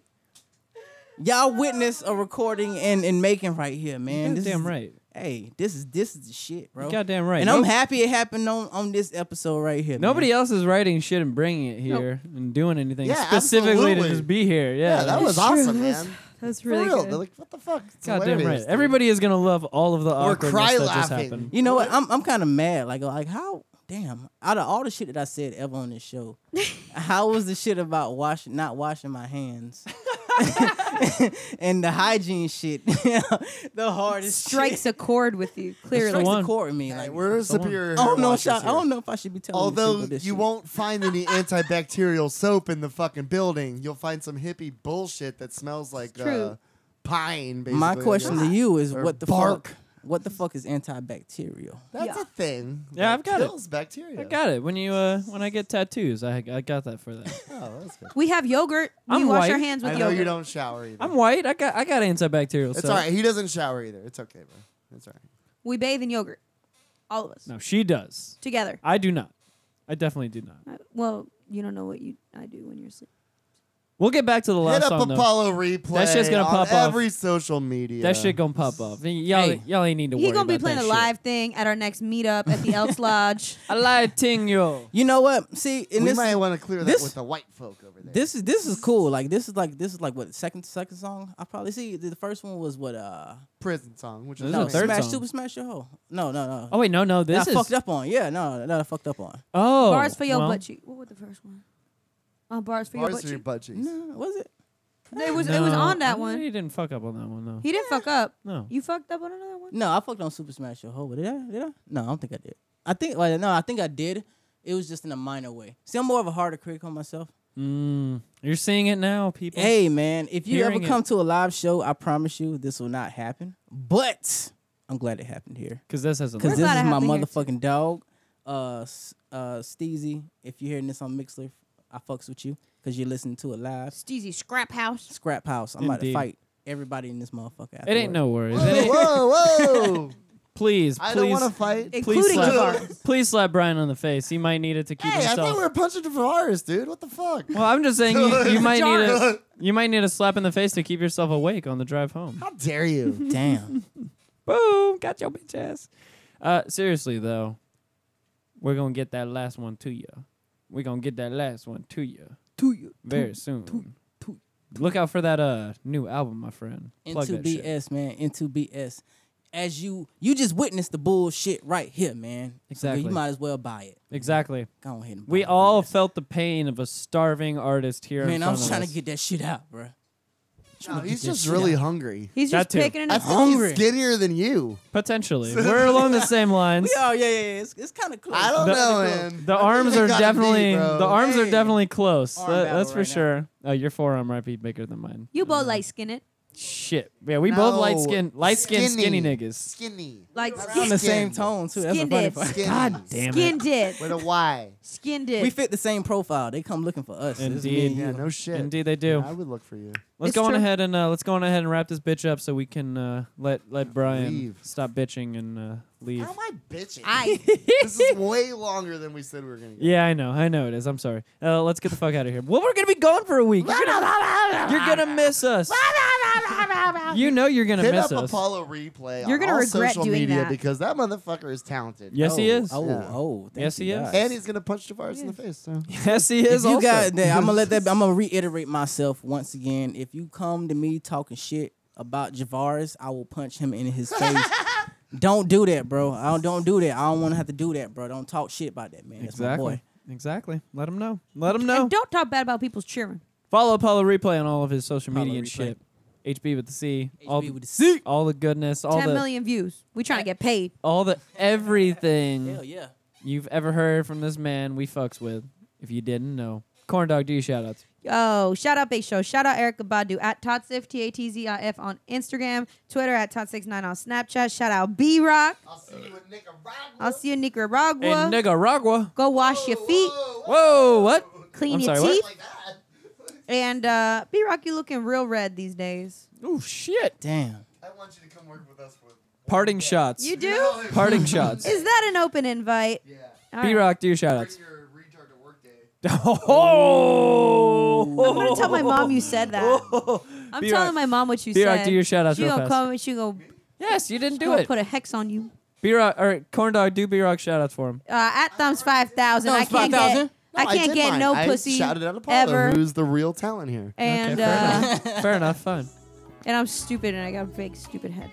G: Y'all witness a recording and, and making right here, man. This
D: Goddamn
G: is-
D: right.
G: Hey, this is this is the shit, bro.
D: Goddamn right.
G: And
D: Nope.
G: I'm happy it happened on on this episode right here. man.
D: Nobody else is writing shit and bringing it here and doing anything
E: Yeah,
D: specifically to
E: absolutely.
D: just be here. Yeah,
E: Yeah, that was awesome, man.
F: That's
E: For
F: really
E: real.
F: good.
E: They're like, what the fuck? It's
D: goddamn right.
E: hilarious.
D: Everybody is gonna love all of the
E: Or
D: awkwardness
E: cry
D: that just
E: laughing.
D: happened.
G: You know what? I'm I'm kind of mad. Like like how? Damn! Out of all the shit that I said ever on this show, how was the shit about washing not washing my hands? and the hygiene shit, the hardest
F: Strikes a chord with you,
G: shit.
F: clearly.
G: strikes
D: one.
G: the chord with me.
E: Hey,
G: Like
E: we're
D: Go on.
E: superior.
G: I
E: hair
G: don't know. If
E: washers
G: I, I
E: here.
G: don't know if I should be telling.
E: Although
G: people this
E: you
G: shit.
E: won't find any antibacterial soap in the fucking building, you'll find some hippie bullshit that smells like
F: true.
E: uh, pine. Basically,
G: My
E: I
G: question to
E: guess.
G: you is,
E: Or
G: what the
E: bark.
G: fuck? What the fuck is antibacterial?
E: That's
F: Yeah.
E: a thing.
D: Yeah, I've got it.
E: kills bacteria.
D: I got it. When you uh, when I get tattoos, I I got that for that.
E: Oh, that's good.
F: We have yogurt. We
D: I'm
F: wash
D: white.
F: our hands with
E: I know
F: yogurt.
E: you don't shower either.
D: I'm white. I got I got antibacterial.
E: it's
D: so.
E: all right. He doesn't shower either. It's okay, bro. It's all right.
F: We bathe in yogurt. All of us.
D: No, she does.
F: Together.
D: I do not. I definitely do not.
F: I- well, you don't know what you I do when you're asleep.
D: We'll get back to the last
E: Hit up
D: song though.
E: Apollo replay.
D: That shit's gonna
E: on
D: pop off.
E: every social media.
D: That shit gonna pop off. Y- Y'all,
G: Hey.
D: y'all ain't need to worry.
F: He's gonna be
D: about
F: playing
D: that
F: a
D: shit.
F: live thing at our next meetup at the Elks Lodge.
D: a live thing, yo.
G: You know what? See, and
E: We
G: this
E: might want to clear that
G: this-
E: with the white folk over there.
G: this is this is cool. Like this is like this is like what second second song I probably see. The the first one was what uh
E: prison song, which is
D: This is
G: no
D: the third
G: smash
D: song.
G: super smash your hoe. No no no.
D: Oh wait, no, no,
G: that
D: this
G: I
D: is
G: fucked up on. Yeah no that I fucked up on.
D: Oh,
F: bars for your
D: well,
F: butt cheek. What was the first one? Oh, bars for
E: Bars
F: your butt
E: for your
F: cheek.
E: butt cheeks.
G: No was it?
F: It was it was
D: no,
F: on that
D: He
F: one.
D: didn't fuck up on that one though.
F: He didn't fuck up.
D: No.
F: You fucked up on another one.
G: No I fucked on super smash your hoe. Did I? Did I? No I don't think I did. I think well, no I think I did. It was just in a minor way. See I'm more of a harder critic on myself.
D: Mm, you're seeing it now, people.
G: Hey man, if you ever
D: Hearing it.
G: come to a live show, I promise you this will not happen. But I'm glad it happened here.
D: because this has a
G: Because
F: We're
G: this
F: glad
G: is
F: it
G: my
F: happened here, too.
G: motherfucking dog, uh, S- uh, Steezy. If you're hearing this on Mixler, I fucks with you because you're listening to it live.
F: Steezy Scrap House.
G: Scrap House. I'm about to
D: Indeed.
G: fight everybody in this motherfucker.
D: It ain't no worries. It
E: Whoa,
D: ain't-
E: whoa, whoa!
D: please,
E: I
D: please,
E: don't want to fight.
D: please
F: Including
D: slap,
F: Jabbar.
D: please slap Brian on the face. He might need it to keep
E: Hey, I
D: himself.
E: thought we were punching for ours, dude. What the fuck?
D: well, I'm just saying you, you might need
E: Jarvis.
D: a you might need a slap in the face to keep yourself awake on the drive home.
E: How dare you?
G: Damn.
D: Boom, got your bitch ass. Uh, seriously though, we're gonna get that last one to you. We're gonna get that last one to you
G: to you.
D: very soon.
G: to-
D: Look out for that uh new album, my friend. Plug
G: Into
D: that shit.
G: BS, man. Into BS. as you you just witnessed the bullshit right here, man.
D: Exactly.
G: So you might as well buy it.
D: Exactly.
G: Go ahead. And buy
D: We
G: it,
D: all
G: man.
D: felt the pain of a starving artist here. in
G: Man, I'm
D: front of
G: trying
D: us.
G: to get that shit out, bro.
E: No, he's
G: this
E: just
G: shit
E: really
G: out.
E: hungry.
F: He's
D: That
F: just
D: too.
F: picking it
E: I
F: up.
E: think
G: hungry.
E: he's skinnier than you.
D: potentially. We're along the same lines.
G: We all, yeah, yeah, yeah. It's, it's kind of close.
E: I don't
D: The-
E: know, man.
D: The
E: I think
D: arms
E: they
D: are
E: got
D: definitely
E: beat, bro.
D: the arms are
G: Hey.
D: definitely close.
G: Arm
D: That-
G: battle
D: that's for
G: right now.
D: sure. Oh, your forearm might be bigger than mine.
F: You both light skin it.
D: Shit. Yeah, we both
E: No,
D: light skin, light skin, skinny niggas.
E: Skinny.
F: Like
G: We're on
F: skin,
G: the same
E: Skinned.
G: tone too. That's a
F: Skinned
G: funny
F: it.
G: part.
E: Skinny.
D: God damn
F: skinned
D: it.
F: it.
E: With a Y.
F: Skinned it.
G: We fit the same profile. They come looking for us. It's
D: Indeed.
G: me and you.
E: Yeah, no shit.
D: Indeed, they do.
E: I would look for you.
D: Let's
F: It's
D: go on
F: true.
D: ahead and uh, let's go on ahead and wrap this bitch up so we can uh, let let Brian
E: Leave.
D: stop bitching and uh, leave.
E: How am I bitching?
F: I
E: this is way longer than we said we were gonna. Get.
D: Yeah, I know, I know it is. I'm sorry. Uh, let's get the fuck out of here. Well, we're gonna be gone for a week. You're gonna, you're gonna miss us. you know you're gonna
E: Hit
D: miss
E: up
D: us.
E: Apollo replay.
F: You're
E: on
F: gonna
E: all
F: regret
E: social
F: doing
E: media
F: that.
E: because that motherfucker is talented.
D: Yes, he
G: Oh,
D: is.
G: Oh,
E: Yeah.
G: oh. thank
D: Yes, he
G: you,
D: is.
G: God.
E: And he's gonna punch Tavares in the face. So.
D: Yes, he
G: If
D: is.
G: you
D: also.
G: got that, I'm gonna let that. I'm gonna reiterate myself once again. If you come to me talking shit about Javaris, I will punch him in his face. don't do that, bro. I don't, don't do that. I don't want to have to do that, bro. Don't talk shit about that, man. That's my
D: exactly.
G: boy.
D: Exactly. Let him know. Let him know.
F: and don't talk bad about people's children.
D: Follow Apollo Replay on all of his social
G: Apollo
D: media and
G: Replay.
D: shit. HB with the C. all
G: HB
D: the,
G: with the C.
D: All the goodness. All
F: Ten million
D: the
F: views. We trying to get paid.
D: all the everything
G: Hell yeah.
D: you've ever heard from this man. We fucks with. If you didn't know, corn dog, do your shout outs.
F: Oh, shout out Big Show. Shout out Erica Badu at Totsif, T A T Z I F on Instagram, Twitter at Tot69 on Snapchat. Shout out B Rock.
E: I'll see you in Nicaragua.
F: I'll see you in Nicaragua.
D: In Nicaragua.
F: Go wash your feet,
D: Whoa, what?
F: clean
D: I'm
F: your
D: sorry, what?
F: teeth. And uh, B Rock, you looking real red these days.
D: Oh shit.
G: Damn.
E: I want you to come work with us. With
D: Parting shots.
F: You do?
D: Parting shots.
F: Is that an open invite?
E: yeah,
F: All
D: B
F: right.
D: Rock, do your shout outs.
E: your retard to work day.
D: Oh,
F: I'm gonna tell my mom you said that. I'm
D: B-Rock-
F: telling my mom what you
D: B-Rock,
F: said.
D: do your shout-outs
F: She
D: real
F: gonna
D: fast.
F: come and she gonna,
D: Yes, you didn't do
F: gonna
D: it.
F: put a hex on you.
D: B Rock or Corn Dog, do B Rock shout outs for him.
F: Uh, at thumbs five thousand. I
G: Thumbs
F: can't
G: 5,000?
F: get. I can't get no pussy
E: Shouted out Apollo,
F: ever.
E: who's the real talent here.
F: And
D: Okay, fair
F: uh,
D: enough. Fair enough. Fine.
F: and I'm stupid and I got a big stupid head.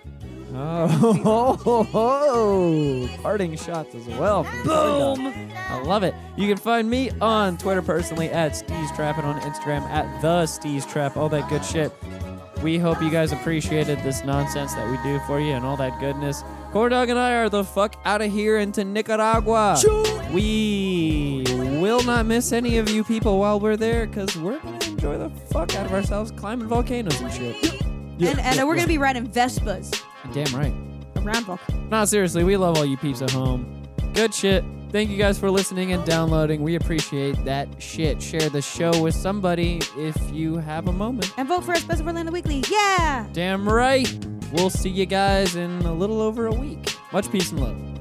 D: Oh, parting shots as well. Boom! I love it. You can find me on Twitter personally at Steez Trap and on Instagram at the Steez Trap. All that good shit. We hope you guys appreciated this nonsense that we do for you and all that goodness. Corn Dog and I are the fuck out of here into Nicaragua. We will not miss any of you people while we're there because we're going to enjoy the fuck out of ourselves climbing volcanoes and shit.
F: and and we're gonna be riding Vespas
D: Damn right.
F: around volcanoes.
D: Nah, seriously, we love all you peeps at home. Good shit. Thank you guys for listening and downloading. We appreciate that shit. Share the show with somebody if you have a moment.
F: And vote for us Best of Orlando Weekly. Yeah.
D: Damn right. We'll see you guys in a little over a week. Much peace and love.